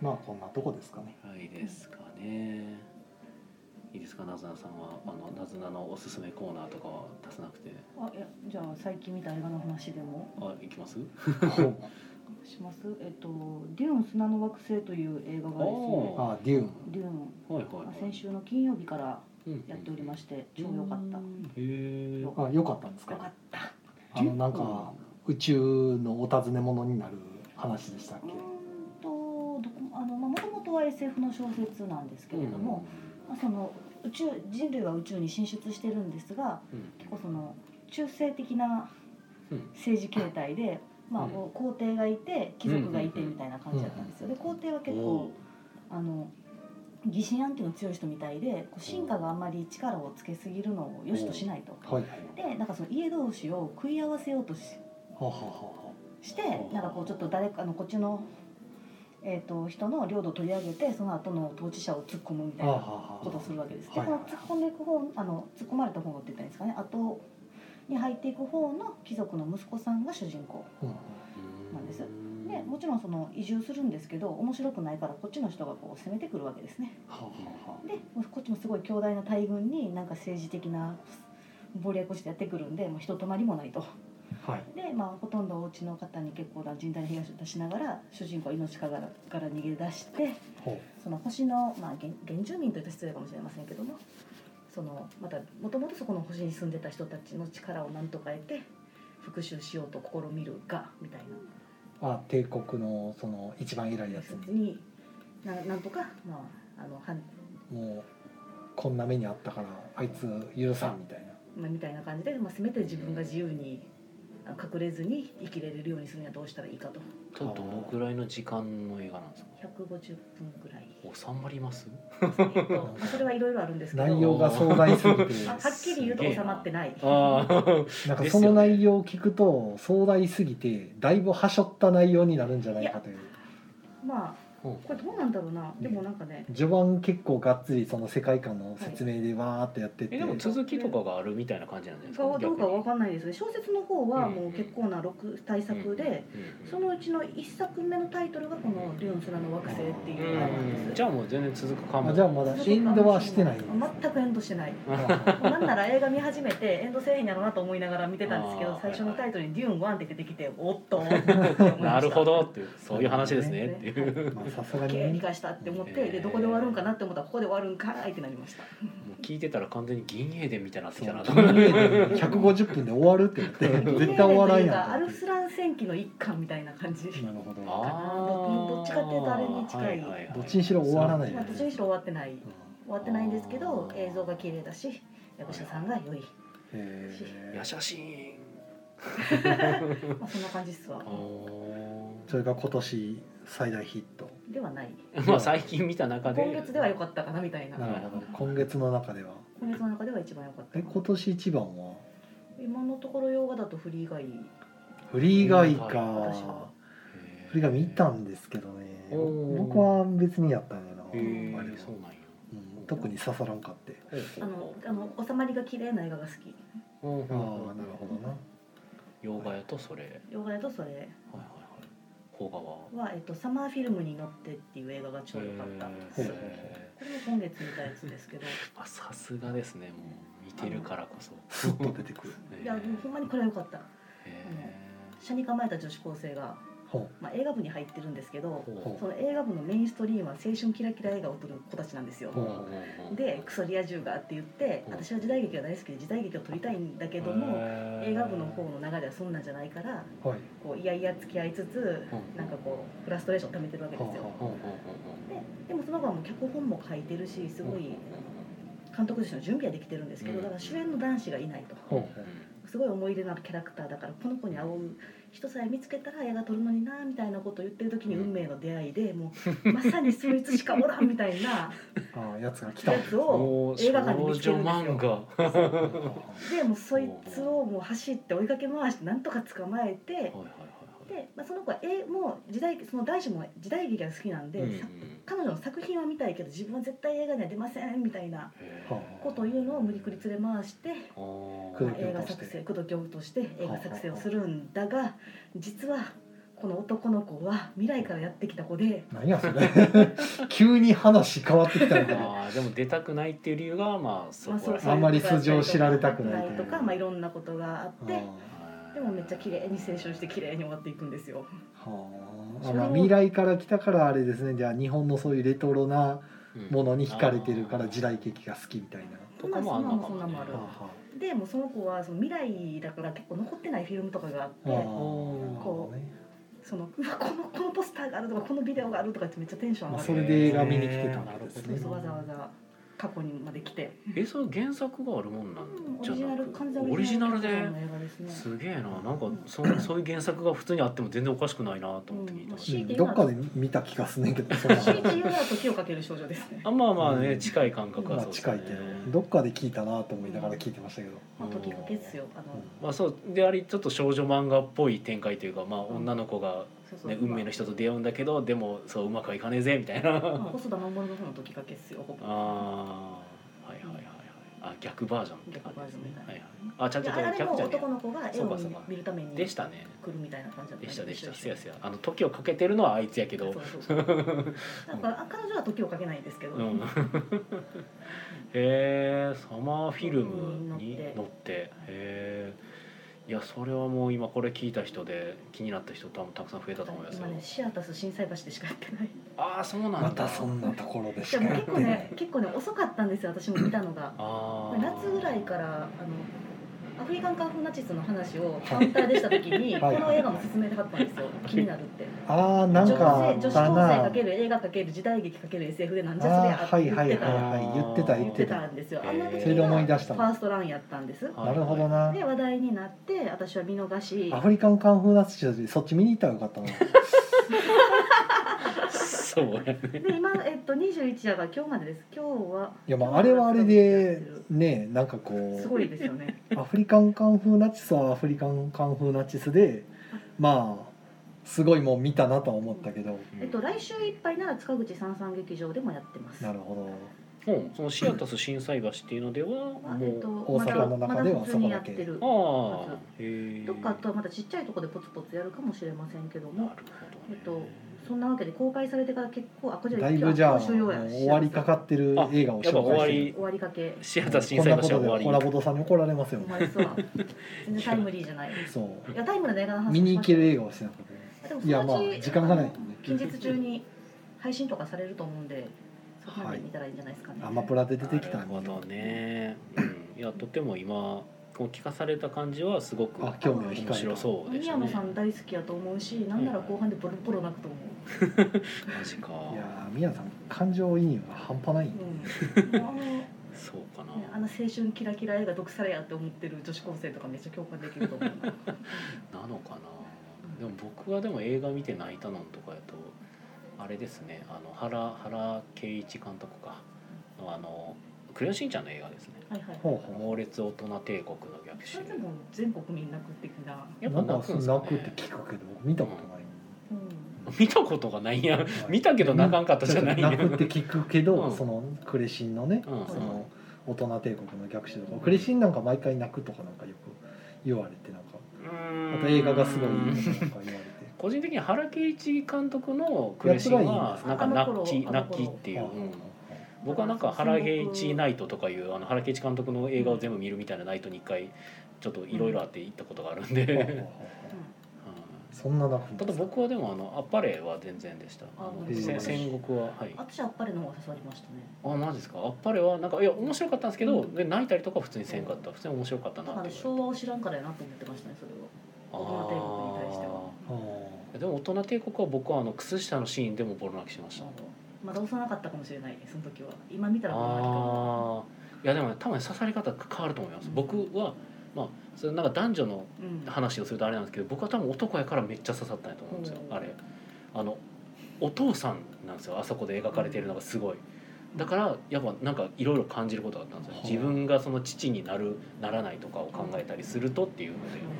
Speaker 2: まあこんなとこですかね
Speaker 1: はいですかね。いいですか、なずなさんは、あの、なずなのおすすめコーナーとかは出さなくて、
Speaker 3: あいやじゃあ最近見た映画の話でも
Speaker 1: あ、いきます。
Speaker 3: しますえっと「デューン砂の惑星」という映画がです
Speaker 1: お
Speaker 3: ね
Speaker 2: あデューン
Speaker 3: デューン
Speaker 1: はいはい、は
Speaker 3: あ
Speaker 1: い。
Speaker 3: 先週の金曜日から
Speaker 1: うん
Speaker 3: やっておりまして
Speaker 1: う
Speaker 3: 超
Speaker 1: ん
Speaker 3: 良かった
Speaker 1: へ
Speaker 3: よ
Speaker 1: え。
Speaker 3: よ
Speaker 2: あ良かったんです
Speaker 3: か
Speaker 2: か
Speaker 3: った
Speaker 2: あのなんか宇宙のお尋ね者になる話でしたっ
Speaker 3: うー
Speaker 2: け
Speaker 3: んとどこあのもともとは SF の小説なんですけ
Speaker 1: うん。
Speaker 3: れども、まあ、その宇宙人類は宇宙に進出してるんですが
Speaker 1: うん。
Speaker 3: 結構その中性的な
Speaker 1: うん
Speaker 3: 政治形態で、まあ、
Speaker 1: うん
Speaker 3: こう皇帝がいて貴族がいて
Speaker 1: うんうんうん
Speaker 3: みたいな感じだったんですよ。で皇帝は結
Speaker 1: お
Speaker 3: 構あの疑心暗鬼の強い人みたいでこう進化があんまり力をつけすぎるのを良しとしないと。
Speaker 2: はい
Speaker 3: でなんかその家同士を食い合わせようとし
Speaker 2: ははは
Speaker 3: して
Speaker 1: うん
Speaker 3: なんかこうちょっと誰かあのこっちの、えー、と人の領土を取り上げてその後の当事者を突っ込むみたい
Speaker 2: はは
Speaker 3: な
Speaker 2: は
Speaker 3: ことをするわけです。でこ
Speaker 2: はい
Speaker 3: の突っ込んでいく方あの突っ込まれた方のって言ったらいいんですかね後に入っていく方の貴族の息子さんが主人公
Speaker 2: うん
Speaker 3: なんですでもちろんその移住するんですけど面白くないからこっちの人がこう攻めてくるわけですね。
Speaker 2: ははは
Speaker 3: でもうこっちもすごい強大な大軍になんか政治的な謀略をしてやってくるんでもうひととまりもないと。
Speaker 2: はい
Speaker 3: で、まあ、ほとんどお家の方に結構な甚大な被害を出しながら主人公は命からがら逃げ出して
Speaker 2: ほ
Speaker 3: その星の、まあ、原原住民といったら失礼かもしれませんけどもそのまたもともとそこの星に住んでた人たちの力をなんとか得て復讐しようと試みるがみたいな
Speaker 2: うあ帝国のその一番偉いやつ
Speaker 3: 説
Speaker 2: に
Speaker 3: にななんとか、まああのはん
Speaker 2: もうこんな目にあったからあいつ許さんみたいな
Speaker 3: まあ、みたいな感じで、まあ、せめて自分が自由にあの隠れずに生きれるようにするにはどうしたらいいかと
Speaker 1: ちょっとどのくらいの時間の映画なんですか。
Speaker 3: 150分ぐらい。
Speaker 1: 収まります。
Speaker 3: えっとまあそれはいろいろあるんですけど
Speaker 2: 内容が壮大すぎて
Speaker 3: あはっきり言うと収まってない。
Speaker 1: ああ。
Speaker 2: なんかその内容を聞くと壮大すぎてだいぶはしょった内容になるんじゃないかという
Speaker 3: まあこれどうなんだろうな。でもなんかね、
Speaker 2: 序盤結構がっつりその世界観の説明でわーってやってって、
Speaker 1: え、でも続きとかがあるみたいな感じなんじゃないですか。
Speaker 3: がどうかはわかんないですけど、小説の方はもう結構な六大作で、
Speaker 1: うんうんうん
Speaker 3: そのうちの一作目のタイトルがこのデューン砂の惑星っていうのなんで
Speaker 1: うん
Speaker 3: す。
Speaker 1: じゃあもう全然続くかも
Speaker 2: あじゃあまだエンドはしてないんですね
Speaker 3: 全くエンドしてない。
Speaker 2: あ
Speaker 3: なんなら映画見始めてエンドせえへんやろうなと思いながら見てたんですけ
Speaker 1: あ
Speaker 3: ど
Speaker 1: ー、
Speaker 3: 最初のタイトルにデューン1って出てきて、おっと。って思いました
Speaker 1: なるほどっていうそういう話ですねっていう
Speaker 2: まあさすがに
Speaker 3: 理
Speaker 2: ね
Speaker 3: 解したって思って、でどこで終わるんかなって思ったらここで終わるんかーいってなりました。
Speaker 1: もう聞いてたら完全に銀英伝みたいになってき
Speaker 2: そう
Speaker 1: たなと
Speaker 2: 銀英伝150分で 終わるって言って絶対終わらんやんと思
Speaker 3: ア
Speaker 2: っ
Speaker 3: ル
Speaker 2: て
Speaker 3: スラン戦記の一環みたいな感じ。
Speaker 2: なるほど
Speaker 1: あー
Speaker 3: どっちかっていうとあれに近い
Speaker 1: は
Speaker 2: どっちにしろ終わらない
Speaker 3: まあ、どっちにしろ終わってない。終わってないんですけど、映像が綺麗だし、役者さんが良い。
Speaker 2: へ
Speaker 1: 優
Speaker 2: え
Speaker 1: しい
Speaker 3: まあ、そんな感じっすわ。
Speaker 2: それが今年最大ヒット
Speaker 3: ではない。
Speaker 1: まあ最近見た中で
Speaker 3: 今月では良かったかなみたいな。
Speaker 2: なるほど今月の中では
Speaker 3: 今月の中では一番良かった
Speaker 2: え。今年一番は
Speaker 3: 今のところ洋画だとフリー以外。
Speaker 2: フリーガイか
Speaker 3: 私は
Speaker 2: フリーガイ見たんですけどね僕は別にやったんやな
Speaker 1: へー
Speaker 2: あれは
Speaker 1: そうなんや
Speaker 2: うん特に刺さらんかって
Speaker 3: あの、あの、収まりが綺麗な映画が好き。
Speaker 1: うんうん
Speaker 2: ああなるほどな
Speaker 1: 洋画やとそれはい
Speaker 3: 洋画だとそれ
Speaker 1: はいはい邦画は
Speaker 3: は、えっと、サマーフィルムに乗ってっていう映画が超良かったんです。
Speaker 1: へ
Speaker 3: こ
Speaker 1: ー
Speaker 3: れも今月見たやつですけど。
Speaker 1: まあさすがですねもう見てるからこそ
Speaker 2: スッと出てくる
Speaker 3: いや、でもほんまにこれは良かった。
Speaker 1: へー
Speaker 3: 車に構えた女子高生が
Speaker 2: ほ
Speaker 3: まあ、映画部に入ってるんですけど
Speaker 2: うほ
Speaker 3: その映画部のメインストリームは青春キラキラ映画を撮る子たちなんですよ
Speaker 2: ほう
Speaker 3: でクソリア充がって言って
Speaker 1: うん
Speaker 3: 私は時代劇が大好きで時代劇を撮りたいんだけども映画部の方の流れはそんなんじゃないから
Speaker 2: うはい
Speaker 3: こういやいや付き合いつつ
Speaker 1: うん
Speaker 3: なんかこうフラストレーション溜めてるわけですよ
Speaker 2: は
Speaker 3: ででもその子はもう脚本も書いてるしすごい監督としての準備はできてるんですけ
Speaker 1: う
Speaker 3: ど
Speaker 1: ん
Speaker 3: だから主演の男子がいないと
Speaker 2: ほう
Speaker 3: すごい思い入れのあるキャラクターだからこの子に会う人さえ見つけたら映画撮るのになみたいなことを言ってる時に
Speaker 1: うん
Speaker 3: 運命の出会いでもうまさにそいつしかおらんみたいな
Speaker 2: ああやつが来た
Speaker 3: やつを映画館で見つけるんですよ
Speaker 1: よ。
Speaker 3: でもうそいつをもう走って追いかけ回してなんとか捕まえて
Speaker 1: はいはいはいはい
Speaker 3: で、まあ、その子はえもう時代その男子も時代劇が好きなんで、
Speaker 1: うんうん
Speaker 3: さ彼女の作品は見たいけど自分は絶対映画には出ませんみたいな
Speaker 1: へー
Speaker 3: ことを言うのを無理くり連れ回して、
Speaker 1: あー
Speaker 2: く
Speaker 3: ま
Speaker 2: る
Speaker 3: あ
Speaker 2: 工藤教
Speaker 3: 映画
Speaker 2: として
Speaker 3: 作成工藤教として映画作成をするんだが実はこの男の子は未来からやってきた子で
Speaker 2: 何やそれ 急に話変わってきたんだ
Speaker 1: あーでも出たくないっていう理由がまあそ
Speaker 3: まあ
Speaker 1: こ
Speaker 3: そう
Speaker 1: ら
Speaker 3: そう
Speaker 2: あんまり素性を知られたくない
Speaker 3: とか、まあ、いろんなことがあって
Speaker 1: はい
Speaker 3: でもめっちゃ綺麗に青春して綺麗に終わっていくんですよ。
Speaker 2: はあ
Speaker 3: それを
Speaker 2: まあ未来から来たからあれですねじゃあ日本のそういうレトロな
Speaker 1: うん
Speaker 2: ものに惹かれてるから時代劇が好きみたいな。
Speaker 1: とかもあんのかもね
Speaker 3: そんなもんそんなもんある
Speaker 2: はあは
Speaker 3: でもうその子はその未来だから結構残ってないフィルムとかがあ
Speaker 2: あ
Speaker 3: っ
Speaker 2: ああなる
Speaker 3: て
Speaker 2: ほどね
Speaker 3: そのうわこのこのポスターがあるとかこのビデオがあるとかってめっちゃテンション上
Speaker 2: まあ
Speaker 3: がる
Speaker 2: それで映画見に来てたわけです
Speaker 3: そう
Speaker 2: ね
Speaker 3: そうわざわざ過去にまで来て、
Speaker 1: えその原作があるもんな
Speaker 3: うん
Speaker 1: ん
Speaker 3: オ
Speaker 1: じゃ
Speaker 3: リジナ
Speaker 1: な
Speaker 3: ル
Speaker 1: く
Speaker 3: 完全
Speaker 1: オリジナル
Speaker 3: 過
Speaker 1: で
Speaker 3: 去の映画ですね
Speaker 1: すげえななんかそそういう原作が普通にあっても全然おかしくないなと思って聞いてまし
Speaker 2: う
Speaker 1: た
Speaker 3: 強い
Speaker 2: ん
Speaker 3: て言う
Speaker 2: ど
Speaker 3: な
Speaker 2: っ
Speaker 3: ら
Speaker 2: かで見た気がすんねんけどそんなの
Speaker 3: 強いて言うなら時をかける少女ですね
Speaker 1: あまあまあね、
Speaker 2: うん
Speaker 1: 近い感覚は
Speaker 2: まあ
Speaker 1: そうですね
Speaker 2: 近いけどどっかで聞いたなと思いながら聞いてましたけど
Speaker 3: まあ時かけっすよあの、
Speaker 1: まあそうでありちょっと少女漫画っぽい展開というか、まあ、
Speaker 3: ん
Speaker 1: 女の子が、
Speaker 3: そうそう
Speaker 1: ね運命の人と出会うんだけどでもそううまくはいかねえぜみたいな
Speaker 3: まあ細田守の方の時かけっすよほぼ
Speaker 1: あーはいはいはいはいあ逆バージョンって感じですね
Speaker 3: 逆バージョンみたいな
Speaker 1: はいはい、あちゃん
Speaker 3: い
Speaker 1: と
Speaker 3: やあれ
Speaker 1: 逆
Speaker 3: も
Speaker 1: じゃね
Speaker 3: 男の子が絵
Speaker 1: そう
Speaker 3: を
Speaker 1: かそうか
Speaker 3: 見るために
Speaker 1: えでしたね
Speaker 3: 来るみたいな感じだった
Speaker 1: でしたでした
Speaker 3: す
Speaker 1: せやせやあの時をかけてるのはあいつやけ
Speaker 3: けど
Speaker 1: ど
Speaker 3: そうそうそうだからあ彼女は時をかけないんですけど、
Speaker 1: うん へえサマーフィルムに
Speaker 3: うん乗って
Speaker 1: 乗ってへえいやそれはもう今これ聞いた人で気になった人多分たくさん増えたと思いますよ
Speaker 3: 今ねシアタス心斎橋でしかやって ない
Speaker 1: ああそうなんだ
Speaker 2: またそんなところでし
Speaker 3: で
Speaker 2: か
Speaker 3: も
Speaker 2: やっ
Speaker 3: 結
Speaker 2: て
Speaker 3: 構
Speaker 2: な
Speaker 3: ね
Speaker 2: い
Speaker 3: 結構ね遅かったんですよ私も見たのが
Speaker 1: あー
Speaker 3: 夏ぐらいからあのアフリカンカンフーナチスの話をカウンターでした時にこ
Speaker 2: はい
Speaker 3: の映画も勧めてはったんですよ気になるって
Speaker 2: ああなんかあ
Speaker 3: 女性
Speaker 2: っ
Speaker 3: 女子
Speaker 2: た
Speaker 3: 高生
Speaker 2: な
Speaker 3: かける映画かける時代劇かける SF でなんじ
Speaker 2: あ
Speaker 3: ゃ
Speaker 2: ー
Speaker 3: そ
Speaker 2: は
Speaker 3: り
Speaker 2: い
Speaker 3: ゃ
Speaker 2: はいはい
Speaker 3: あ
Speaker 2: はい言ってた言
Speaker 3: 言
Speaker 2: っ
Speaker 3: って
Speaker 2: て
Speaker 3: た
Speaker 2: た
Speaker 3: んですよ
Speaker 1: へー
Speaker 3: あんな時
Speaker 2: それで思い
Speaker 3: が
Speaker 2: 出した
Speaker 3: ファーストランやったんです
Speaker 1: は
Speaker 2: なるほどな
Speaker 3: で話題になって私は見逃し
Speaker 2: アフリカンカンフーナッチでそっち見に行ったらよかったな
Speaker 1: そうやね
Speaker 3: で今、えっと、21夜が今日までです今日はい
Speaker 2: やまああれはあれで ねなんか
Speaker 3: す
Speaker 2: こ
Speaker 3: ごいですよね
Speaker 2: うアフリカンカンフーナチスはアフリカンカンフーナチスでまあすごいもう見たなとは思ったけど
Speaker 3: えっと来週いっぱいなら塚口三三劇場でもやってます
Speaker 2: なるほど
Speaker 1: うんそのシアタス心斎橋っていうのでは
Speaker 3: まあえっと
Speaker 1: も
Speaker 2: 大阪の中では
Speaker 3: まだまだ普通にやってる
Speaker 1: うああへえ
Speaker 3: どっかあとはまたちっちゃいとこでポツポツやるかもしれませんけど
Speaker 1: なる
Speaker 3: も
Speaker 1: ほどね
Speaker 3: えっとそんなわけで公開されてから結構あこちら
Speaker 2: だいぶじゃあもう
Speaker 3: 今日は終了や
Speaker 2: 終わりかかってる映画を
Speaker 1: やっぱ
Speaker 2: 紹
Speaker 1: 終わ
Speaker 2: 介して
Speaker 1: り
Speaker 2: る
Speaker 3: 終わりかけ
Speaker 1: シアタス心
Speaker 2: こん
Speaker 1: 斎
Speaker 2: な
Speaker 1: 橋
Speaker 2: こと
Speaker 1: は終
Speaker 2: でホ
Speaker 1: わ
Speaker 2: ラ
Speaker 1: り
Speaker 2: ボドさんに怒られますよ
Speaker 3: お前そうは 全然タイムリーじゃない
Speaker 2: そう
Speaker 3: いやタイムリーの映画の話
Speaker 2: 見に行ける映画をしてなかっ
Speaker 3: あでも
Speaker 2: たいやまあ
Speaker 3: そのうち
Speaker 2: 時間がないと
Speaker 3: あの
Speaker 2: ね
Speaker 3: 近日中に配信とかされると思うんでそこまで見たらいいんじゃないですかね、
Speaker 2: アマプラで出てきた
Speaker 1: なる
Speaker 2: ん
Speaker 1: ほ
Speaker 2: で
Speaker 1: どね、うん、いやとても今こう聞かされた感じはすごく
Speaker 2: あ興味を
Speaker 1: 面
Speaker 2: 引かれた
Speaker 1: 白そうでし
Speaker 3: 宮
Speaker 1: た
Speaker 3: 野
Speaker 1: ね
Speaker 3: さん大好きやと思うし、なんなら後半でボロボロ泣く と思う。
Speaker 1: マジか
Speaker 2: いやー宮さん感情移入が半端ないんで
Speaker 3: うん、もうあのね
Speaker 1: そうかな
Speaker 3: あの青春キラキラ映画毒されやって思ってる女子高生とかめっちゃ共感でき ると思うな。
Speaker 1: なのかなでも僕がでも映画見て泣いたのんとかやとあれですねあの原原圭一監督かのあの「クレヨンしんちゃん」の映画ですね
Speaker 3: はいはい。
Speaker 2: ほ
Speaker 1: 「
Speaker 2: うほ
Speaker 1: 猛烈大人帝国の逆襲
Speaker 3: それで」も全国民泣く的な。
Speaker 2: う
Speaker 1: やっ
Speaker 2: な
Speaker 1: ぱ
Speaker 2: んか
Speaker 1: 泣
Speaker 2: そ
Speaker 1: く
Speaker 2: うん
Speaker 1: すか
Speaker 2: 泣くっ
Speaker 1: ね
Speaker 2: て聞くけど見たことない、
Speaker 3: うん。
Speaker 1: 見たことがないやん見たけど泣かんかったじゃない
Speaker 2: 泣くって聞くけど、
Speaker 1: うん
Speaker 2: そのクレシンのね、
Speaker 1: うん
Speaker 2: その大人帝国の逆襲とか、
Speaker 3: うん
Speaker 2: クレシンなんか毎回泣くとかなんかよく言われてなんか
Speaker 1: あ
Speaker 2: あと映画がすごいいいとかなんか言われて
Speaker 1: 個人的に原圭一監督の「クレシン」はなんか泣き泣きっていう、うん僕はなんか原敬一ナイトとかいうあの原敬一監督の映画を全部見るみたいなナイトに一回ちょっといろいろあって行ったことがあるんで、
Speaker 2: うん
Speaker 1: う
Speaker 2: うんんうんうんうんそそんななく
Speaker 1: ただ僕はでもあのアパレは全然でしたあの
Speaker 3: あ
Speaker 1: せ
Speaker 2: へえ
Speaker 1: 戦国ははい
Speaker 3: 私はあっぱれの方が誘われましたね
Speaker 1: あマジですかアッパレはなんかいや面白かったんですけど、
Speaker 3: うん
Speaker 1: で泣いたりとか普通にせんかった普通に面白かった
Speaker 3: だ
Speaker 1: な
Speaker 3: から
Speaker 1: って思
Speaker 3: 昭和を知らんからやなと思ってましたねそれは和大国に対しては
Speaker 2: あ
Speaker 1: でも大人帝国は僕はあの靴下のシーンでもボロ泣きしました
Speaker 3: まだ幼かったかもしれないその時は今見たらどんな気かも
Speaker 1: ああいやでもね多分刺さり方変わると思います、
Speaker 3: うん
Speaker 1: 僕はまあそれなんか男女の
Speaker 3: うん
Speaker 1: 話をするとあれなんですけど僕は多分男やからめっちゃ刺さったんやと思うんですよ、
Speaker 3: うん
Speaker 1: あれあのお父さんなんですよあそこで描かれてるのがすごいだからやっぱなんかいろいろ感じることがあったんですよ
Speaker 2: はあ
Speaker 1: 自分がその父になるならないとかを考えたりするとっていうの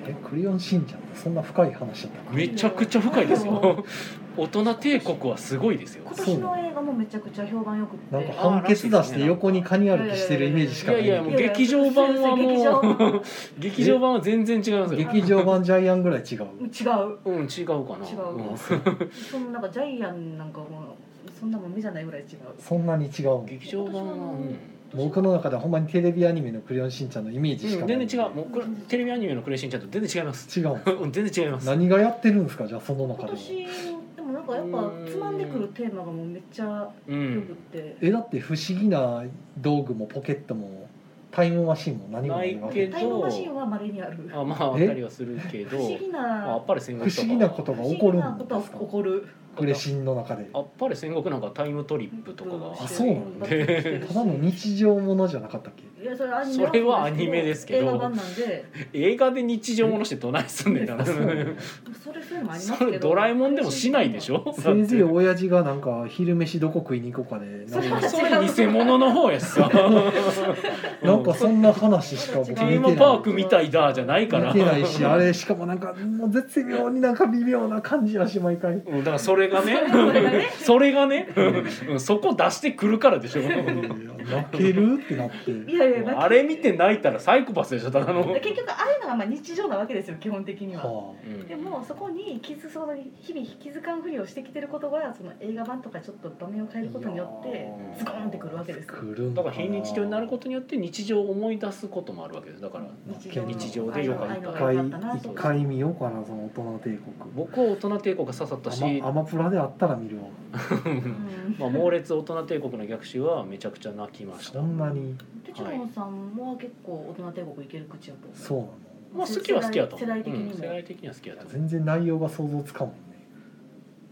Speaker 2: えクレヨンしんちゃんってそんな深い話だったか
Speaker 1: でめちゃくちゃ深いです
Speaker 3: う
Speaker 1: よ 大人帝国はすごいですよ
Speaker 3: 今年の映画もめちゃくちゃ評判よくって
Speaker 2: なんか判決出して横にカニ歩きしてるイメージし
Speaker 1: い
Speaker 2: かな
Speaker 1: や
Speaker 2: い
Speaker 1: いやもう劇場版はもう
Speaker 3: いやいや劇場
Speaker 1: 劇場版は全然違いますよ
Speaker 2: 劇場版ジャイアンぐらい違う
Speaker 3: 違う
Speaker 1: うん違うかな
Speaker 3: 違う
Speaker 1: うん
Speaker 3: そのなんかジャイアンなんかもうそんなもん目じゃないぐらい違う
Speaker 2: そんなに違うん
Speaker 1: 劇場版は、うん
Speaker 2: 僕の中ではほんまにテレビアニメの「クレヨンしんちゃん」のイメージし
Speaker 1: う
Speaker 2: か
Speaker 1: ん
Speaker 2: ない、
Speaker 1: 全然違うもうこれテレビアニメの「クレイシンちゃん」と全然違います
Speaker 2: 違 うんです
Speaker 1: うん全然違います
Speaker 2: 何がやってるんですかじゃあその中
Speaker 3: 今
Speaker 2: では
Speaker 3: 年でもなんかやっぱつまんでくるテーマがもうめっちゃよ
Speaker 1: う
Speaker 3: くっ
Speaker 1: ん
Speaker 3: て、
Speaker 2: えだって不思議な道具もポケットもタイムマシンも何もないわけ
Speaker 1: ない
Speaker 3: タイムマシンはまれにある
Speaker 1: あまああっ
Speaker 2: え
Speaker 1: たりはするけ
Speaker 3: 不
Speaker 1: ど
Speaker 3: 思議
Speaker 1: まああ
Speaker 3: な
Speaker 1: っぱれ戦
Speaker 2: 不
Speaker 1: 国とか
Speaker 2: 思議なことが
Speaker 3: 不思
Speaker 2: 起
Speaker 3: 議
Speaker 2: こる
Speaker 3: なんこと
Speaker 2: で
Speaker 3: は
Speaker 2: すか
Speaker 3: 起こる
Speaker 2: クレシンの中で
Speaker 1: あっぱれ戦国なんかタイムトリップとかが
Speaker 2: あそうなんだただの日常ものじゃなかったっけ
Speaker 3: いやそれアニメ
Speaker 1: それはアニメですけど
Speaker 3: 映画版なんで
Speaker 1: 映画で日常ものしてどないすんねんな
Speaker 2: あそうなの
Speaker 3: それそういうのもあります
Speaker 1: そ
Speaker 3: けど
Speaker 1: れドラえもんでもしないでし ょ
Speaker 2: せいぜい親父がなんか昼飯どこ食いに行こうかで
Speaker 3: それ
Speaker 1: だ
Speaker 2: な
Speaker 1: っ
Speaker 2: ん
Speaker 1: て
Speaker 2: か
Speaker 1: それ偽物の方やし さ
Speaker 2: なんかそんな話しか
Speaker 1: テ
Speaker 2: 僕見て
Speaker 1: ー
Speaker 2: な
Speaker 1: マ
Speaker 2: い
Speaker 1: パークみたいだじゃないから
Speaker 2: 見てないしあれしかもなんかもう絶妙になんか微妙な感じやし毎回
Speaker 1: うんだからそれがね
Speaker 3: それがね
Speaker 1: それがねうんそこ出してくるからでしょ
Speaker 2: いや泣けるってなって
Speaker 3: いやいやなんか
Speaker 1: あれ見て泣いたらサイコパスでしょただの
Speaker 3: 結局ああいうのがまあ日常なわけですよ基本的には、
Speaker 2: は
Speaker 1: うん
Speaker 3: でもそこに気づその日々気づかんふりをしてきてることがその映画版とかちょっと場面を変えることによってズコーンってくるわけです
Speaker 2: あ来るん
Speaker 1: だ
Speaker 2: だ
Speaker 1: から非日常になることによって日常を思い出すこともあるわけですだから
Speaker 2: と
Speaker 1: 日常でよかった
Speaker 3: 一
Speaker 2: 一回
Speaker 3: 回
Speaker 2: 一回見ようかなその大人帝国
Speaker 1: 僕は大人帝国が刺さったし、
Speaker 2: アマアマプラであったら見るわ
Speaker 1: まあ、猛烈大人帝国の逆襲はめちゃくちゃ泣きました
Speaker 2: そんなに
Speaker 3: テチロンさんも結構大人帝国いける口やと思う
Speaker 2: そうなの
Speaker 1: まあ好きは好きやと思う
Speaker 3: 世代世代的にも
Speaker 1: うん世代的には好きやと思う
Speaker 2: 全然内容が想像つかんもんね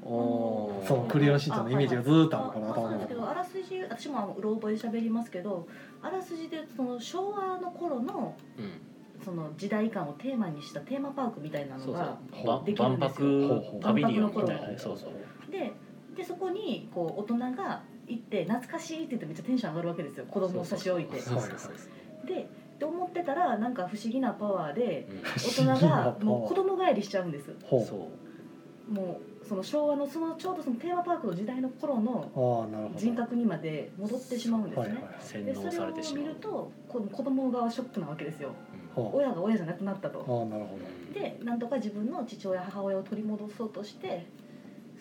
Speaker 1: おー
Speaker 2: そのクレヨンしんちゃんのイメージがずーっとあるから
Speaker 3: あそうなんですけ
Speaker 2: 頭
Speaker 3: どあらすじ私もあのうろ覚えしゃべりますけどあらすじでその昭和の頃の
Speaker 1: うん
Speaker 3: その時代感をテーマにしたテーマパークみたいな
Speaker 1: そ
Speaker 3: の
Speaker 1: う
Speaker 3: が
Speaker 1: そうば
Speaker 3: できる
Speaker 1: 万
Speaker 3: んですよ
Speaker 1: 博パビリオンみたいな
Speaker 3: 万博の
Speaker 1: ね
Speaker 3: 頃
Speaker 1: そうそう
Speaker 3: ででそこにこう大人が行って懐かしいって言ってめっちゃテンション上がるわけですよ子供を差し置いて
Speaker 1: そうそうそうそう
Speaker 3: でって思ってたらなんか不思議なパワー で
Speaker 1: うん
Speaker 3: 大人がもう子供帰りしちゃうんです
Speaker 2: ほ
Speaker 1: そう
Speaker 3: もうその昭和のそのちょうどそのテーマパークの時代の頃の
Speaker 2: うああなるほど
Speaker 3: 人格にまで戻ってしまうんです
Speaker 2: は
Speaker 3: ね、
Speaker 2: いはいはい
Speaker 1: 洗
Speaker 3: でそ
Speaker 1: 脳
Speaker 3: れ
Speaker 1: さ
Speaker 3: を
Speaker 1: れてし
Speaker 3: 見
Speaker 1: まう
Speaker 3: るとこの子供側はショックなわけですよ
Speaker 1: うん
Speaker 2: ほ
Speaker 3: 親が親じゃなくなった
Speaker 2: う
Speaker 3: と
Speaker 2: ああなるほ
Speaker 3: でなんとか自分の父親母親を取り戻そうとして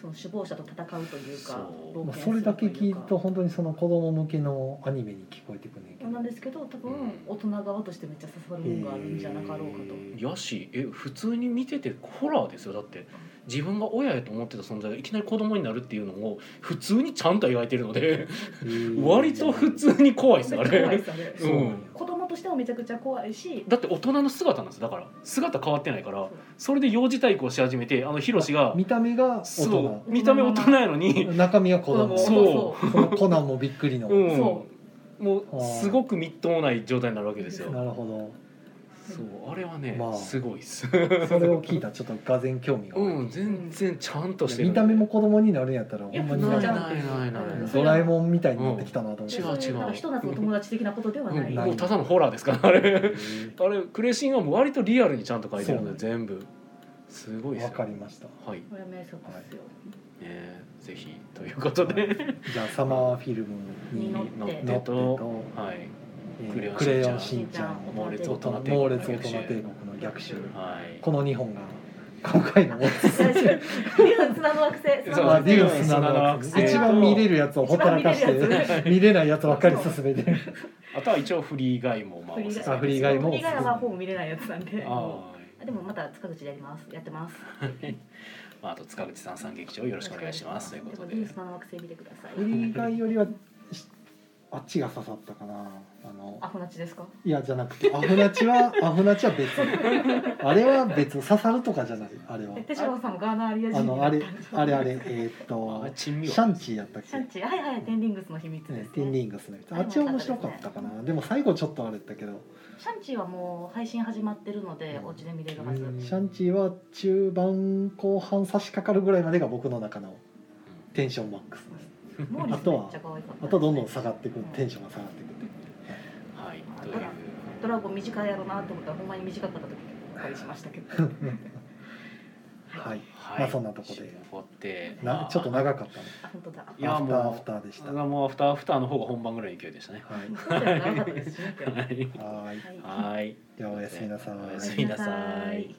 Speaker 3: その首謀者と戦うというか
Speaker 1: そう
Speaker 2: ど、
Speaker 3: 冒
Speaker 2: まあ、
Speaker 3: 険
Speaker 2: それだけ聞
Speaker 3: するという
Speaker 2: い
Speaker 3: か
Speaker 2: ると本当にその子供向けのアニメに聞こえてくるねんけど
Speaker 3: なんですけど多分
Speaker 1: うん
Speaker 3: 大人側としてめっちゃ刺さるものがあるんじゃなかろうかと、
Speaker 2: へ
Speaker 1: やしえ普通に見ててホラーですよだって自分が親やと思ってた存在がいきなり子供になるっていうのを普通にちゃんと描いてるので
Speaker 2: えー
Speaker 1: 割と普通に怖いですあ
Speaker 3: めっちゃ怖
Speaker 1: れ
Speaker 3: いですあれ
Speaker 2: そうなんや
Speaker 3: 子供としてもめちゃくちゃ怖いし
Speaker 1: だって大人の姿なんですよだから姿変わってないから
Speaker 3: そう
Speaker 1: それで幼児対抗し始めてあのヒロシが
Speaker 2: 見た目が大
Speaker 1: そ
Speaker 2: 人
Speaker 1: う見た目大人やのに
Speaker 2: 中身は子供
Speaker 1: そう
Speaker 2: そのコナンもびっくりの、
Speaker 1: うん
Speaker 3: そ
Speaker 1: もうすごくみっともない状態になるわけですよ
Speaker 2: なるほ
Speaker 1: そうあれはね
Speaker 2: まあ
Speaker 1: すごいっす
Speaker 2: どそれを聞いたらちょっとがぜん興味が湧いて
Speaker 1: うん全然ちゃんとしてる
Speaker 2: 見た目も子供になるんやったらほ
Speaker 3: いや
Speaker 2: んまに
Speaker 1: な
Speaker 2: ないん
Speaker 1: な
Speaker 2: か
Speaker 1: いないない
Speaker 3: うん
Speaker 2: ドラえもんみたいになってきたなと思って
Speaker 1: 違、う違う
Speaker 3: なんかひと夏お友達的なことでは
Speaker 1: う
Speaker 3: ない、
Speaker 1: ん
Speaker 2: な
Speaker 1: もうただのホラーです からあれあれクレシンはもう割とリアルにちゃんと書いてるので
Speaker 2: そう
Speaker 1: 全部すごいです
Speaker 2: わ
Speaker 1: よ
Speaker 2: かりました
Speaker 1: はいね
Speaker 3: これは名作ですよ、
Speaker 1: えぜひということで
Speaker 2: じゃあサマーフィルムに乗
Speaker 3: 乗
Speaker 2: っ
Speaker 3: って
Speaker 1: 乗って
Speaker 2: と
Speaker 1: とはい
Speaker 2: えー
Speaker 1: ク
Speaker 2: ク
Speaker 1: レ
Speaker 2: レ
Speaker 1: ヨ
Speaker 2: ヨ
Speaker 1: ン
Speaker 2: ン
Speaker 1: し
Speaker 2: し
Speaker 3: ん
Speaker 2: ん
Speaker 3: ち
Speaker 2: ち
Speaker 3: ゃ
Speaker 2: ゃ
Speaker 3: ん
Speaker 2: ん」
Speaker 1: 猛烈大人帝国の
Speaker 2: 猛烈大
Speaker 1: 逆
Speaker 2: 人
Speaker 1: 襲
Speaker 2: 帝国の逆襲
Speaker 1: はい
Speaker 2: この2本が今回の
Speaker 3: 大丈夫リュウ砂の惑星
Speaker 1: そう
Speaker 2: まあ
Speaker 1: リ
Speaker 2: デ
Speaker 1: ュ
Speaker 2: ュ
Speaker 1: ウ
Speaker 2: ース
Speaker 1: 砂
Speaker 2: な
Speaker 1: の
Speaker 2: の
Speaker 1: 惑星
Speaker 2: 一番見れるやつをほったらかし
Speaker 3: 一番見れる
Speaker 2: て見れないやつばっかり進めて
Speaker 1: あとは一応フリーガイもまあおすす
Speaker 2: あ
Speaker 1: め
Speaker 2: フ
Speaker 1: で
Speaker 2: リ
Speaker 1: す
Speaker 2: ー
Speaker 1: よ
Speaker 2: ガイも
Speaker 3: フリーガイはほぼ見れないやつなんで
Speaker 1: は
Speaker 3: あでもまた塚口でやりますやってます
Speaker 1: まあ、あと塚口さん三劇場よろしくお願いしますということで
Speaker 3: ニュースの惑星見てくださ
Speaker 2: フ
Speaker 3: い
Speaker 2: リーガイよりはしあっちが刺さったかなあの
Speaker 3: アホなちですか
Speaker 2: いやじゃなくてアフナチはアフナチは別あれは別刺さるとかじゃないあれは
Speaker 3: え手嶋さんもガーナアリア
Speaker 2: あ
Speaker 3: 人
Speaker 2: のあれあれあれえーっ
Speaker 1: あ
Speaker 2: と
Speaker 1: 珍妙
Speaker 2: シャンチーやったっ
Speaker 3: シ
Speaker 2: け
Speaker 3: ャンチーはいはいテンディングスの秘密です、ね
Speaker 2: ね、テンリングスの人あっちは面白かったかなでも最後ちょっとあれだけど
Speaker 3: シャンチーはもう配信始まってるので、
Speaker 2: うん
Speaker 3: お家で見れるはず、
Speaker 1: うん
Speaker 2: シャンチーは中盤後半差し掛かるぐらいまでが僕の中のテンションマックスです
Speaker 3: モーリスめっちゃ可愛かったですね
Speaker 2: あとどんどん下がってくるテンションが下がってくる
Speaker 1: はい
Speaker 3: あ
Speaker 1: という
Speaker 3: ドラドラゴン短いやろなと思ったらほんまに短かった時びっくりしましたけ ど
Speaker 2: はい
Speaker 1: はい、
Speaker 2: まあそんなとこで
Speaker 1: 絞って
Speaker 2: なちょっと
Speaker 1: い
Speaker 2: 長かったね
Speaker 3: あ本 当だ
Speaker 1: いや
Speaker 2: アフタ
Speaker 1: も
Speaker 2: ー
Speaker 1: う
Speaker 2: アフターでしたは
Speaker 1: もうアフターアフターの方が本番ぐらいの勢いでしたね
Speaker 2: い
Speaker 3: そうだよ長かったですしね今日
Speaker 1: はい
Speaker 2: はーい
Speaker 3: は い
Speaker 1: はい
Speaker 2: ではおやすみなさ
Speaker 1: お
Speaker 2: い
Speaker 1: やすみなさい